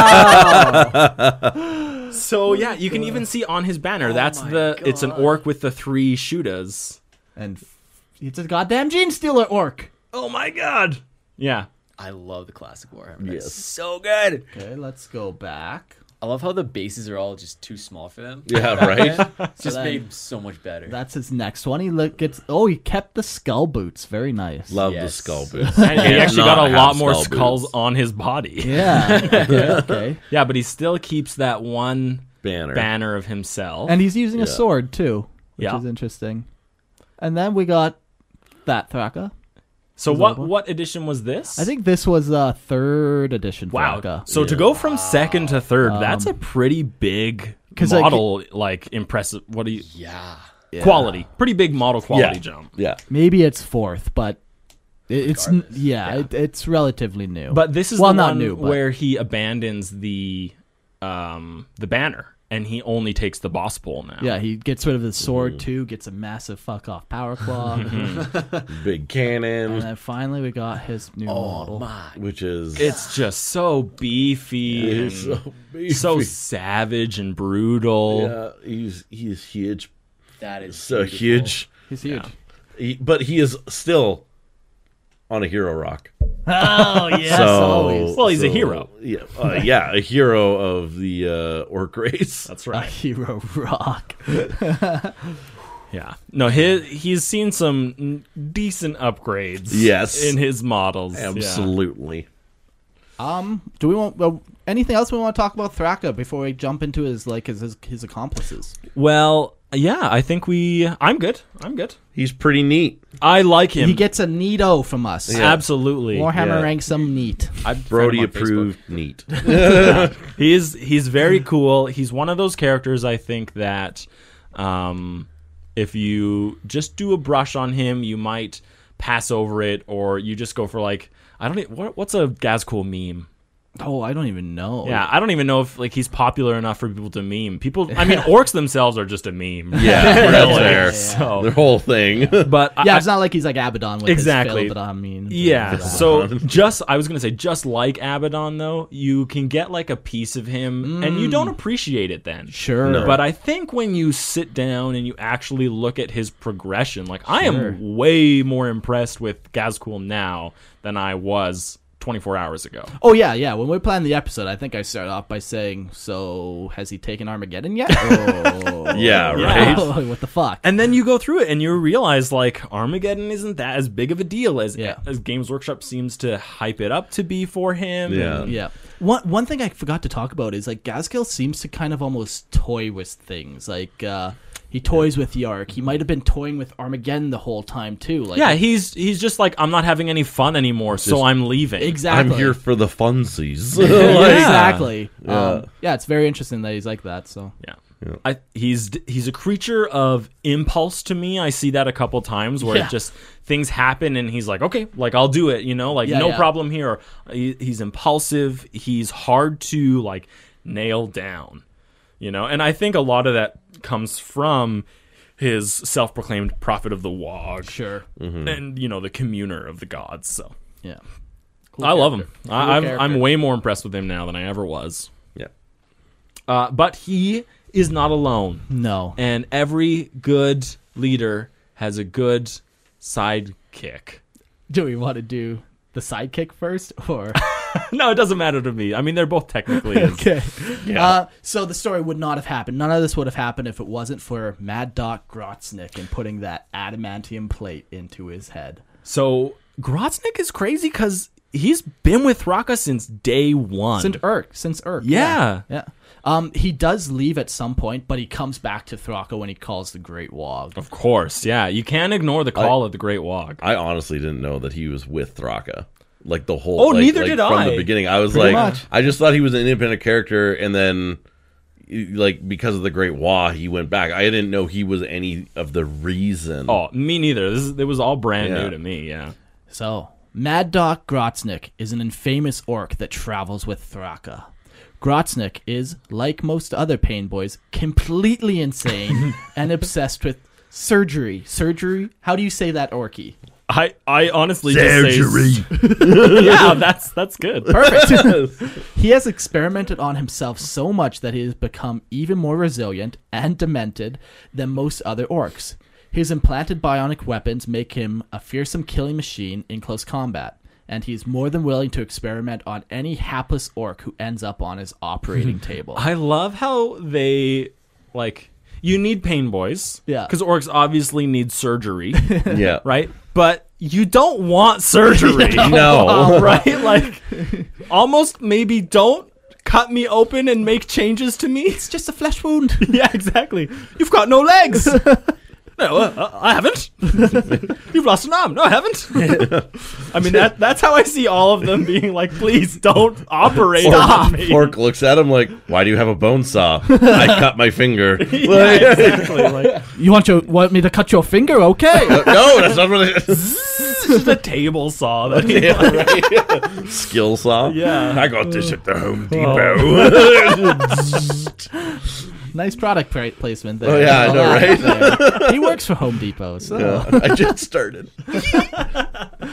So yeah, you can even see on his banner. that's the it's an orc with the three shooters. and f- it's a goddamn gene stealer orc. Oh my god. Yeah. I love the classic Warhammer. Yes. It's so good. Okay, let's go back. I love how the bases are all just too small for them. Yeah, right. It's just then- made 'em so much better. That's his next one. He look gets. Oh, he kept the skull boots. Very nice. Love the Yes. skull boots. And he actually Not got a have lot more skull skulls boots. on his body. yeah. Okay, okay. Yeah, but he still keeps that one Banner. banner of himself. And he's using a sword too, which Yeah. is interesting. And then we got that Thraka. so what what edition was this? I think this was uh, third edition Wow. Thraka. So to go from second to third, that's a pretty big Um, 'cause, like, model, like, impressive. What do you? yeah. Quality. Pretty big model Yeah. quality jump. Yeah. Maybe it's fourth, but it, it's n- yeah, It, it's relatively new. But this is well, the not one new, but where he abandons the um the banner and he only takes the boss pole now. yeah, he gets rid of his sword too, gets a massive fuck off power claw, and Big cannon, Uh, then finally we got his new Oh model. which is It's just so beefy, and He's so so, beefy. savage and brutal. yeah, he's he is huge. That is So beautiful. huge. He's huge. He, but he is still on a hero rock. Oh yes, so, always Well, he's a hero. Yeah, uh, yeah, a hero of the uh, orc race. That's a right. hero rock. Yeah. No, his, he's seen some n- decent upgrades. Yes. In his models. yeah. Absolutely. Um, do we want well, anything else we want to talk about Thraka before we jump into his like his his, his accomplices? Well, yeah, I think we. I'm good. I'm good. He's pretty neat. I like him. He gets a neato from us. Absolutely. Warhammer yeah. ranks him neat. I friend Brody him on Facebook. approved neat. He is he's very cool. He's one of those characters I think that um, if you just do a brush on him, you might pass over it, or you just go for like I don't e what, what's a Gazcool meme. Oh, I don't even know. Yeah, I don't even know if like he's popular enough for people to meme. People, I mean, orcs themselves are just a meme. Yeah, we're up Really. there. So, The whole thing. but I- Yeah, I- it's not like he's like Abaddon with Exactly. his I mean. Yeah. So just I was gonna say just like Abaddon though, you can get like a piece of him and you don't appreciate it then. Sure. No. But I think when you sit down and you actually look at his progression, like I am way more impressed with Gazcool now than I was 24 hours ago. Oh yeah, yeah. When we planned the episode, I think I started off by saying, "So has he taken Armageddon yet?" oh, yeah, right. Oh, what the fuck? And then you go through it and you realize like Armageddon isn't that as big of a deal as Yeah. as Games Workshop seems to hype it up to be for him. Yeah. Yeah. One one thing I forgot to talk about is like Gaskill seems to kind of almost toy with things. Like uh he toys with Yark. He might have been toying with Armageddon the whole time too. Like Yeah, he's he's just like I'm not having any fun anymore, so I'm leaving. exactly. I'm here for the funsies. Yeah, Yeah. Exactly. Yeah. Um, yeah, it's very interesting that he's like that. So Yeah. I, he's he's a creature of impulse to me. I see that a couple times where Yeah. it just things happen and he's like, okay, like I'll do it, you know, like Yeah, no yeah. problem here. He, he's impulsive. He's hard to like nail down, you know. And I think a lot of that comes from his self-proclaimed prophet of the wog, sure. and you know the communer of the gods. So Yeah. I love him. I, I'm character. I'm way more impressed with him now than I ever was. yeah. Uh, but he is not alone. No. and every good leader has a good sidekick. Do we want to do the sidekick first or No, it doesn't matter to me. I mean, they're both technically. his. Okay. Uh, so the story would not have happened. None of this would have happened if it wasn't for Mad Doc Grotznick and putting that adamantium plate into his head. So Grotznick is crazy because he's been with Raka since day one. Since Urk. Since Urk. Yeah. Yeah. Um, he does leave at some point, but he comes back to Thraka when he calls the Great Wog. of course, yeah. You can't ignore the call of the Great Wog. I honestly didn't know that he was with Thraka. Like the whole. Oh, like- neither like, did From I. the beginning, I was Pretty like, much. I just thought he was an independent character, and then, like, because of the Great Wah, he went back. I didn't know he was any of the reason. Oh, me neither. This is, it was all brand Yeah. new to me. Yeah. So, Mad Doc Grotznick is an infamous orc that travels with Thraka. Grotznick is, like most other pain boys, completely insane and obsessed with surgery. Surgery? How do you say that, Orky? I, I honestly just say yeah that's that's good He has experimented on himself so much that he has become even more resilient and demented than most other orcs. His implanted bionic weapons make him a fearsome killing machine in close combat. and he's more than willing to experiment on any hapless orc who ends up on his operating table. I love how they like you need pain boys. Yeah. Because orcs obviously need surgery, Yeah. right? But you don't want surgery. Um, No. right? Like almost maybe don't cut me open and make changes to me. It's just a flesh wound. yeah, exactly. You've got no legs. No, uh, I haven't. You've lost an arm. No, I haven't. I mean, that, that's how I see all of them being like, please don't operate on me. Orc looks at him like, "Why do you have a bone saw? I cut my finger." Like, exactly. Like, You want your, want me to cut your finger? Okay. no, that's not really the table saw that he yeah, right? skill saw. Yeah. I got this at the Home Depot. nice product pri- placement there. Oh, yeah, I know, right? he works for Home Depot. So. Yeah, I just started.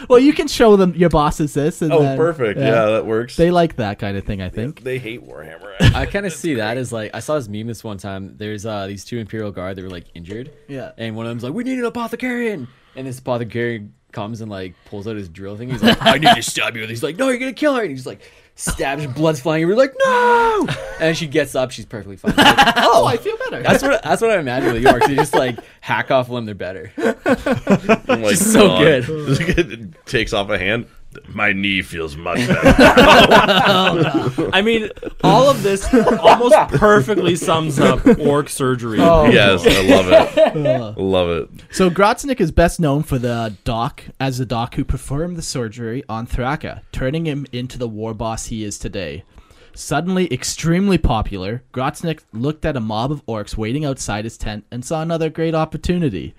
Well, you can show them your bosses this. And Oh, then- perfect. Yeah, that works. They like that kind of thing, I think. they hate Warhammer. I kind of see that as like I saw this meme this one time. There's uh these two Imperial Guard that were like injured. Yeah. And one of them's like, "We need an apothecarian," and this apothecarian comes and like pulls out his drill thing. He's like, "I need to stab you." And he's like, "No, you're gonna kill her." And he's like. Stabs, blood's flying. And we're like, no! And she gets up. She's perfectly fine. Like, Oh, I feel better. that's what that's what I imagine with Yorks. They just like hack off a limb. They're better. I'm like, She's so "God." good. Takes off a hand. My knee feels much better. I mean, all of this almost perfectly sums up orc surgery. yes, I love it. love it. So Grotznick is best known for the doc as the doc who performed the surgery on Thraka, turning him into the war boss he is today. Suddenly extremely popular, Grotznick looked at a mob of orcs waiting outside his tent and saw another great opportunity.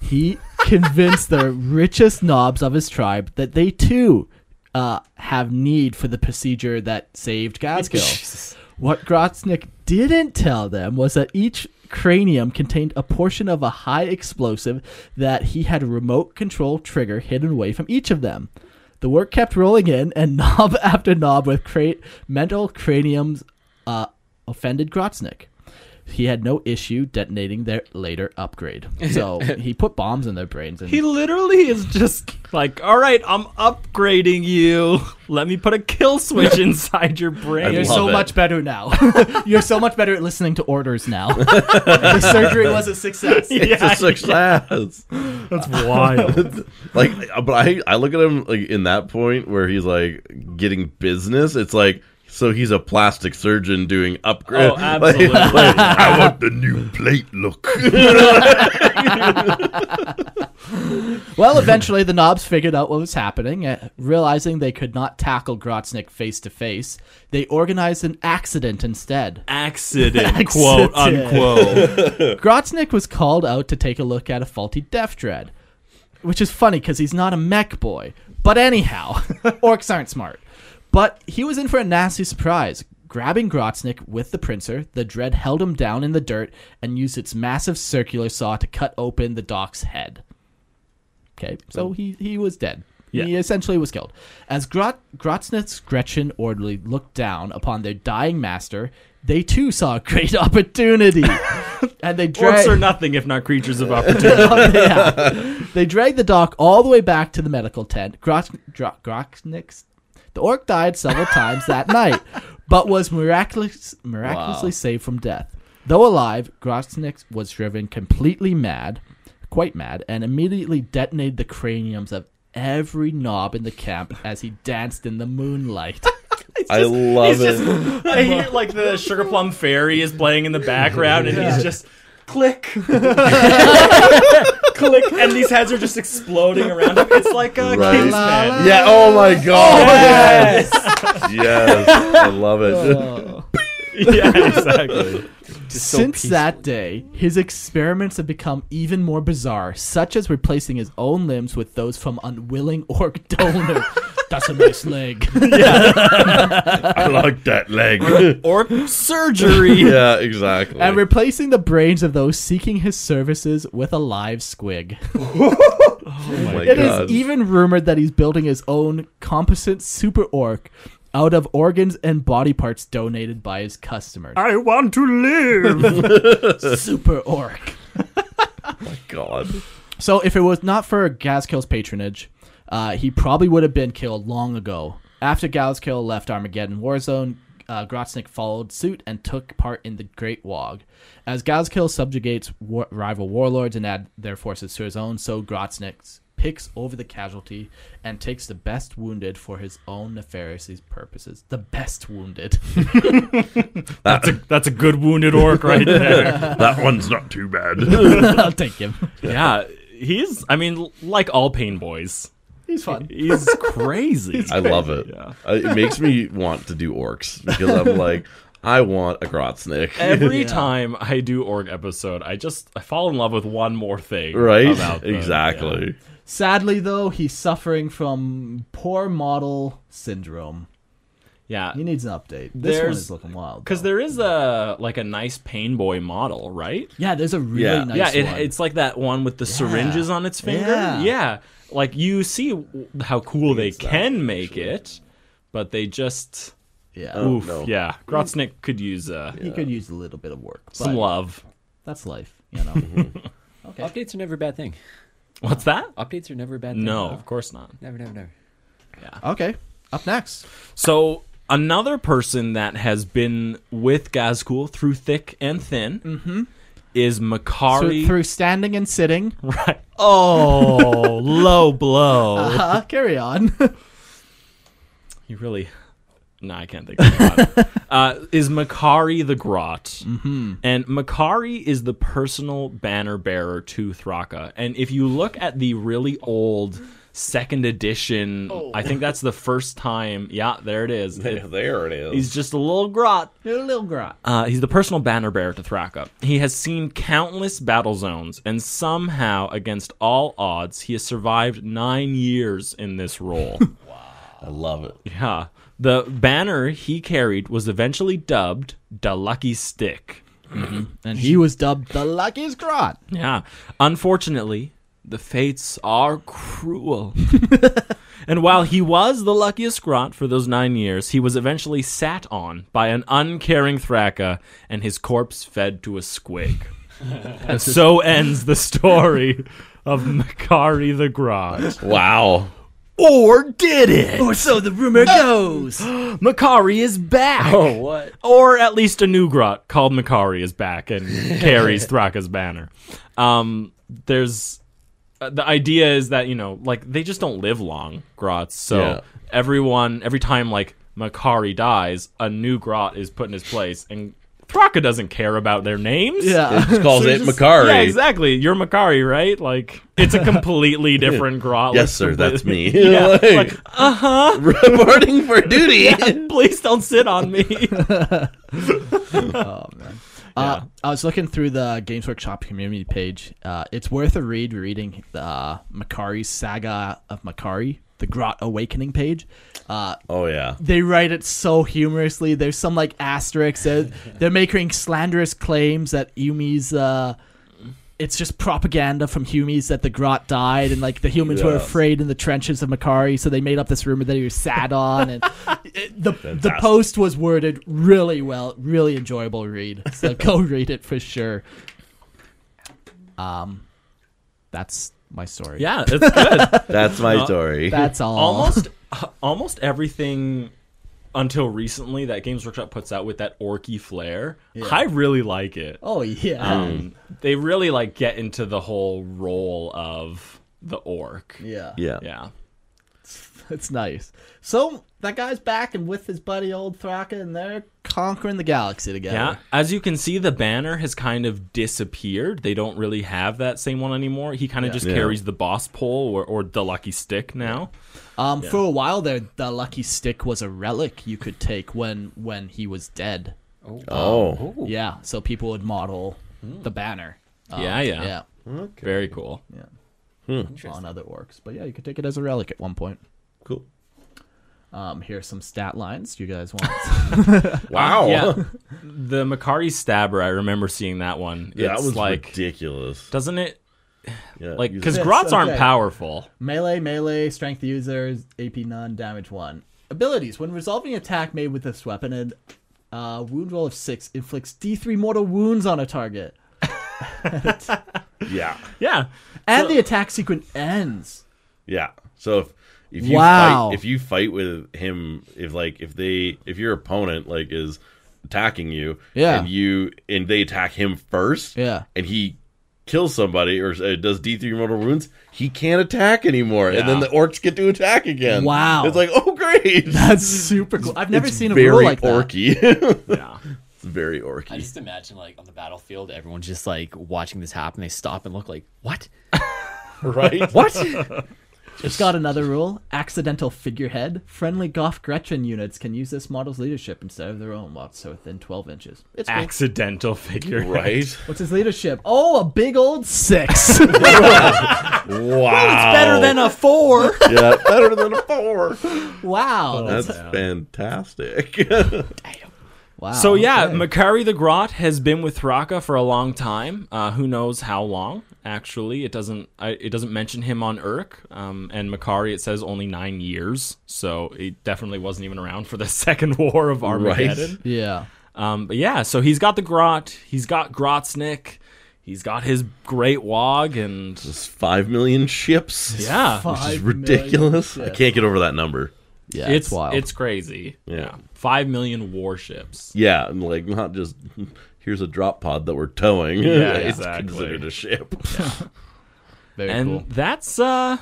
He convinced the richest knobs of his tribe that they too uh, have need for the procedure that saved Gaskill. what Grotznick didn't tell them was that each cranium contained a portion of a high explosive that he had a remote control trigger hidden away from each of them. The work kept rolling in, and knob after knob with crate mental craniums uh, offended Grotznick. He had no issue detonating their later upgrade, so he put bombs in their brains. And He literally is just like, all right, I'm upgrading you. Let me put a kill switch inside your brain. I You're love so it. much better now. You're so much better at listening to orders now. the surgery was a success. It's a success. That's wild. like but I I look at him like in that point where he's like getting business. It's like so he's a plastic surgeon doing upgrade. Oh, absolutely. Like, like, I want the new plate look. Well, eventually the knobs figured out what was happening. Uh, realizing they could not tackle Grotznick face to face, they organized an accident instead. Accident, quote Accident. unquote. Grotznick was called out to take a look at a faulty death dread, which is funny because he's not a mech boy. But anyhow, orcs aren't smart. But he was in for a nasty surprise. Grabbing Grotznick with the pincer, the dread held him down in the dirt and used its massive circular saw to cut open the doc's head. Okay, so he, he was dead. He Yeah. essentially was killed. As Grot- Grotznick's Gretchen orderly looked down upon their dying master, they too saw a great opportunity. and they Orcs dragged are nothing if not creatures of opportunity. yeah. They dragged the doc all the way back to the medical tent. Grok, Grok, Groknick's- the orc died several times that night, but was miraculous, miraculously saved from death. Though alive, Grotznick was driven completely mad, quite mad, and immediately detonated the craniums of every knob in the camp as he danced in the moonlight. I love it. I hear like the sugar plum fairy is playing in the background, and he's just click, click, and these heads are just exploding around him. It's like a Right. Kingsman. yeah. Oh my god. Yes. I love it. Yeah, exactly. Since that day, his experiments have become even more bizarre, such as replacing his own limbs with those from unwilling orc donor. That's a nice leg. I like that leg. Or surgery. yeah. Exactly. and replacing the brains of those seeking his services with a live squig. oh my It god. is even rumored that he's building his own composite super orc out of organs and body parts donated by his customers. I want to live. Oh super orc. god. So if it was not for Gaskill's patronage, Uh, he probably would have been killed long ago. After Galaskill left Armageddon Warzone, uh, Grotznik followed suit and took part in the Great Wog. As Galaskill subjugates war- rival warlords and add their forces to his own, so Grotznik picks over the casualty and takes the best wounded for his own nefarious purposes. The best wounded. That's a that's a good wounded orc right there. that one's not too bad. I'll take him. yeah, he's. I mean, like all pain boys, He's fun. he's crazy. I love it. Uh, it makes me want to do orcs because I'm like, I want a Grotznick. Every time I do org episode, I just I fall in love with one more thing. Right? about the- exactly. Sadly, though, he's suffering from poor model syndrome. Yeah. He needs an update. This one There's- is looking wild. Because though. there is a like a nice pain boy model, right? yeah, there's a really Yeah. nice yeah, one. it, it's like that one with the syringes on its finger. Yeah. Yeah. like you see w- how cool they can make it, but they just yeah. oof. Yeah, Grotznick could use uh, He could use a little bit of work, but some Mhm. love. that's life, you know. Updates are never a bad thing. What's that? Oh, Updates are never a bad thing. No, of course not. Never, never, never. okay, up next. So another person that has been with Gazcool through thick and thin is Makari. Through, through standing and sitting. right. Oh, low blow. Uh, carry on. You really. No, I can't think of it. uh, is Makari the Grot. Mm-hmm. And Makari is the personal banner bearer to Thraka. And if you look at the really old second edition, I think that's the first time. Yeah, there it is. It- There it is. he's just a little Grot. little grot. Uh, he's the personal banner bearer to Thraka. He has seen countless battle zones, and somehow, against all odds, he has survived nine years in this role. I love it. yeah. The banner he carried was eventually dubbed the Lucky Stick. And he was dubbed the luckiest grot. Yeah. Unfortunately, the fates are cruel. and while he was the luckiest grunt for those nine years, he was eventually sat on by an uncaring Thraka and his corpse fed to a squig. and so ends the story of Makari the Grot. Wow. Or did it? Or so the rumor goes. Makari is back! Oh, what? Or at least a new grot called Makari is back and carries Thraka's banner. Um, there's uh, the idea is that you know, like they just don't live long grots. So Yeah. everyone, every time like Makari dies, a new grot is put in his place, and Thraka doesn't care about their names. yeah. Just calls So it just- Makari. Yeah, exactly. You're Makari, right? Like it's a completely different grot. Yes, sir, Like, that's me. Yeah, Like, like, reporting for duty. please don't sit on me. Uh, I was looking through the Games Workshop community page. Uh, it's worth a read reading the uh, Makari's Saga of Makari, the Grot Awakening page. Uh, Oh yeah. they write it so humorously. There's some like asterisks. They're, they're making slanderous claims that Yumi's. Uh, it's just propaganda from Humies that the Grot died and like the humans were Yeah. afraid in the trenches of Makari, so they made up this rumor that he was sad on. And it- the the post was worded really well, really enjoyable read. So go read it for sure. Um, that's my story. yeah, it's good. That's my story. that's all. almost almost everything until recently that Games Workshop puts out with that orky flair. I really like it. Oh yeah. Um, they really like get into the whole role of the orc. yeah. yeah. Yeah. It's nice. So that guy's back and with his buddy old Thraka, and they're conquering the galaxy together. Yeah. As you can see, the banner has kind of disappeared. They don't really have that same one anymore. He kind of just Yeah. carries the boss pole or, or the lucky stick now. Um, for a while there, the lucky stick was a relic you could take when when he was dead. Oh. Yeah, so people would model the banner. Um, Yeah, yeah. yeah, Very cool. on other orcs. But yeah, you could take it as a relic at one point. Cool. Um, here's some stat lines you guys want. Wow. Yeah. the Makari Stabber, I remember seeing that one. Yeah, that It's was like, ridiculous. doesn't it? Yeah, Like, use because it. Yes, grots aren't okay. powerful. Melee, melee, strength users, AP none, damage one. Abilities. When resolving an attack made with this weapon, and uh, wound roll of six inflicts D3 mortal wounds on a target. yeah, Yeah. And the attack sequence ends. yeah. So if If you Wow. fight, if you fight with him, if like if they if your opponent like is attacking you, Yeah. and you and they attack him first, Yeah. and he kills somebody or uh, does D three mortal wounds, he can't attack anymore, and then the orcs get to attack again. Wow. it's like oh great, That's super cool. I've never It's seen a very rule like that. orky. Yeah. it's very I orky. just imagine like on the battlefield, everyone's just like watching this happen. They stop and look like, "What? Right? What?" It's got another rule: accidental figurehead. Friendly Goth Gretchen units can use this model's leadership instead of their own while so within 12 inches. It's cool. Accidental figure. right? What's his leadership? Oh, a big old six. Wow. Better than a four. yeah, better than a four. Wow. That's fantastic. wow. So yeah, okay. Makari the Grot has been with Thraka for a long time. Uh, who knows how long? Actually, it doesn't. I, it doesn't mention him on Urk. Um, and Makari, it says only nine years. So it definitely wasn't even around for the Second War of Armageddon. yeah. Um, but yeah, so he's got the Grot. He's got Grotznik. He's got his Great Wog, and It's five million ships. yeah, Which is ridiculous. I can't get over that number. Yeah, it's it's wild. it's crazy. Yeah. five million warships. Yeah, and like not just here's a drop pod that we're towing. Yeah, it's exactly. considered a ship. very And cool. that's uh,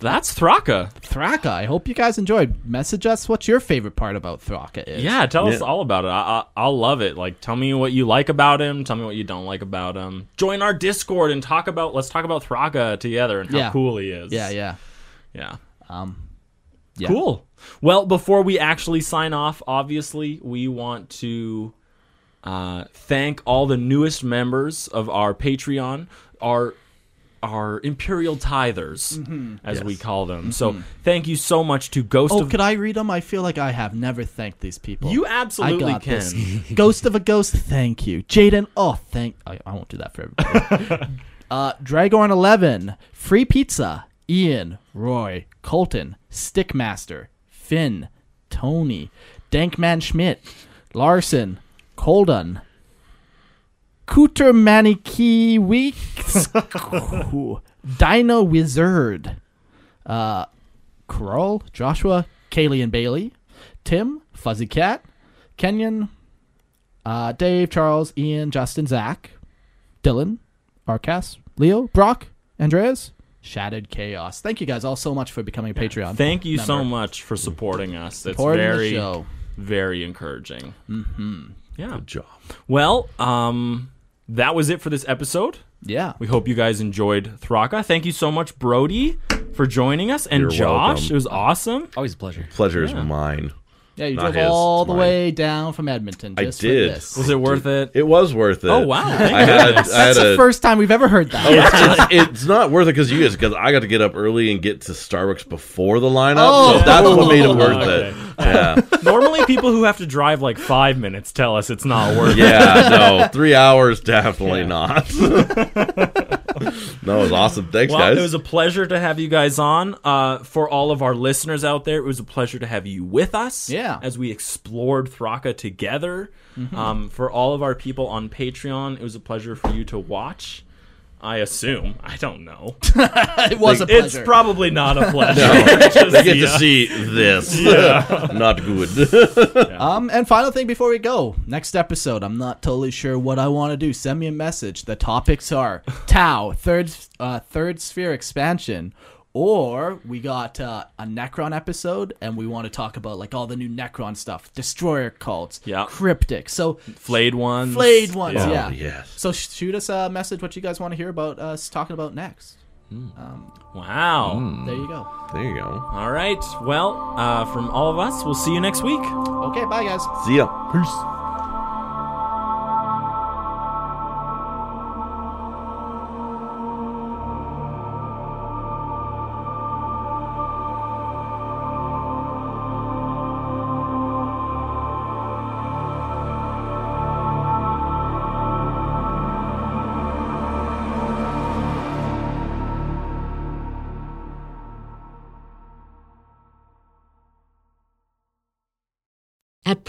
that's Thraka. Thraka. I hope you guys enjoyed. Message us what your favorite part about Thraka is. Yeah, tell us Yeah. all about it. I, I, I'll love it. Like, tell me what you like about him. Tell me what you don't like about him. Join our Discord and talk about. Let's talk about Thraka together and how Yeah. cool he is. Yeah, yeah. yeah. Um, yeah. Cool. Well, before we actually sign off, obviously, we want to uh, thank all the newest members of our Patreon, our our Imperial Tithers, as we call them. So, thank you so much to Ghost Mm-hmm. Oh, of. could I read them? I feel like I have never thanked these people. you I absolutely got can. this. ghost of a ghost, thank you. Jaden, oh, thank. I, I won't do that for everybody. uh, Dragorn11, Free Pizza, Ian, Roy, Colton, Stickmaster, Finn, Tony, Dankman Schmidt, Larson, Coldun, Cooter Manicky Weeks, Dino Wizard, uh, Kroll, Joshua, Kaylee and Bailey, Tim, Fuzzy Cat, Kenyon, uh, Dave, Charles, Ian, Justin, Zach, Dylan, Arcas, Leo, Brock, Andreas, Shattered Chaos. Thank you guys all so much for becoming a Patreon. Thank you so member. much for supporting us. That's Supporting the very, show. very encouraging. Mm-hmm. Yeah. Job. Well, um, that was it for this episode. Yeah. We hope you guys enjoyed Thraka. Thank you so much, Brody, for joining us, and You're Josh. welcome. It was awesome. Always a pleasure. Pleasure is mine. Yeah, you Not drove his, all the mine. way down from Edmonton. I Just did. For this. Was it worth it? It was worth it. Oh, wow. Thank I had, I had That's the a- first time we've ever heard that. it's, it's not worth it because you guys because I got to get up early and get to Starbucks before the lineup, Oh. so that's what made it worth Okay. it. Yeah, Normally, people who have to drive like five minutes tell us it's not worth it. yeah, no, three hours definitely not. no, it was awesome. Thanks, Well, guys. it was a pleasure to have you guys on. Uh, for all of our listeners out there, it was a pleasure to have you with us. Yeah. As we explored Thraka together. Um, for all of our people on Patreon, it was a pleasure for you to watch. I assume. I don't know. Oh, It was a It's pleasure. probably not a pleasure. Just they get see to us. see this. not good. um, and final thing before we go, next episode, I'm not totally sure what I want to do. Send me a message. The topics are Tau third uh, third sphere expansion, or we got uh, a Necron episode, and we want to talk about like all the new Necron stuff, destroyer cults, Yeah. Mm. cryptic. So Flayed ones. flayed ones, Oh, yeah. yes. So sh- shoot us a message. What you guys want to hear about us talking about next? Wow. There you go. There you go. All right. Well, uh, from all of us, we'll see you next week. Okay, bye guys. See ya. Peace. At